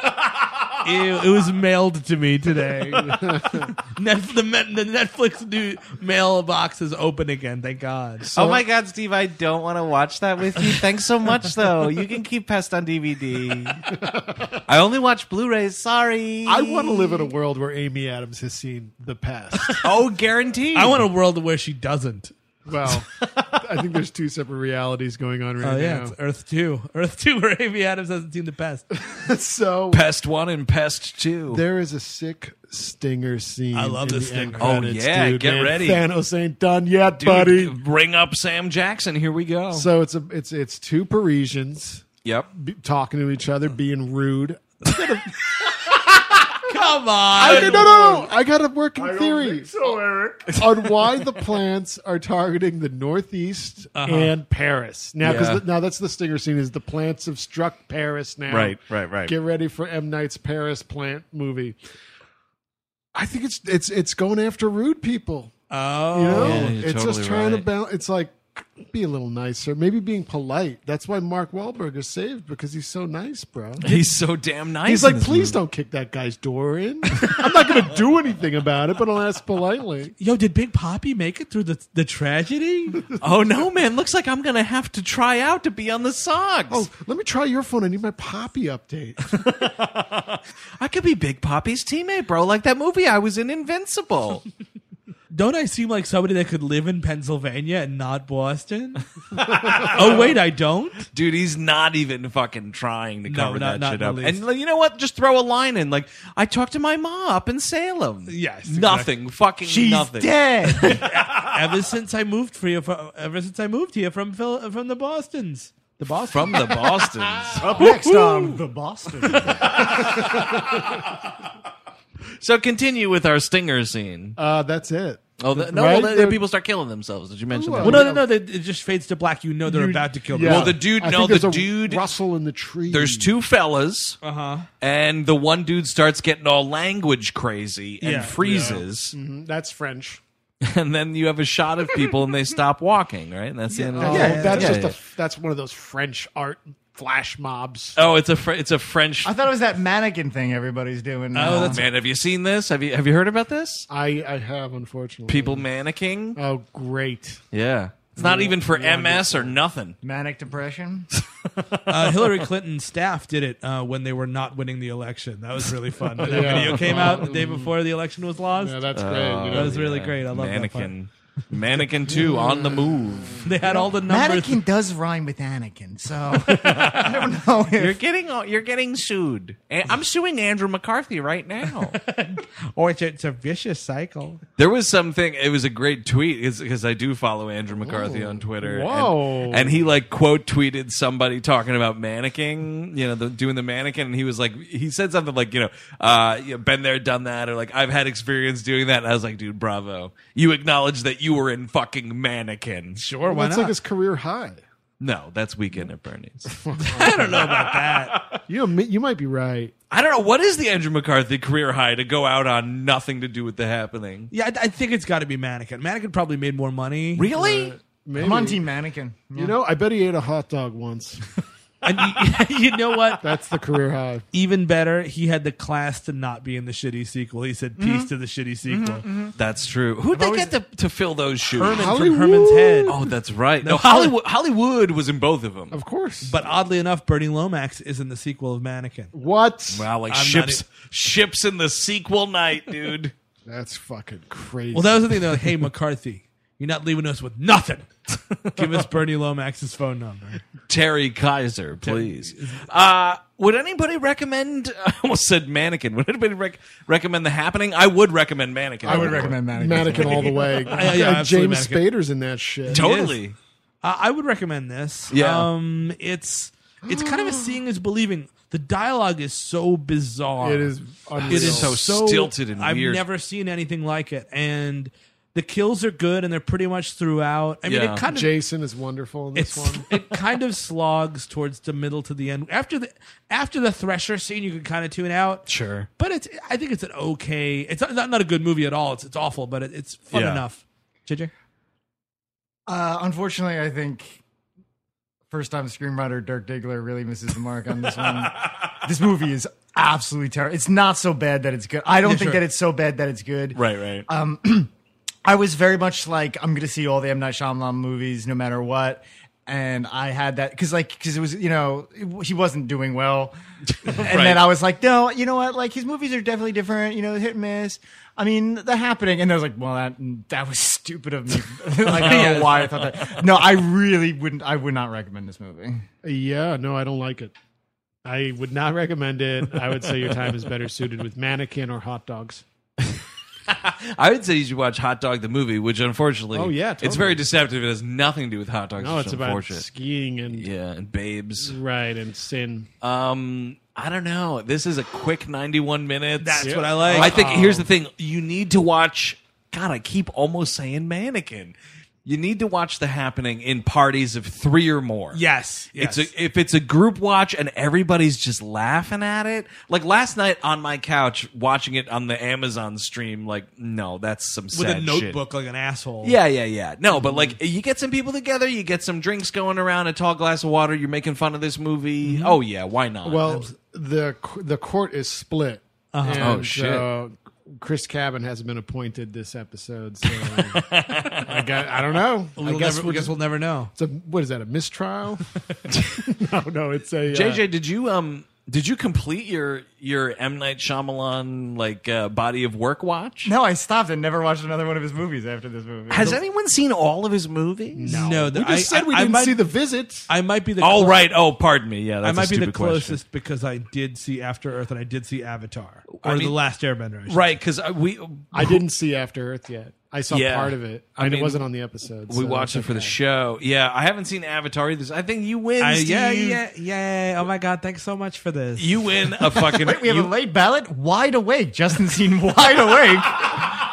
Ew, it was mailed to me today. Netf- the, Met- the Netflix new mailbox is open again. Thank God.
oh my God, Steve, I don't want to watch that with you. Thanks so much, though. You can keep Pest on DVD. I only watch Blu rays. Sorry.
I want to live in a world where Amy Adams has seen the past.
Oh, guaranteed.
I want a world where she doesn't.
Well, I think there's two separate realities going on right
Oh yeah,
now.
it's Earth Two, Earth Two, where Amy Adams hasn't seen the past.
so
Pest One and Pest Two.
there is a sick stinger scene.
I love
in
the
the end
stinger.
Oh,
credits,
yeah,
dude,
get
man.
ready.
Thanos ain't done yet,
Dude,
buddy.
Bring up Sam Jackson. Here we go.
So it's a it's it's two Parisians
yep.
be, talking to each other, being rude.
Come
I,
on,
no, no, no! I got a working theory
so, Eric.
on why the plants are targeting the Northeast and Paris now. Because
Uh-huh. Yeah.
now that's the stinger scene is the plants have struck Paris now.
Right, right, right.
Get ready for M Night's Paris plant movie. I think it's it's it's going after rude people.
Oh,
You know,
Yeah, you're
it's
totally
just trying to
right.
balance. It's like be a little nicer. Maybe being polite. That's why Mark Wahlberg is saved because he's so nice, bro.
He's so damn nice.
He's
in
like,
this
please
movie.
don't kick that guy's door in. I'm not going to do anything about it, but I'll ask politely.
yo, did Big Poppy make it through the the tragedy?
Oh no, man! Looks like I'm gonna have to try out to be on the Sox.
Oh, let me try your phone. I need my poppy update.
I could be Big Poppy's teammate, bro. Like that movie I was in, Invincible.
Don't I seem like somebody that could live in Pennsylvania and not Boston? oh wait, I don't.
Dude, he's not even fucking trying to
No,
cover
not-
that
not
shit
in
up.
the
And
least.
like, you know what? Just throw a line in. Like, I talked to my mom up in Salem.
Yes, exactly.
nothing. Fucking
She's
nothing.
dead.
Ever since I moved for you, from, ever since I moved here from Phil, from the Boston's, the Boston.
From the Bostons.
Up next on the Boston.
so continue with our stinger scene.
Uh, that's it.
Oh th- no!
Right?
well, then
They're-
people start killing themselves. Did you mention
Well,
that?
well, no, no, no. they- It just fades to black. You know they're
You-
about to kill.
yeah.
Well, the dude-
I
no,
think
the
there's a
dude-
rustle in the tree.
There's two fellas,
Uh huh.
and the one dude starts getting all language crazy and
Yeah.
freezes,
Mhm, That's French.
and then you have a shot of people and they stop walking. Right? And that's the end of the
Oh,
movie.
that's
Yeah,
just
yeah.
a. That's one of those French art
flash mobs.
Oh, it's a fr- it's a French.
I thought it was that mannequin thing everybody's doing. now.
Oh, man, have you seen this? Have you have you heard about this?
I I have unfortunately
People mannequing.
Oh, great!
Yeah, it's not even for
Wonderful.
MS or nothing.
manic depression.
uh, Hillary Clinton's staff did it uh, when they were not winning the election. That was really fun. That
Yeah.
video came out the day
Mm.
before the election was lost.
Yeah, that's great.
Oh,
you know?
that was really
yeah.
great. I love
mannequin. Mannequin two on the move.
They had all the numbers.
Mannequin does rhyme with Anakin, so I don't know. If,
You're getting you're getting sued. A- I'm suing Andrew McCarthy right now.
Or it's, it's a vicious cycle.
There was something. It was a great tweet because I do follow Andrew McCarthy on Twitter. and-
Whoa.
And, he like quote tweeted somebody talking about mannequin, you know, the, doing the mannequin, and he was like, he said something like, you know, uh, you know, been there, done that, or like I've had experience doing that. And I was like, dude, bravo! You acknowledge that you were in fucking mannequin.
Sure, why
That's like
not?
his career high.
No, that's weekend at Bernie's.
I don't know about that.
You admit- you might be right.
I don't know what is the Andrew McCarthy career high to go out on nothing to do with the happening.
Yeah, I, I think it's got to be mannequin. Mannequin probably made more money.
Really?
Maybe.
I'm on Team Mannequin.
You know, I bet he ate a hot dog once.
And you, you know what?
That's the career high.
Even better, he had the class to not be in the shitty sequel. He said, "Peace to the shitty sequel."
That's true. Who'd they get to, to fill those shoes?
Herman from Herman's head.
Oh, that's right. No, Hollywood. Hollywood was in both of them.
Of course.
But oddly enough, Bernie Lomax is in the sequel of Mannequin.
What?
Wow, like
I'm not
ships,
in-
e-
ships in the sequel night, dude.
That's fucking crazy.
Well, that was the thing. They're like, "Hey, McCarthy, you're not leaving us with nothing. Give us Bernie Lomax's phone number."
Terry Kaiser, please. Uh, would anybody recommend? I almost said mannequin. Would anybody rec- recommend the happening? I would recommend mannequin.
I would recommend Mannequin.
mannequin all the way.
yeah, yeah,
Uh,
absolutely
James
mannequin.
Spader's in that shit.
totally.
Uh, I would recommend this.
Yeah.
um, it's it's kind of a seeing is believing. The dialogue is so bizarre.
It is unreal.
It is
So
so,
stilted and
I've
weird.
never seen anything like it, and the kills are good, and they're pretty much throughout. I mean,
Yeah.
it kind of
Jason is wonderful in this
it's-
one.
it kind of slogs towards the middle to the end. After the after the Thresher scene, you can kind of tune out.
Sure.
but it's I think it's an okay. It's not not, not a good movie at all. It's it's awful, but it, it's fun
Yeah.
enough. JJ,
Uh, unfortunately, I think first-time screenwriter Dirk Diggler really misses the mark on this one. this movie is absolutely terrible. It's not so bad that it's good. I don't think
sure.
that it's so bad that it's good. Um,
Right, right.
I was very much like, I'm going to see all the M Night Shyamalan movies, no matter what. And I had that because, like, because it was, you know, it- he wasn't doing well. And
Right.
then I was like, no, you know what? Like, his movies are definitely different. You know, hit and miss. I mean, the happening. And I was like, well, that that was stupid of me. like, I don't know why I thought that. No, I really wouldn't. I would not recommend this movie.
Uh, Yeah, no, I don't like it. I would not recommend it. I would say your time is better suited with mannequin or hot dogs.
I would say you should watch Hot Dog the movie, which unfortunately,
Oh, yeah,
it's
totally.
very deceptive. It has nothing to do with hot dogs.
No, it's
which is
about
unfortunate.
skiing and
yeah, and babes.
Mm-hmm.
right and sin.
Um, I don't know. This is a quick 91 minutes.
that's
Yeah.
what I like.
I think here's the thing: you need to watch. God, I keep almost saying mannequin. You need to watch the happening in parties of three or more.
yes, yes.
It's a, if it's a group watch and everybody's just laughing at it. Like last night on my couch watching it on the Amazon stream. Like, no, that's some
with a
sad shit.
notebook Mm-hmm. like an asshole.
Yeah, yeah, yeah. No, but like you get some people together, you get some drinks going around, a tall glass of water. You're making fun of this movie.
Mm-hmm.
Oh yeah, why not?
Well, the the court is split. And
Oh, shit.
uh,
So Chris Cabin hasn't been appointed this episode, so I, got, I don't know.
We'll
I guess
never,
we'll
guess
just.
we'll never know.
It's a, what is that? A mistrial? no, no, it's a uh,
JJ, did you um did you complete your your M Night Shyamalan like uh, body of work watch?
No, I stopped and never watched another one of his movies after this movie.
Has anyone seen all of his movies?
No,
We
the-
just said we
I,
didn't
I might,
see the visit.
I might be the.
Oh
clo-
right. Oh, pardon me. Yeah,
I
that's a
might be the
stupid question.
closest because I did see After Earth and I did see Avatar or
I mean-
the Last Airbender. I should
Right, because we
I didn't see After Earth yet. I saw
Yeah.
part of it.
I
I mean,
mean,
it wasn't on the episode.
we watched it for the show. Yeah, I haven't seen Avatar either. I think you win.
I- yeah,
Steve.
yeah, yeah. Oh my god, thanks so much for this.
You win a fucking.
Wait, we have
you-
a late ballot. Wide awake. Justin's seen Wide Awake.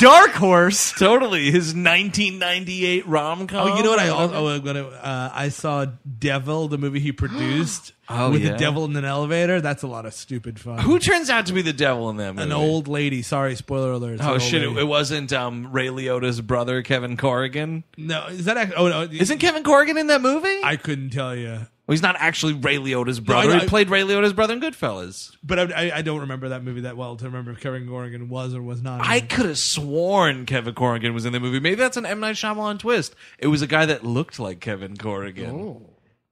Dark Horse.
Totally, his 1998 rom com.
Oh, you know what? I also oh, I'm gonna, uh, I saw Devil, the movie he produced
Oh,
with
yeah.
the devil in an elevator. That's a lot of stupid fun.
Who turns out to be the devil in them?
An old lady. Sorry, spoiler alert. it's an
Oh
old
shit! It,
lady.
it wasn't um, Ray Liotta's brother, Kevin Corrigan.
no, is that? Actually, oh no,
Isn't Kevin Corrigan in that movie?
I couldn't tell you.
Well, he's not actually Ray Liotta's
I
brother.
know.
he played Ray Liotta's brother in Goodfellas.
But I, I, I don't remember that movie that well to remember if Kevin Gorgon was or was not. in
I
it.
could have sworn Kevin Corrigan was in the movie. Maybe that's an M Night Shyamalan twist. It was a guy that looked like Kevin Corrigan.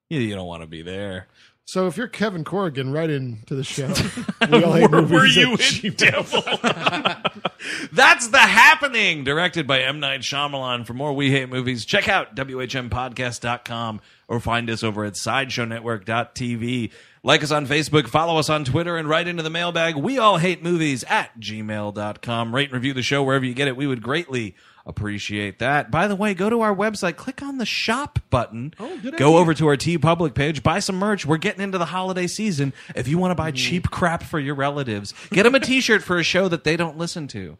Yeah, you don't want to be there.
So if you're Kevin Corrigan, right into the show. We all hate
were,
movies
were
at
you in Devil? That's The Happening, directed by M. Night Shyamalan. For more We Hate Movies, check out WHMPodcast.com or find us over at SideshowNetwork.tv. Like us on Facebook, follow us on Twitter, and write into the mailbag, we all hate movies at gmail.com. Rate and review the show wherever you get it. We would greatly appreciate that. By the way, go to our website, click on the shop button. Oh,
good
go
idea.
over to our T Public page, buy some merch. We're getting into the holiday season. If you want to buy
Mm-hmm.
cheap crap for your relatives, get them a t shirt for a show that they don't listen to.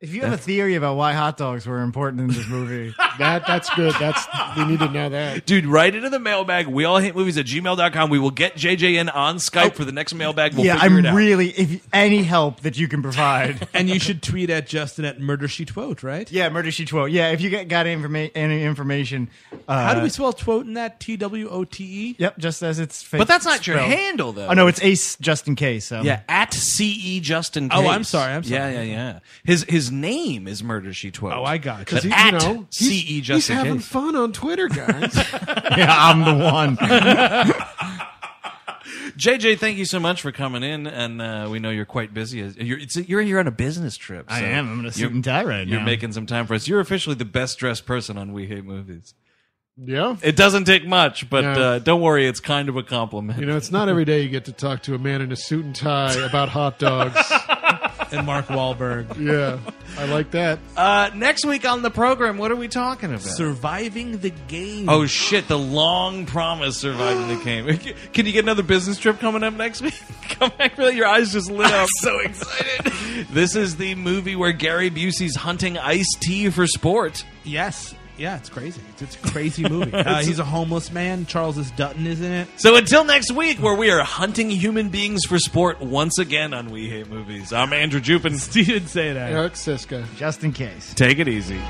If you have a theory about why hot dogs were important in this movie,
that that's good. That's we need to know that.
Dude, write into the mailbag. We all hate movies at gmail.com. We will get JJ in on Skype for the next mailbag. We'll
Oh, yeah,
figure
I'm
it out.
really if you- any help that you can provide.
and you should tweet at Justin at Murder She Twote, right?
yeah, murder she twelve. Yeah, if you get, got any, informa- any information, uh,
How do we spell twote in that? T W O T E.
Yep, just as it's. Fa-
But that's not your
spelled.
handle, though.
Oh no, it's Ace just in case. So
yeah, at CE Justin.
Oh,
Case.
I'm sorry, I'm sorry.
Yeah, yeah, yeah. His his name is Murder She Twelve. Oh, I
got
Because
But
you
at
know, he's,
CE
he's
Justin
having
Case.
fun on Twitter, guys.
yeah, I'm the one.
JJ, thank you so much for coming in, and uh, we know you're quite busy. As- You're it's, you're here on a business trip.
I
so
am. I'm in a suit
you're-
and tie right
You're
now.
making some time for us. You're officially the best dressed person on We Hate Movies.
yeah.
It doesn't take much, but
No.
uh, don't worry, it's kind of a compliment.
You know, it's not every day you get to talk to a man in a suit and tie about hot dogs.
and Mark Wahlberg.
Yeah, I like that.
Uh, next week on the program, what are we talking about?
Surviving the game.
Oh shit! The long promise surviving the game. Can you get another business trip coming up next week? Come back for that. Your eyes just lit up. so excited. This is the movie where Gary Busey's hunting iced tea for sport.
yes. Yeah, it's crazy. It's, it's a crazy movie. Uh, he's a homeless man. Charles S. Dutton is in it.
So until next week, where we are hunting human beings for sport once again on We Hate Movies. I'm Andrew Jupin.
Steven Say that.
Eric Siska.
Just in case.
Take it easy.